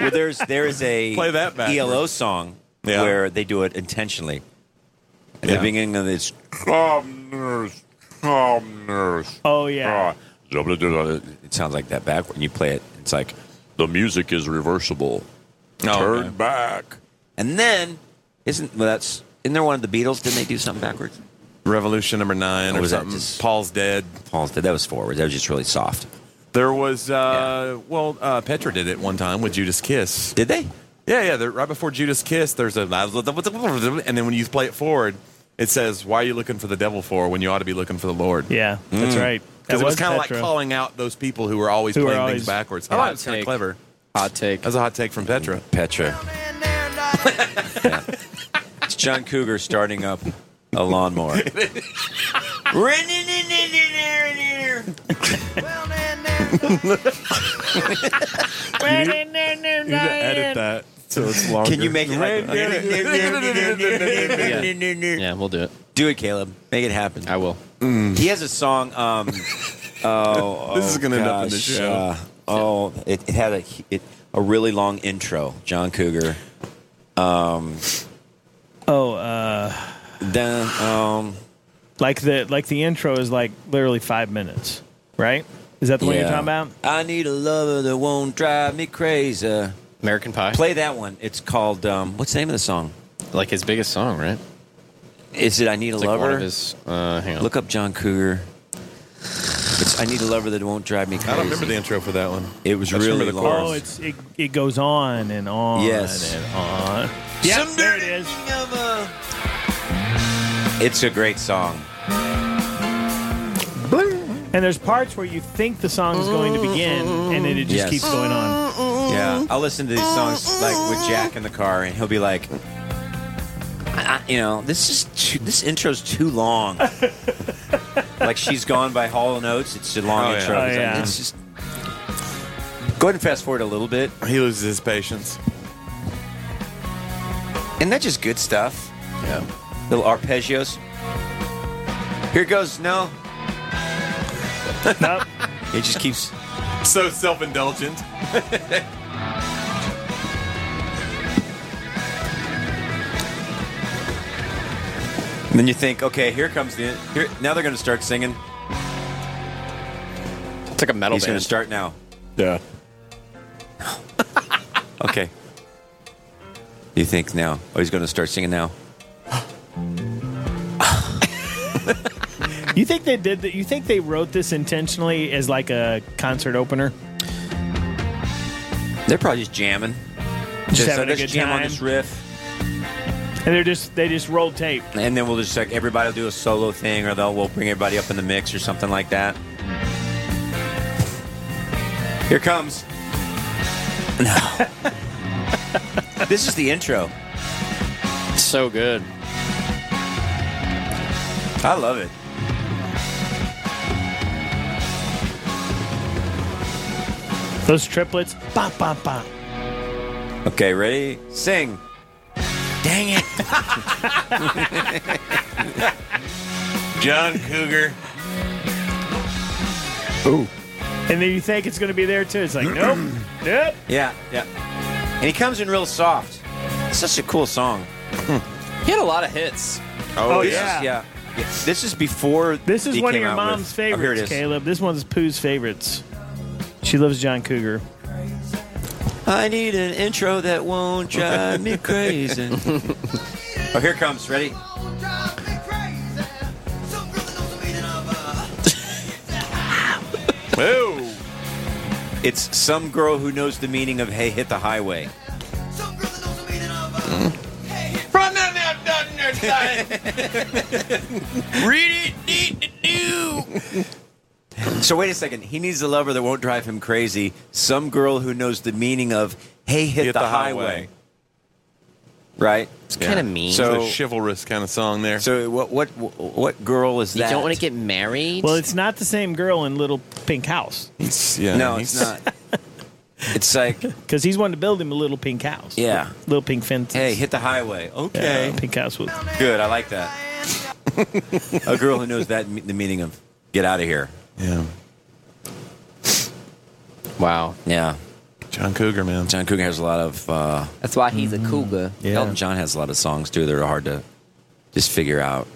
S2: well, there's there is a
S3: Play that backwards.
S2: ELO song
S3: Yeah.
S2: where they do it intentionally. At
S3: Yeah.
S2: the beginning of it's
S7: Calmness, calmness.
S8: Oh yeah.
S7: Ah,
S2: oh, It sounds like that backward. You play it. It's like the music is reversible.
S3: Oh,
S2: Turn
S7: okay.
S2: back. And then isn't well, that's isn't there one of the Beatles? Didn't they do something backwards?
S3: Revolution number nine
S2: Or
S3: or,
S2: was that
S3: something.
S2: just-
S3: Paul's dead.
S2: Paul's dead. That was forward. That was just really soft.
S3: There was uh, well, uh, Petra did it one time with Judas Kiss.
S2: Did they?
S3: Yeah, yeah. they're- Right before Judas Kiss, there's a and then when you play it forward, it says, "Why are you looking for the devil for when you ought to be looking for the Lord?"
S8: Yeah, that's right.
S3: Because
S8: That
S3: it was,
S8: was
S3: kind of like
S8: Petra.
S3: calling out those people who were always
S8: Who were
S3: playing
S8: always-
S3: things backwards. I
S8: Hot
S3: thought it was kind of
S8: take.
S3: clever.
S6: Hot take.
S3: That's a hot take from Petra.
S2: Petra. It's John Cougar starting up a lawnmower.
S5: You need to edit that so it's longer.
S2: Can you make it like-
S6: Yeah. yeah, we'll do it.
S2: Do it, Caleb. Make it happen. I
S6: will.
S2: He has a song. Um, oh,
S6: This is gonna end up in the
S2: gosh,
S6: show.
S2: uh, oh, it, it had a it, a really long intro. John Cougar. Um,
S8: Oh, uh,
S2: then um,
S8: like the like the intro is like literally five minutes, right? Is that the one you're
S2: Yeah.
S8: talking about?
S2: I need a lover that won't drive me crazy.
S6: American Pie.
S2: Play that one. It's called um, what's the name of the song?
S6: Like his biggest song, right?
S2: Is it "I Need a
S6: It's like
S2: Lover"?
S6: one of his- uh, hang on.
S2: Look up John Cougar. It's "I Need a Lover That Won't Drive Me Crazy."
S3: I don't remember the intro for that one.
S2: It was
S3: I just
S2: really
S3: remember the
S2: long.
S8: Oh, it's it, it goes on and on
S2: Yes.
S8: and on. Yeah, there it is.
S2: It's a great song.
S8: And there's parts where you think the song is going to begin, and then it just
S2: Yes.
S8: keeps going on.
S2: Yeah, I'll listen to these songs like with Jack in the car, and he'll be like, I, I- "You know, this is too, this intro's too long." like she's gone by Hall and Oates. It's a
S3: Oh,
S2: long
S3: yeah.
S2: intro.
S3: Oh,
S2: It's like,
S3: yeah.
S2: It's just go ahead and fast forward a little bit.
S3: He loses his patience.
S2: Isn't that just good stuff?
S3: Yeah.
S2: Little arpeggios. Here goes no.
S8: nope.
S2: It just keeps.
S3: So self-indulgent.
S2: And then you think, okay, here comes the here. Now they're going to start singing.
S6: It's like a metal
S2: He's going
S6: band.
S2: to start now.
S5: Yeah.
S2: Okay. You think now? Oh, he's going to start singing now.
S8: You think they did that? You think they wrote this intentionally as like a concert opener?
S2: They're probably just jamming.
S8: Just
S2: Just,
S8: having a
S2: let's
S8: good
S2: jam on
S8: time.
S2: this riff,
S8: And they're just they just rolled tape.
S2: and then we'll just like everybody will do a solo thing, or they'll we'll bring everybody up in the mix or something like that. Here comes. No. this is the intro.
S6: So good.
S2: I love it.
S8: Those triplets. Ba ba ba.
S2: Okay, ready? Sing. Dang it.
S3: John Cougar.
S2: Ooh.
S8: And then you think it's going to be there too. It's like nope, nope.
S2: Yeah, yeah. And he comes in real soft. It's such a cool song.
S6: He had a lot of hits.
S8: Oh,
S2: this
S8: yeah.
S2: is- yeah. Yeah, This is before.
S8: This is
S2: he
S8: one of
S2: came
S8: your
S2: out with-
S8: mom's
S2: Oh, here it
S8: favorites,
S2: is.
S8: Caleb. This one's Pooh's favorites. She loves John Cougar.
S2: I need an intro that won't drive me crazy. oh, here it comes. Ready?
S3: Whoa.
S2: It's some girl who knows the meaning of "Hey, hit the highway."
S7: From the mouth down their side. Read it, need to do.
S2: So wait a second. He needs a lover that won't drive him crazy. Some girl who knows the meaning of "Hey, hit, the, highway. Right? It's
S6: kinda mean.
S2: So,
S3: it's a chivalrous kind of song there.
S2: so what? What? What girl is that?
S6: to get married?
S8: Well, it's not the same girl in Little Pink House
S3: It's- yeah,
S2: no,
S3: he's-
S2: it's not. it's like,
S8: because he's wanted to build him a Little Pink House.
S2: yeah.
S8: Little Pink Fences.
S2: Hey, hit the highway. Okay.
S8: Yeah, Pink House was.
S2: Good. I like that. a girl who knows that the meaning of "Get out of here."
S3: Yeah.
S6: Wow.
S2: Yeah.
S3: John Cougar, man.
S2: John Cougar has a lot of. Uh,
S6: That's why he's a cougar.
S2: Elton John has a lot of songs too that are hard to just figure out.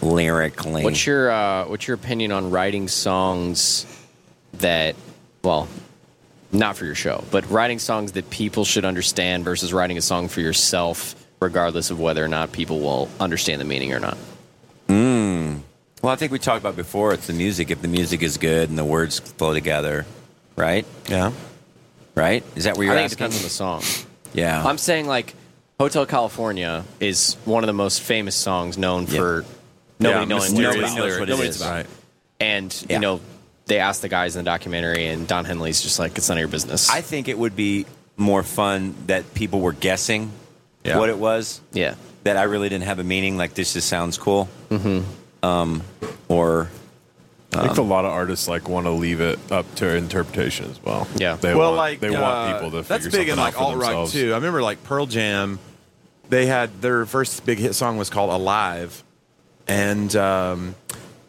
S2: lyrically.
S6: What's your uh, what's your opinion on writing songs that well, not for your show, but writing songs that people should understand versus writing a song for yourself, regardless of whether or not people will understand the meaning or not.
S2: Mm. Well, I think we talked about before. It's the music. If the music is good and the words flow together, right? Yeah. Right? Is that where you're
S6: I think
S2: asking?
S6: it depends on the song.
S2: Yeah.
S6: I'm saying like Hotel California is one of the most famous songs known for
S2: Yeah,
S6: nobody knowing what,
S2: mysterious
S6: it's about.
S2: lyrics. Nobody knows what it
S6: Nobody knows
S2: is.
S6: about.
S2: Right.
S6: And
S2: Yeah.
S6: you know, they asked the guys in the documentary, and Don Henley's just like, "It's none of your business."
S2: I think it would be more fun that people were guessing
S6: Yeah.
S2: what it was.
S6: Yeah.
S2: That I really didn't have a meaning. Like this just sounds cool.
S7: Mm-hmm.
S5: Mhm.
S2: Um, or
S5: I think
S2: um,
S5: a lot of artists like want to leave it up to interpretation as well.
S6: Yeah,
S5: they
S3: well,
S5: want,
S3: like
S5: they
S3: uh,
S5: want people to.
S3: That's
S5: figure
S3: big in
S5: something out
S3: like
S5: for
S3: alt rock
S5: themselves.
S3: too. I remember like Pearl Jam. They had their first big hit song was called "Alive," and um,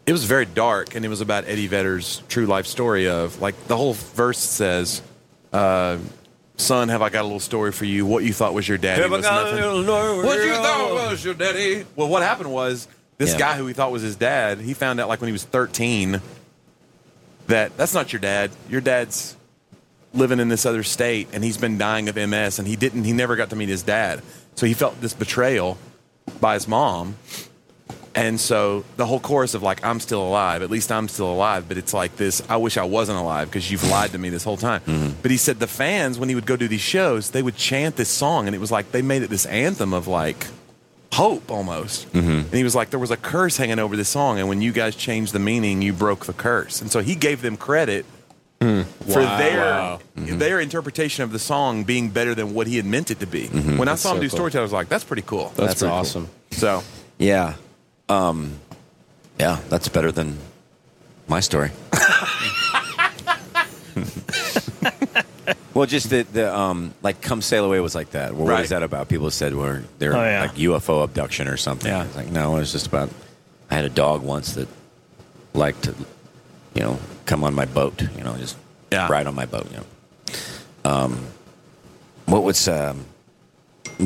S3: it was very dark, and it was about Eddie Vedder's true life story of like the whole verse says. Uh, Son, have I got a little story for you? What you thought was your daddy
S7: Have I
S3: was
S7: got a
S3: nothing.
S7: little story for
S3: What you
S7: you?
S3: thought was your daddy? Well, what happened was this
S7: Yeah.
S3: guy who he thought was his dad, he found out like when he was 13 that that's not your dad. Your dad's living in this other state and he's been dying of MS and he didn't he never got to meet his dad. So he felt this betrayal by his mom. And so the whole chorus of like I'm still alive, at least I'm still alive, but it's like this I wish I wasn't alive because you've lied to me this whole time.
S2: Mm-hmm.
S3: But he said the fans when he would go do these shows, they would chant this song and it was like they made it this anthem of like hope almost.
S2: Mm-hmm.
S7: Mhm.
S3: And he was like, there was a curse hanging over this song, and when you guys changed the meaning, you broke the curse. And so he gave them credit
S2: Mm.
S3: for
S7: Wow.
S3: their
S7: Wow.
S2: Mm-hmm.
S3: their interpretation of the song being better than what he had meant it to be.
S2: Mhm.
S3: When I
S2: That's
S3: saw him
S2: so
S3: do
S2: cool.
S3: storytelling, I was like, that's pretty cool.
S2: That's That's pretty awesome.
S3: So
S2: yeah, um, yeah, that's better than my story. well, just the the um, like come sail away was like that. Well, what
S3: Right.
S2: is that about? People said were they're
S3: Oh, yeah.
S2: like UFO abduction or something.
S3: Yeah.
S2: It's like no, it was just about I had a dog once that liked to you know come on my boat. You know, just ride on my boat. You know, um, what was um,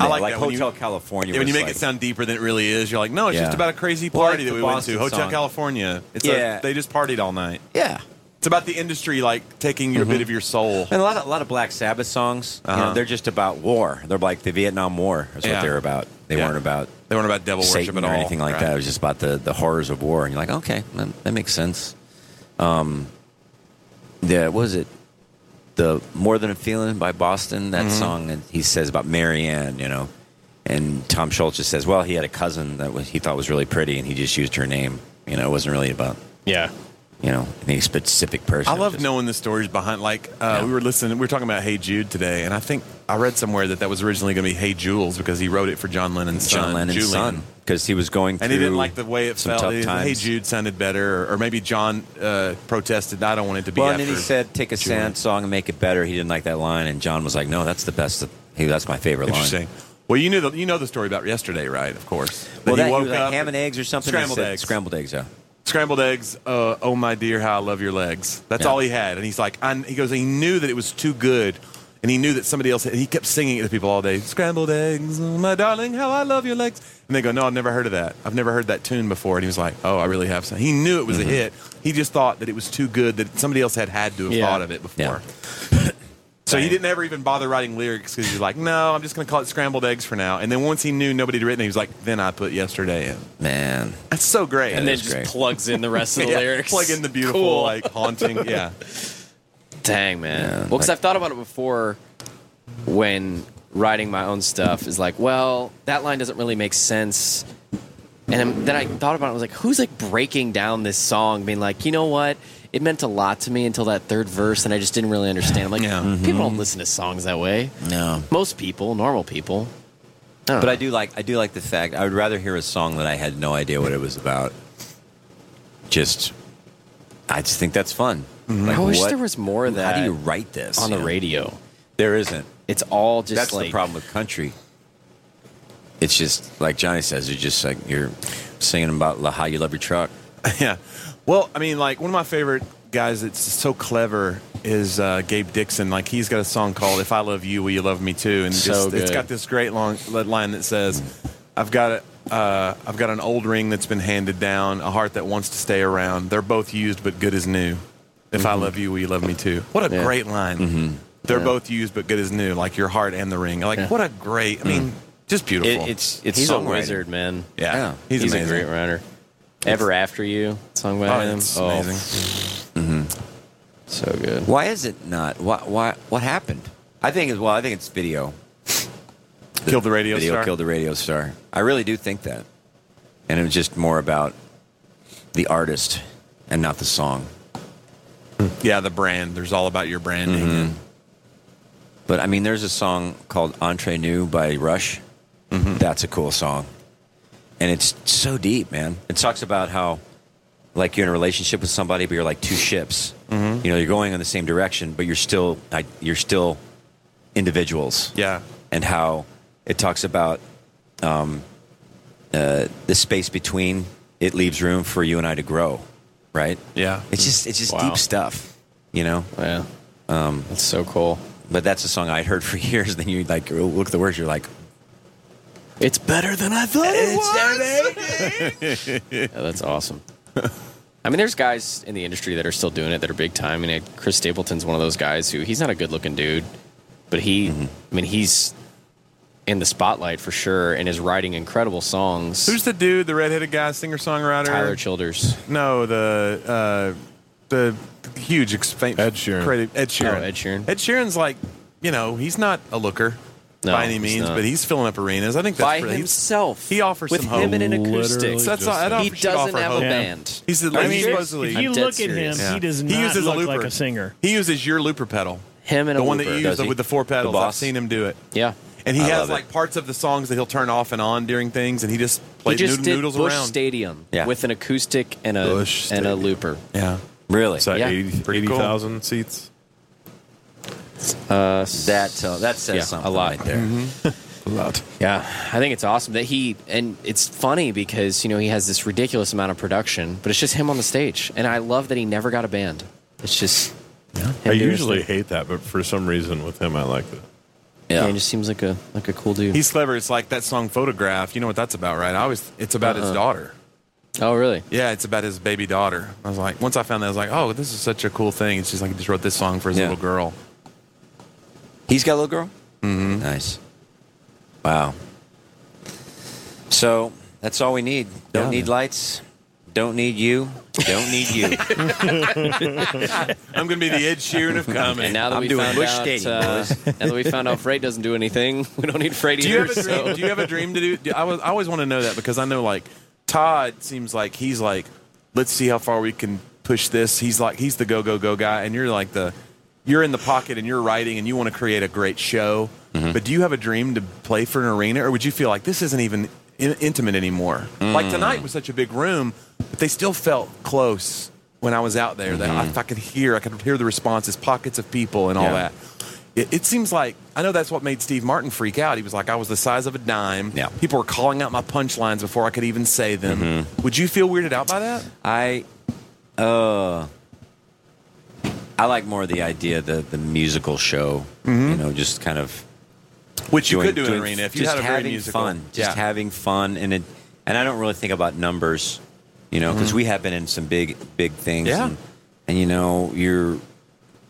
S3: I like, that when
S2: Hotel
S3: you-
S2: California.
S3: Yeah, when you
S2: was
S3: make
S2: like-
S3: it sound deeper than it really is, you're like, no, it's
S2: Yeah.
S3: just about a crazy
S2: Well, like
S3: party
S2: the
S3: that we
S2: Boston
S3: went to. Hotel
S2: song.
S3: California. It's
S2: Yeah.
S3: a, they just partied all night.
S2: Yeah.
S3: It's about the industry like taking your bit of your soul.
S2: Mm-hmm. And a lot of, a lot of Black Sabbath songs, you know,
S3: Uh-huh.
S2: they're just about war. They're like the Vietnam War is
S3: Yeah.
S2: what they're about. They
S3: Yeah.
S2: weren't about
S3: They weren't about devil
S2: Satan
S3: worship at
S2: or
S3: all,
S2: anything like
S3: right.
S2: that. It was just about the, the horrors of war. And you're like, okay, that, that makes sense. Um, yeah, what was it? The More Than a Feeling by Boston, that
S6: Mhm.
S3: Mm-hmm.
S2: song that he says about Marianne, you know. And Tom Schultz just says, well, he had a cousin that was, he thought was really pretty and he just used her name. You know, it wasn't really about,
S6: yeah,
S2: you know, any specific person.
S3: I love knowing the stories behind. Like uh, we were listening, we were talking about Hey Jude today, and I think I read somewhere that that was originally going to be Hey Jules because he wrote it for John Lennon's son,
S2: John Lennon's
S3: Julian.
S2: son because he was going through
S3: And he didn't like the way it
S2: some
S3: felt.
S2: tough
S3: He-
S2: times.
S3: Hey Jude sounded better, or, or maybe John uh, protested. I don't want it to be.
S2: well, and
S3: after
S2: then he said, "Take a
S3: Julian."
S2: sad song and make it better." He didn't like that line, and John was like, "No, that's the best. Hey, that's my favorite line."
S3: Interesting. Well, you knew the, you know the story about yesterday, right? Of course.
S2: Well, that, he
S3: woke
S2: was like
S3: up-
S2: ham and eggs or something. He
S3: Scrambled
S2: said-
S3: eggs.
S2: Scrambled eggs. Yeah.
S3: Scrambled eggs. Uh, oh my dear, how I love your legs. That's all he had, and he's like, I, he goes, he knew that it was too good, and he knew that somebody else. Had, he kept singing it to people all day. Scrambled eggs, oh my darling, how I love your legs. And they go, No, I've never heard of that. I've never heard that tune before. And he was like, Oh, I really have. Some. He knew it was a hit. He just thought that it was too good that somebody else had had to have
S2: Yeah.
S3: thought of it before. So he didn't ever even bother writing lyrics because he's like, No, I'm just going to call it scrambled eggs for now. And then once he knew nobody had written it, he was like, Then I put yesterday in.
S2: Man,
S3: That's so great.
S6: and then just plugs in the rest of the
S3: Yeah,
S6: lyrics.
S3: Plug in the beautiful,
S6: Cool.
S3: like haunting. Yeah.
S6: Dang, man. well, because I've thought about it before when writing my own stuff is like, well, that line doesn't really make sense. And then I thought about it. I was like, who's like breaking down this song, being like, you know what? It meant a lot to me until that third verse, and I just didn't really understand. I'm like, people
S2: Mm-hmm.
S6: don't listen to songs that way.
S2: No.
S6: Most people, normal people. don't
S2: But
S6: know.
S2: I do like I do like the fact I would rather hear a song that I had no idea what it was about. Just, I just think that's fun.
S6: Mm-hmm. I wish
S2: what-
S6: there was more of that.
S2: How do you write this
S6: on the
S2: you know?
S6: radio?
S2: There isn't.
S6: It's all just
S2: that's the
S6: like-
S2: problem with country. It's just like Johnny says. You're just like you're singing about la- how you love your truck.
S3: yeah. Well, I mean, like one of my favorite guys that's so clever is uh, Gabe Dixon. Like he's got a song called "If I Love You, Will You Love Me Too?" And
S7: So
S3: just, it's
S7: good.
S3: got this great long lead line that says, "I've got it. Uh, I've got an old ring that's been handed down, a heart that wants to stay around. They're both used but good as new. If I
S2: Mhm.
S3: love you, will you love me too? What a
S2: Yeah.
S3: great line.
S2: Mhm.
S3: They're
S2: Yeah.
S3: both used but good as new, like your heart and the ring. Like
S2: Yeah.
S3: what a great. I mean, just beautiful.
S2: It- it's- it's
S6: He's a
S2: songwriting.
S6: wizard, man.
S3: Yeah. Yeah.
S6: he's,
S3: He's
S6: a
S3: amazing.
S6: great writer. Ever After You, song by
S2: Oh,
S6: him.
S2: it's
S6: oh,
S2: amazing.
S6: so good.
S2: Why is it not? Why, why, what happened? I think as well. I think it's video.
S3: killed the radio
S2: video
S3: star?
S2: Killed the radio star. I really do think that, and it was just more about the artist and not the song.
S3: Yeah, the brand. There's all about your branding.
S6: Mm-hmm.
S3: and-
S2: But I mean, there's a song called "Entre Nous" by Rush.
S3: Mm-hmm.
S2: That's a cool song, and it's so deep, man. It talks about how, like, you're in a relationship with somebody, but you're like two ships.
S3: Mhm.
S2: You know, you're going in the same direction, but you're still I- you're still individuals.
S3: Yeah,
S2: and how it talks about um, uh, the space between. It leaves room for you and I to grow, right?
S3: Yeah,
S2: it's just it's just
S6: Wow.
S2: deep stuff you know?
S6: Yeah.
S2: Um,
S6: it's so cool.
S2: But that's a song I heard for years. Then you like look at the words, you're like,
S6: it's better than I thought it
S2: was.
S6: yeah, that's awesome. I mean, there's guys in the industry that are still doing it that are big time. I mean, Chris Stapleton's one of those guys who he's not a good looking dude, but he,
S3: Mm-hmm.
S6: I mean, he's in the spotlight for sure and is writing incredible songs.
S3: Who's the dude? The redheaded guy, singer songwriter.
S6: Tyler Childers.
S3: No, the uh, the huge ex- fam- Ed Sheeran. Ed Sheeran.
S6: Oh, Ed Sheeran.
S3: Ed Sheeran's like, you know, he's not a looker
S6: No,
S3: by any
S6: he's
S3: means,
S6: not.
S3: but he's filling up arenas. I think that's
S6: By
S3: pretty- he's-
S6: himself.
S3: He offers
S6: With
S3: some hope.
S6: him and an acoustic. Literally
S3: That's
S6: just
S3: all, that
S6: him. He
S3: offers- should
S6: doesn't
S3: offer
S6: have a
S3: hope.
S6: band.
S3: He's the
S6: Are you
S3: he's
S6: serious?
S3: supposedly.
S6: If you I'm dead look at him, serious. he does not
S3: uses
S6: look like
S3: looper.
S6: a singer.
S3: He uses your looper pedal.
S6: Him and
S3: the
S6: a
S3: one
S6: looper.
S3: that you
S6: Does
S3: use
S6: he?
S3: with the four
S6: The
S3: pedals. I've
S6: boss?
S3: seen him do it.
S6: Yeah.
S3: And he
S6: I
S3: has
S6: love it.
S3: like parts of the songs that he'll turn off and on during things, and he just
S6: He
S3: plays
S6: just
S3: nood-
S6: did
S3: noodles
S6: Bush
S3: around.
S6: Stadium
S3: Yeah.
S6: with an acoustic and a
S3: Bush
S6: and a looper.
S3: Yeah.
S2: Really?
S5: Is that
S6: Yeah.
S5: 80
S6: Pretty cool.
S5: 80,000 seats?
S6: Uh,
S2: that tell that says
S6: yeah,
S2: something
S6: a lot
S2: right there.
S6: a lot. Yeah, I think it's awesome that he and it's funny because you know he has this ridiculous amount of production, but it's just him on the stage, and I love that he never got a band. It's just him
S5: I
S6: doing his
S5: usually
S6: thing.
S5: hate that, but for some reason with him, I like it.
S6: yeah. he just seems like a like a cool dude.
S3: He's clever. It's like that song "Photograph." You know what that's about, right? I always it's about his
S6: Uh-uh.
S3: daughter.
S6: oh really?
S3: Yeah, it's about his baby daughter. I was like, once I found that, I was like, oh, this is such a cool thing. It's just like he just wrote this song for his
S2: Yeah.
S3: little girl.
S2: He's got a little girl. Mm-hmm. Nice. Wow. So that's all we need. Don't need lights. Don't need you. Don't need you.
S3: I'm going to be the Ed Sheeran of comedy.
S6: And now that
S2: I'm
S6: we
S2: doing
S6: found
S2: Bush
S6: out,
S2: Stadium,
S6: uh,
S2: boys.
S6: now that we found out Freight doesn't do anything, we don't need Freight
S3: Do you
S6: either.
S3: have a dream?
S6: so-
S3: Do you have a dream to do? do- I, was, I always want to know that because I know like Todd seems like he's like, let's see how far we can push this. He's like he's the go go go guy, and you're like the you're in the pocket and you're writing and you want to create a great show.
S2: Mm-hmm.
S3: But do you have a dream to play for an arena, or would you feel like this isn't even in, intimate anymore? Like
S2: Mm.
S3: tonight was such a big room, but they still felt close when I was out there. That I, I could hear, I could hear the responses, pockets of people, and all
S2: Mm-hmm. Yeah.
S3: that. It, it seems like I know that's what made Steve Martin freak out. He was like, I was the size of a dime. Yeah. People were calling out my punchlines before I could even say them.
S2: Mm-hmm.
S3: Would you feel weirded out by that?
S2: I uh I like more the idea the the musical show. You know, just kind of
S3: Which you
S2: doing-
S3: could do in an
S2: doing-
S3: arena if you
S2: just
S3: had a great
S2: having
S3: musical.
S2: fun, just
S3: Yeah.
S2: having fun, and it, and I don't really think about numbers, you know, because
S3: Mhm.
S2: we have been in some big big things.
S3: Yeah.
S2: and, and you know, you're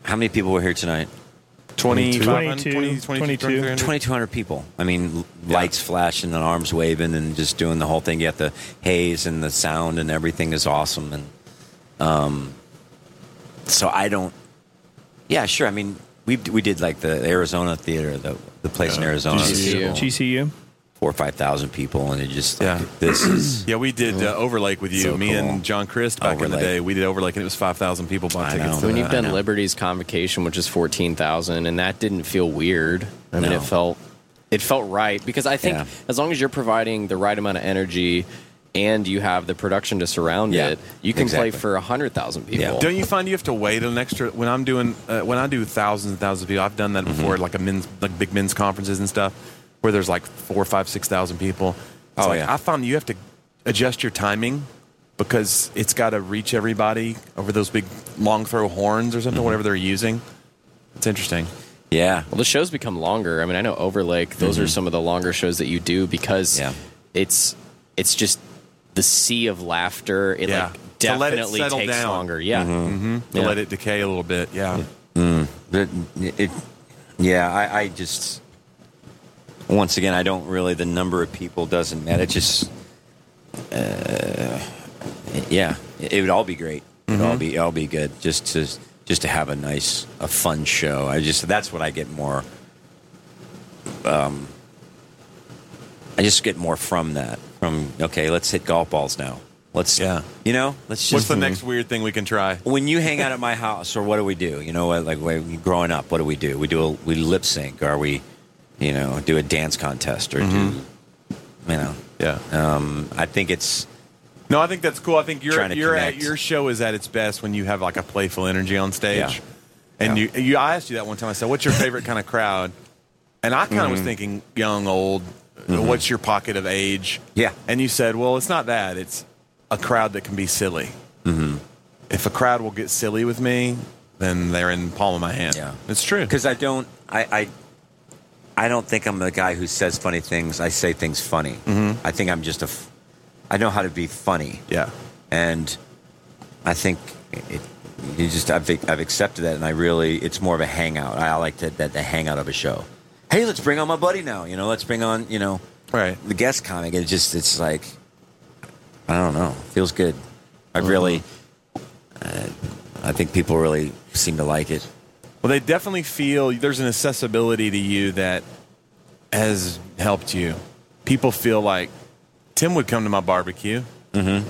S2: how many people were here tonight?
S3: Mm-hmm. 25, 20, 22.
S2: 2,200 people. I mean, l- lights flashing and arms waving and just doing the whole thing. You got the haze and the sound and everything is awesome. And um, so I don't. Yeah, sure. I mean, we we did like the Arizona theater, the the place in Arizona,
S8: GCU. GCU.
S2: four or five thousand people, and it just yeah. This is
S3: Yeah, we did uh, Overlake with you.
S2: So
S3: Me
S2: cool.
S3: and John Christ back in the
S2: Overlake.
S3: day, we did Overlake and it was 5,000 people bought tickets. to
S6: when
S3: that.
S6: you've done Liberty's convocation, which is fourteen thousand, and that didn't feel weird. I mean,
S2: No.
S6: it felt it felt right because I think
S2: Yeah.
S6: as long as you're providing the right amount of energy and you have the production to surround
S3: Yeah,
S6: it, you can
S3: exactly.
S6: play for hundred thousand people.
S3: Don't you find you have to wait an extra when I'm doing uh, when I do thousands and thousands of people? I've done that before, like a men's like big men's conferences and stuff, where there's like four, five, six thousand people. It's
S2: Oh,
S3: like,
S2: yeah.
S3: I found you have to adjust your timing because it's got to reach everybody over those big long throw horns or something, whatever they're using. It's interesting.
S2: Yeah.
S6: Well, the shows
S3: Mm-hmm.
S6: become longer. I mean, I know Overlake; those are some of the longer shows that you do because it's
S12: it's just the sea of laughter. It
S3: yeah.
S12: like
S3: To let it
S12: definitely
S3: settle
S12: takes
S3: down.
S12: longer. Yeah.
S6: Mm-hmm.
S3: Mhm. To
S12: Yeah.
S3: let it decay a little bit. Yeah.
S2: Mm, that, it, yeah, I, I just once again, I don't really. The number of people doesn't matter. It just, uh, yeah, it, it would all be great. It'd all
S3: Mm-hmm.
S12: Mhm.
S2: be, all be good. Just to, just to have a nice, a fun show. I just that's what I get more. Um, I just get more from that. From okay, let's hit golf balls now. Let's yeah, you know, let's just
S3: What's the next weird thing we can try?
S2: when you hang out at my house, or what do we do? You know, what, like when you're growing up, what do we do? We do a, we lip sync, or we, you know, do a dance contest, or do, you know, yeah. Um, I think it's
S3: No, I think that's cool. I think your
S2: Trying to
S3: your
S2: connect.
S3: your show is at its best when you have like a playful energy on stage.
S2: Yeah.
S3: And you, you, I asked you that one time. I said, "What's your favorite kind of crowd?" And I kind of was
S2: Mhm.
S3: thinking young, old. What's your pocket of age?
S2: Mm-hmm. Yeah.
S3: And you said, "Well, it's not that. It's a crowd that can be silly.
S2: Mm-hmm.
S3: If a crowd will get silly with me, then they're in the palm of my hand." Yeah. it's true
S2: because I don't, I, I, I don't think I'm the guy who says funny things. I say things funny.
S3: Mhm.
S2: I think I'm just a, f- I know how to be funny.
S3: Yeah,
S2: and I think it. You just I've, I've accepted that, and I really it's more of a hangout. I like that that the hangout of a show. hey, let's bring on my buddy now. You know, let's bring on, you know,
S3: right.
S2: The guest comic. It just, it's like, I don't know. Feels good. I really, uh, I think people really seem to like it.
S3: Well, they definitely feel there's an accessibility to you that has helped you. People feel like Tim would come to my barbecue.
S2: Mm-hmm.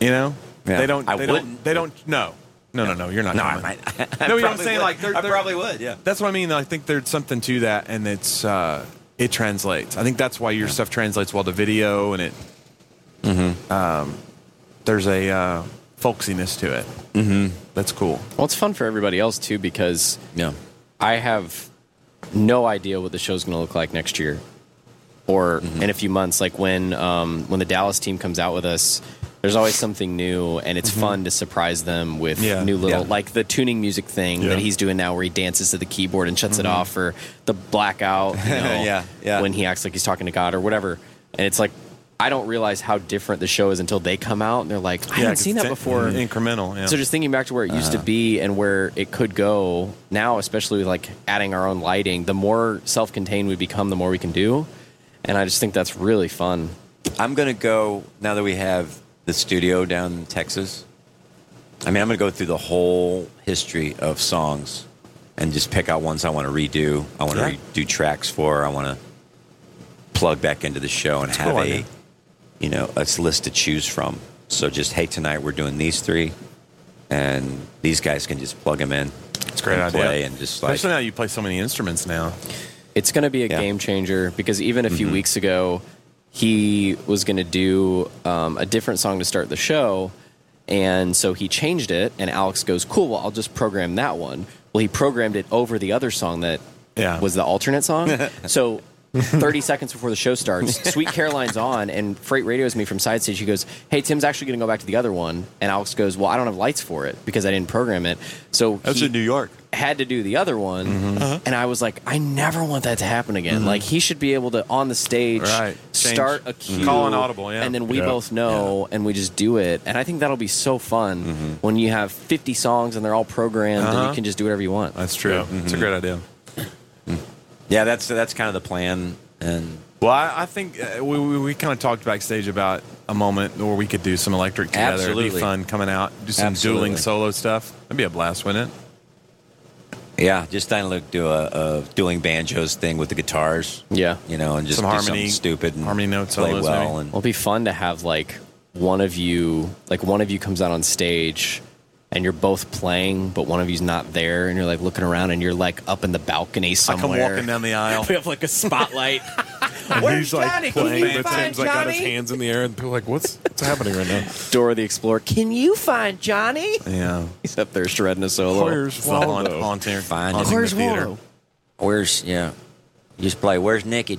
S3: You know,
S2: Yeah.
S3: they don't.
S2: I
S3: they
S2: wouldn't.
S3: Don't, they don't. No, no, no, no. You're not.
S2: No,
S3: coming.
S2: I might.
S3: no, you know what I'm
S2: probably
S3: saying?
S2: would.
S3: Like, they're,
S2: I
S3: they're-
S2: probably would, yeah.
S3: That's what I mean. I think there's something to that, and it's uh, it translates. I think that's why your stuff translates well to video, and it
S2: Mm-hmm.
S3: um, there's a uh, folksiness to it.
S6: Mm-hmm.
S3: That's cool.
S6: Well, it's fun for everybody else too because
S2: yeah,
S6: I have no idea what the show's going to look like next year or
S12: Mm-hmm.
S6: in a few months. Like when um, when the Dallas team comes out with us, there's always something new, and it's fun to surprise them with
S12: Mm-hmm. Yeah.
S6: new little
S12: Yeah.
S6: like the tuning music thing
S12: Yeah.
S6: that he's doing now, where he dances to the keyboard and shuts
S12: Mhm.
S6: it off, or the blackout. You know,
S12: Yeah, yeah.
S6: When he acts like he's talking to God or whatever, and it's like. I don't realize how different the show is until they come out and they're like, I haven't
S3: 'cause
S6: seen that
S3: it's
S6: before.
S3: mm-hmm.
S12: Mm-hmm.
S3: Incremental. Yeah.
S6: So just thinking back to where it used to
S3: Uh-huh.
S6: be and where it could go now, especially with like adding our own lighting, the more self-contained we become, the more we can do. And I just think that's really fun.
S2: I'm gonna go now that we have the studio down in Texas. I mean, I'm gonna go through the whole history of songs and just pick out ones I want to redo. I want to
S12: Yeah.
S2: redo tracks for. I want to plug back into the show and
S12: That's a
S2: have
S12: cool
S2: a
S12: idea.
S2: you know a list to choose from. So just hey, tonight we're doing these three, and these guys can just plug them in. It's
S3: great
S2: and
S3: idea.
S2: Play and just like
S3: Especially now you play so many instruments now.
S6: It's going to be a game changer because even a few weeks ago, he was going to do um, a different song to start the show. And so he changed it, and Alex goes, Cool, well, I'll just program that one. Well, he programmed it over the other song that
S3: Yeah.
S6: was the alternate song. so 30 seconds before the show starts, Sweet Caroline's on, and Freight radios me from side stage. He goes, Hey, Tim's actually going to go back to the other one. And Alex goes, Well, I don't have lights for it because I didn't program it. So
S2: That's
S6: he
S2: in New York.
S6: Had to do the other one.
S12: Mm-hmm. Uh-huh.
S6: And I was like, I never want that to happen again.
S12: Mhm.
S6: Like, he should be able to, on the stage,
S12: Right. Change.
S6: start a
S12: Mhm.
S6: cue.
S12: Call an audible, yeah.
S6: And then we
S12: Yeah.
S6: both know, and we just do it. And I think that'll be so fun
S12: Mm-hmm.
S6: when you have 50 songs and they're all programmed and
S2: Uh-huh.
S6: you can just do whatever you want.
S3: That's true. Mm-hmm. It's a great idea.
S2: yeah, that's that's kind of the plan. And
S3: Well, I, I think uh, we, we, we kind of talked backstage about a moment where we could do some electric together. It'd be
S2: Absolutely.
S3: fun coming out, do some dueling
S2: Absolutely.
S3: solo stuff. That'd be a blast, wouldn't it?
S2: Yeah, just kind of like do a, a dueling banjos thing with the guitars.
S6: Yeah,
S2: you know, and just
S6: Some
S2: do
S6: harmony-
S2: something stupid and
S6: harmony notes
S2: play
S6: solos,
S2: well.
S6: maybe.
S2: And
S6: Well, it'd be fun to have like one of you, like one of you comes out on stage and you're both playing, but one of you's not there, and you're like looking around and you're like up in the balcony
S3: I come
S6: somewhere.
S3: walking down the aisle.
S6: We have like a spotlight.
S5: And
S6: Where's
S5: he's like
S6: Johnny? Can
S5: playing,
S6: you
S5: but
S6: find
S5: Tim's like got his
S6: Johnny?
S5: hands in the air, and people are like, "What's what's happening right now?"
S6: Dora the Explorer. Can you find Johnny?
S3: Yeah,
S6: he's up there shredding a solo.
S5: Where's
S2: Find
S6: Haunting Where's the theater. Waldo?
S2: Where's yeah? You just play. Where's naked?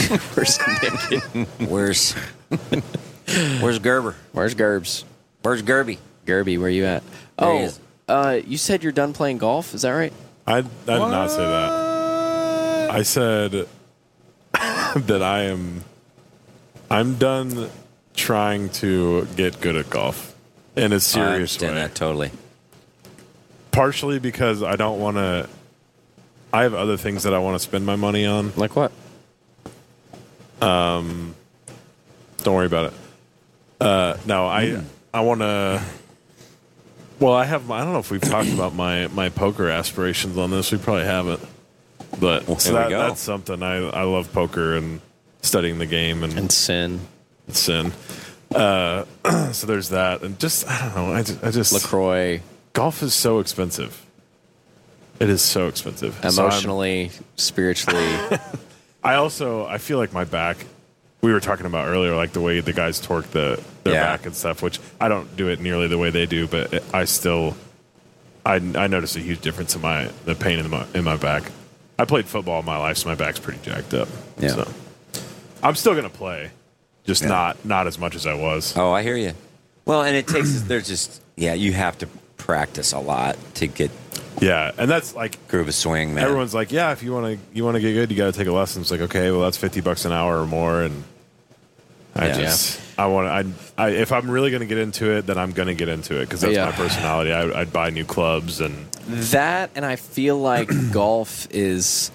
S6: where's naked?
S2: Where's Where's Gerber?
S6: Where's Gerbs?
S2: Where's Gerby?
S6: Gerby, where you at?
S2: There he
S6: oh,
S2: is.
S6: uh, you said you're done playing golf. Is that right?
S5: I I did not say that. I said that I am I'm done trying to get good at golf in a serious way.
S2: totally.
S5: Partially because I don't want to. I have other things that I want to spend my money on.
S6: Like what?
S5: Um, don't worry about it. Uh, no, I I want to. Well, I have. I don't know if we've talked about my my poker aspirations on this. We probably haven't. But
S2: Well,
S5: so
S2: here we
S5: that-
S2: go.
S5: that's something I I love poker and studying the game and and
S6: sin
S5: sin. Uh, so there's that, and just I don't know. I just, I just
S6: Lacroix.
S5: Golf is so expensive. It is so expensive. So I'm-
S6: Emotionally, spiritually.
S5: I also I feel like my back. We were talking about earlier, like the way the guys torque the their
S2: Yeah.
S5: back and stuff, which I don't do it nearly the way they do, but it, I still I I notice a huge difference in my the pain in my in my back. I played football all my life, so my back's pretty jacked up.
S2: Yeah.
S5: So I'm still gonna play, just not not as much as I was.
S2: Oh, I hear you. Well, and it takes. There's just yeah. You have to practice a lot to get.
S5: Yeah, and that's like
S2: groove a swing, man.
S5: Everyone's like, yeah, if you want to you want to get good, you got to take a lesson. It's like, okay, well, that's fifty bucks an hour or more, and I
S2: Yeah.
S5: just I want to. I, I if I'm really going to get into it, then I'm going to get into it because that's
S6: Yeah.
S5: my personality. I, I'd buy new clubs and
S6: That and I feel like golf is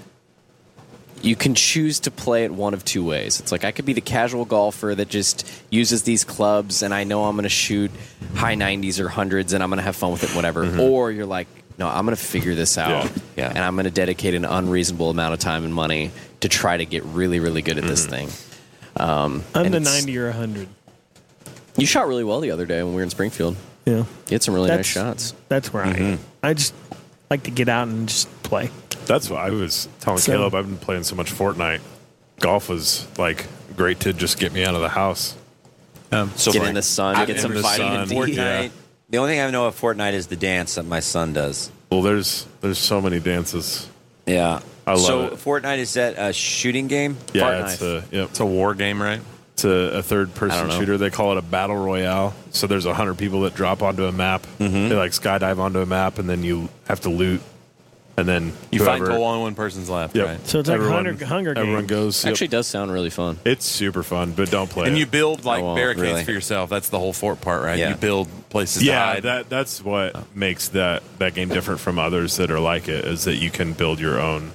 S6: you can choose to play it one of two ways. It's like I could be the casual golfer that just uses these clubs and I know I'm going to shoot high 90s or hundreds and I'm going to have fun with it whatever.
S5: Mm-hmm.
S6: Or you're like no, I'm going to figure this out and I'm going to dedicate an unreasonable amount of time and money to try to get really really good at this
S5: Mm-hmm.
S6: thing. Um,
S8: I'm
S6: and
S8: the
S6: it's-
S8: 90 or 100.
S6: You shot really well the other day when we were in Springfield.
S8: Yeah.
S6: You had some really nice
S8: That's-
S6: shots.
S8: That's where I am.
S5: Mm-hmm.
S8: I just like to get out and just play.
S5: That's what I was telling
S8: So-
S5: Caleb. I've been playing so much Fortnite. Golf was like great to just get me out of the house.
S2: Um,
S5: so
S6: get
S5: my-
S6: in the sun,
S5: I'm
S6: get
S5: in
S6: some
S5: the
S6: vitamin
S5: sun,
S6: D.
S5: yeah.
S2: The only thing I know of Fortnite is the dance that my son does.
S5: Well, there's there's so many dances.
S2: Yeah,
S5: I love
S2: so
S5: it.
S2: Fortnite is that a shooting game?
S5: Yeah,
S2: Fortnite.
S5: it's a yep. it's a war game, right? It's a, a third
S2: I don't
S5: person
S2: know.
S5: shooter. They call it a battle royale. So there's a hundred people that drop onto a map. They like skydive onto a map, and then you have to loot, and then
S3: You find
S5: whoever-
S3: goal on one person's left.
S5: Yep.
S3: Right?
S8: So it's like Hunger- Hunger
S5: Everyone
S8: Games.
S5: goes. yep.
S6: Actually does sound really fun.
S5: it's super fun, but don't play.
S3: and
S5: it.
S3: you build like
S5: I won't,
S3: barricades
S5: really.
S3: for yourself. That's the whole fort part, right?
S5: Yeah.
S3: You build places. to
S5: yeah,
S3: hide.
S5: that that's what makes that that game different from others that are like it is that you can build your own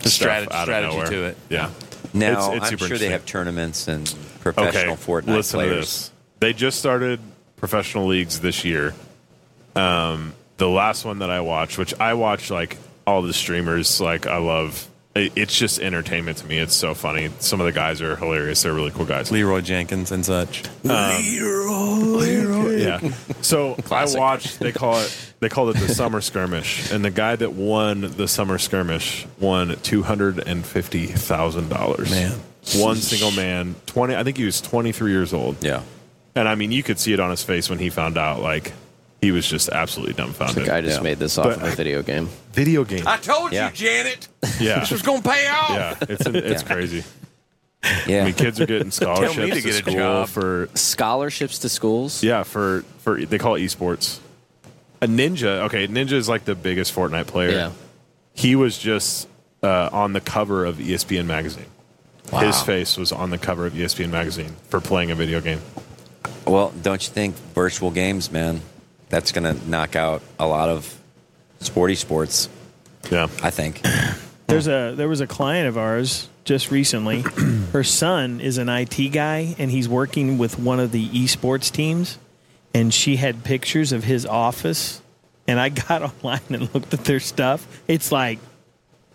S3: The
S5: stuff
S3: strateg-
S5: out of
S3: strategy
S5: nowhere.
S3: to it.
S5: Yeah.
S2: Now
S5: It's- it's super
S2: I'm sure they
S5: interesting.
S2: have tournaments and professional Fortnite
S5: listen
S2: players.
S5: To this. They just started professional leagues this year. Um, the last one that I watched, which I watch like all the streamers, like I love. It, it's just entertainment to me. It's so funny. Some of the guys are hilarious. They're really cool guys.
S3: Leroy Jenkins and such.
S5: yeah. So
S3: Classic.
S5: I watched. They call it. They called it the summer skirmish, and the guy that won the summer skirmish won two hundred and fifty thousand dollars.
S3: Man.
S5: one single man. Twenty. I think he was twenty three years old.
S2: Yeah.
S5: And I mean, you could see it on his face when he found out. Like, he was just absolutely dumbfounded.
S6: Like I just made this off
S5: But
S6: of a video game.
S5: video game.
S3: I told
S5: Yeah.
S3: you, Janet.
S5: Yeah.
S3: This was going to pay off.
S5: Yeah, it's it's
S6: Yeah.
S5: crazy.
S2: Yeah.
S5: I mean, kids are getting
S6: Tell me
S5: scholarships
S6: to
S5: to,
S6: get a
S5: school
S6: job.
S5: for
S6: scholarships to schools.
S5: Yeah, for for they call it esports. A ninja, okay, ninja is like the biggest Fortnite player.
S6: Yeah.
S5: He was just uh, on the cover of ESPN magazine. His face was on the cover of E ESPN magazine for playing a video game.
S2: Well, don't you think virtual games, man? That's going to knock out a lot of sporty sports.
S5: Yeah,
S2: I think.
S8: There's a there was a client of ours just recently. Her son is an IT guy and he's working with one of the esports teams and she had pictures of his office and I got online and looked at their stuff. It's like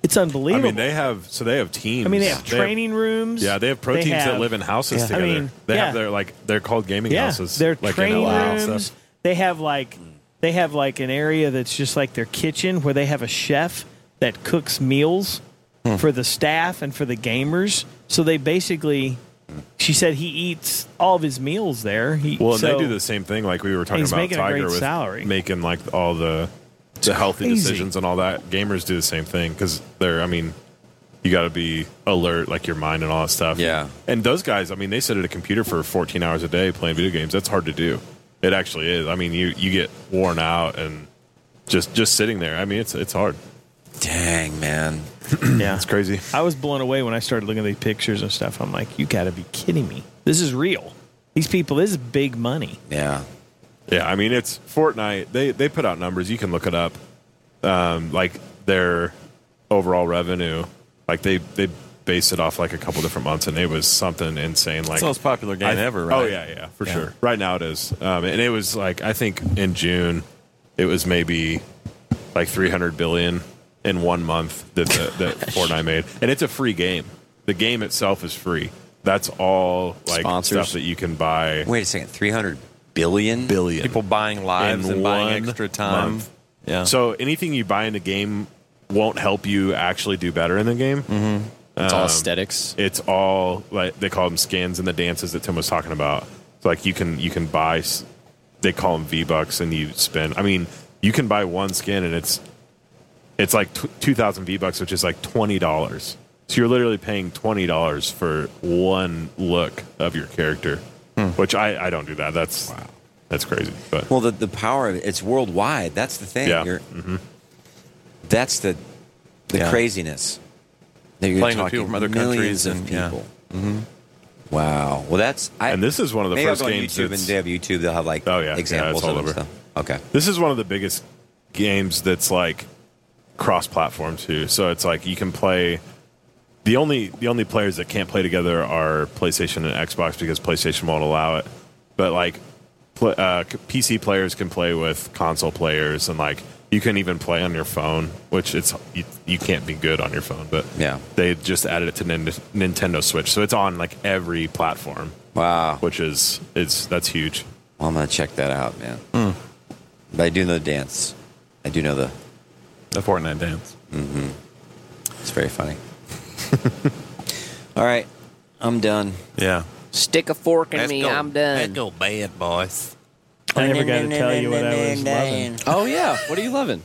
S8: it's
S5: I
S8: unbelievable.
S5: mean, they have so they have teams.
S8: I mean, they have training rooms.
S5: Yeah, they have pro
S8: They
S5: teams
S8: have-
S5: that live in houses
S8: Yeah. I
S5: together.
S8: mean,
S5: they
S8: yeah.
S5: have their like they're called gaming
S8: yeah,
S5: houses.
S8: They're
S5: like in
S8: training
S5: LA and stuff.
S8: rooms. They have like they have like an area that's just like their kitchen where they have a chef that cooks meals
S5: Hmm.
S8: for the staff and for the gamers. So they basically she said he eats all of his meals there. He,
S5: Well, and
S8: so,
S5: they do the same thing. Like we were talking
S8: He's
S5: about
S8: making a
S5: Tiger
S8: great
S5: with
S8: salary.
S5: making like all the the healthy
S8: crazy.
S5: decisions and all that. Gamers do the same thing because they're. I mean, you got to be alert, like your mind and all that stuff. Yeah. And those guys, I mean, they sit at a computer for 14 hours a day playing video games. That's hard to do. It actually is. I mean, you you get worn out and just just sitting there. I mean, it's it's hard.
S2: Dang man,
S8: yeah,
S5: it's crazy.
S8: I was blown away when I started looking at these pictures and stuff. I'm like, you got to be kidding me. This is real. These people, this is big money.
S2: Yeah.
S5: Yeah, I mean it's Fortnite. They they put out numbers. You can look it up. Um, like their overall revenue, like they they base it off like a couple different months, and it was something insane. Like
S3: It's the most popular game
S5: I-
S3: ever,
S5: Oh
S3: right?
S5: yeah, yeah, for
S3: Yeah.
S5: sure. Right now it is, um, and it was like I think in June, it was maybe like 300 billion in one month that the, that Fortnite made, and it's a free game. The game itself is free. That's all like
S2: Sponsors.
S5: stuff that you can buy.
S2: Wait a second, 300 billion
S5: billion
S3: People buying lives
S5: in
S3: and buying
S5: one
S3: extra time.
S5: month.
S3: Yeah.
S5: So anything you buy in the game won't help you actually do better in the game. Mm-hmm.
S6: It's all aesthetics.
S5: It's all like they call them skins and the dances that Tim was talking about. It's like you can you can buy. s- They call them V bucks, and you spend. I mean, you can buy one skin, and it's it's like t- two thousand V bucks, which is like twenty dollars. So you're literally paying twenty dollars for one look of your character, which I, I don't do that. That's that's crazy. But
S2: Hmm. Well, the, the power of it, it's worldwide. That's the thing.
S5: Yeah. Mm-hmm.
S2: You're, That's the the
S5: Yeah.
S2: craziness. That you're
S5: Playing with
S2: talking
S5: people from other countries
S2: millions of
S5: and- yeah.
S2: people. Mm-hmm. Wow. Well, that's I,
S5: and this is one of the
S2: maybe I'll
S5: first
S2: go on
S5: games
S2: YouTube and
S5: that's-
S2: they have YouTube. They'll have like
S5: Oh yeah,
S2: examples
S5: yeah,
S2: of
S5: it's all
S2: it and
S5: over.
S2: stuff. Okay.
S5: This is one of the biggest games that's like cross-platform too. So it's like you can play. The only the only players that can't play together are PlayStation and Xbox because PlayStation won't allow it. But like pl- uh, c- PC players can play with console players, and like you can even play on your phone, which it's you, you can't be good on your phone. But
S2: yeah,
S5: they just added it to Nin- Nintendo Switch, so it's on like every platform.
S2: Wow,
S5: which is it's that's huge.
S2: Well, I'm gonna check that out, man.
S5: Mm.
S2: But I do know the dance. I do know the
S3: the Fortnite dance.
S2: Mm-hmm. It's very funny. All right, I'm done.
S3: Yeah.
S12: Stick a fork in
S2: Let's
S12: me.
S2: go.
S12: I'm done.
S2: Let's go bad, boys.
S8: I never got to tell you what I was loving.
S6: Oh yeah, what are you loving?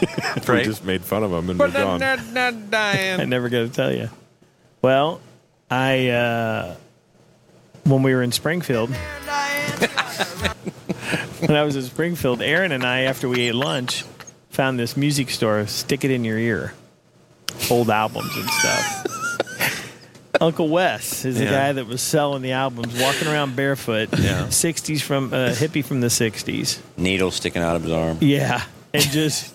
S5: We just made fun of him and moved on.
S8: I never got to tell you. Well, I uh, when we were in Springfield, when I was in Springfield, Aaron and I, after we ate lunch, found this music store. Stick it in your ear, old albums and stuff. Uncle Wes is the
S3: Yeah.
S8: guy that was selling the albums, walking around barefoot,
S2: Yeah.
S8: '60s from uh, hippie from the '60s.
S2: Needle sticking out of his arm.
S8: Yeah, and just,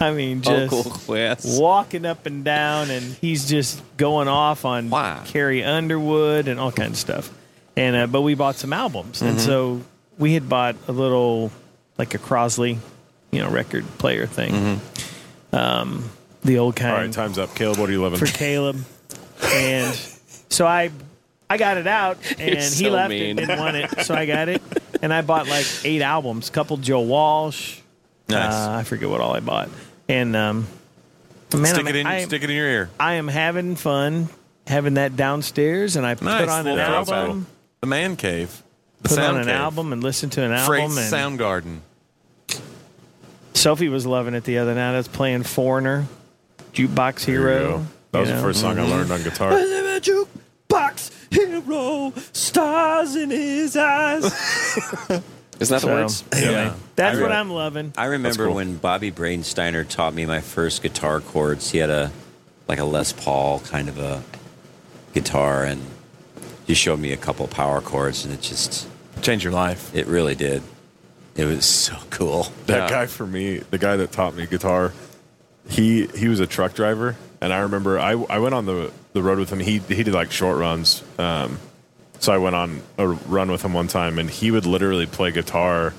S8: I mean, just
S2: Uncle Wes.
S8: walking up and down, and he's just going off on Carrie Underwood and all kinds of stuff. And uh, but we bought some albums, and
S13: Mhm.
S5: Mm-hmm.
S8: so we had bought a little, like a Crosley, you know, record player thing.
S5: Mm-hmm.
S8: Um, the old kind.
S5: All right, time's up. Caleb, what are you loving?
S8: for Caleb, and so I I got it out, and
S5: You're
S8: he
S5: so
S8: left
S5: mean.
S8: it, didn't want it, so I got it, and I bought like eight albums, couple Joe Walsh,
S3: Nice.
S8: uh, I forget what all I bought, and um, man,
S3: stick
S8: I'm-
S3: it in.
S8: I-
S3: stick it in your ear.
S8: I am having fun having that downstairs, and I
S3: Nice.
S8: put on an
S3: little
S8: album,
S3: profile. The man cave. The
S8: put
S3: sound
S8: on an
S3: cave.
S8: album, and listen to an
S3: Frank
S8: album, and
S3: Soundgarden.
S8: Sophie was loving it the other night. I was playing Foreigner, Jukebox Hero.
S5: That was
S8: you
S5: the
S8: know.
S5: first song I learned on
S10: I
S5: guitar.
S10: live a jukebox hero, stars in his eyes.
S6: Isn't that the
S8: So,
S6: words?
S8: anyway,
S2: Yeah.
S8: That's
S2: I
S8: what
S2: re-
S8: I'm loving.
S2: I remember when Bobby Brainsteiner taught me my first guitar chords. He had a like a Les Paul kind of a guitar, and he showed me a couple power chords, and it just
S3: changed your life.
S2: It really did. It was so cool.
S5: That guy for me, the guy that taught me guitar, he he was a truck driver, and I remember I, I went on the the road with him. He he did like short runs, um, so I went on a run with him one time, and he would literally play guitar,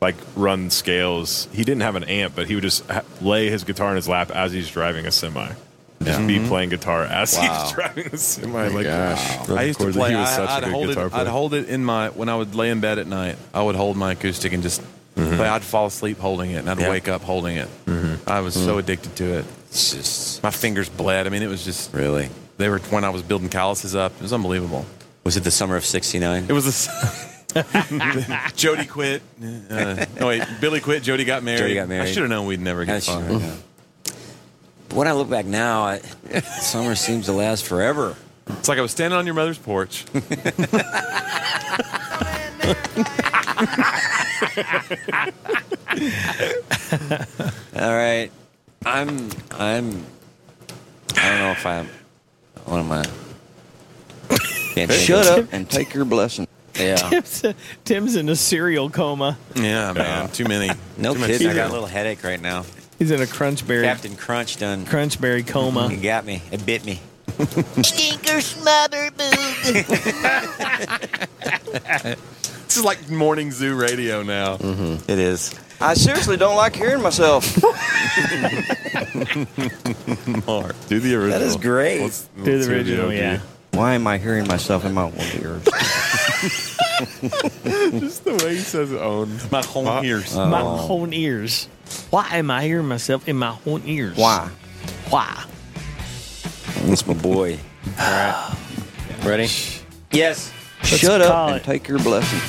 S5: like run scales. He didn't have an amp, but he would just ha- lay his guitar in his lap as he's driving a semi. Just
S3: Yeah.
S5: be
S3: Mhm.
S5: playing guitar as
S3: Wow. Oh
S5: he's driving a semi. like,
S3: I used to
S5: Of course,
S3: play.
S5: He was
S3: I,
S5: such
S3: I'd
S5: a good
S3: hold it.
S5: guitar player.
S3: I'd hold it in my when I would lay in bed at night. I would hold my acoustic and just play. I'd fall asleep holding it, and I'd
S5: Mm-hmm. Yeah. Mm-hmm.
S3: wake up holding it. I was so addicted to it.
S2: It's just
S3: my fingers bled. I mean, it was just
S2: really.
S3: They were when I was building calluses up. It was unbelievable.
S2: Was it the summer of '69?
S3: It was the. Jody quit. Uh, no wait, Billy quit. Jody got married.
S2: Jody got married.
S3: I should have known we'd never
S2: I
S3: get
S2: should
S3: far.
S2: have known. When I look back now, I, summer seems to last forever.
S3: It's like I was standing on your mother's porch.
S2: All right, I'm. I'm. I don't know if I'm. What am I?
S12: Can't
S10: Shut
S12: think
S10: up
S12: of-
S10: and take your blessing.
S8: Tim's, Tim's in a cereal coma.
S3: Yeah, man. Too many.
S2: no
S8: too many
S2: kidding. I got
S8: cereal.
S2: a little headache right now.
S8: He's in a Crunchberry
S2: Captain Crunch done.
S8: Crunchberry coma.
S2: He got me. It bit me.
S9: Stinker smother
S3: this is like morning zoo radio now.
S5: Mm.
S3: Mm-hmm.
S2: It is.
S10: I seriously don't like hearing myself.
S3: Mark, do the original.
S10: That is great.
S3: Let's- Do the let's hear the original, OG. yeah.
S10: Why am I hearing myself in my own ears?
S5: Just the way he says own.
S3: My own ears.
S8: My
S5: Oh.
S8: own ears. Why am I hearing myself in my own ears?
S10: Why?
S8: Why?
S2: That's my boy. All right.
S6: Ready?
S2: Yes.
S10: Shut
S8: call
S10: up and
S8: it.
S10: take your blessing.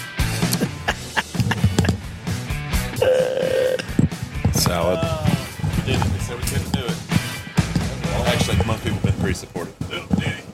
S5: Salad.
S3: Did it. They said we couldn't do it. Actually, most people have been pretty supportive.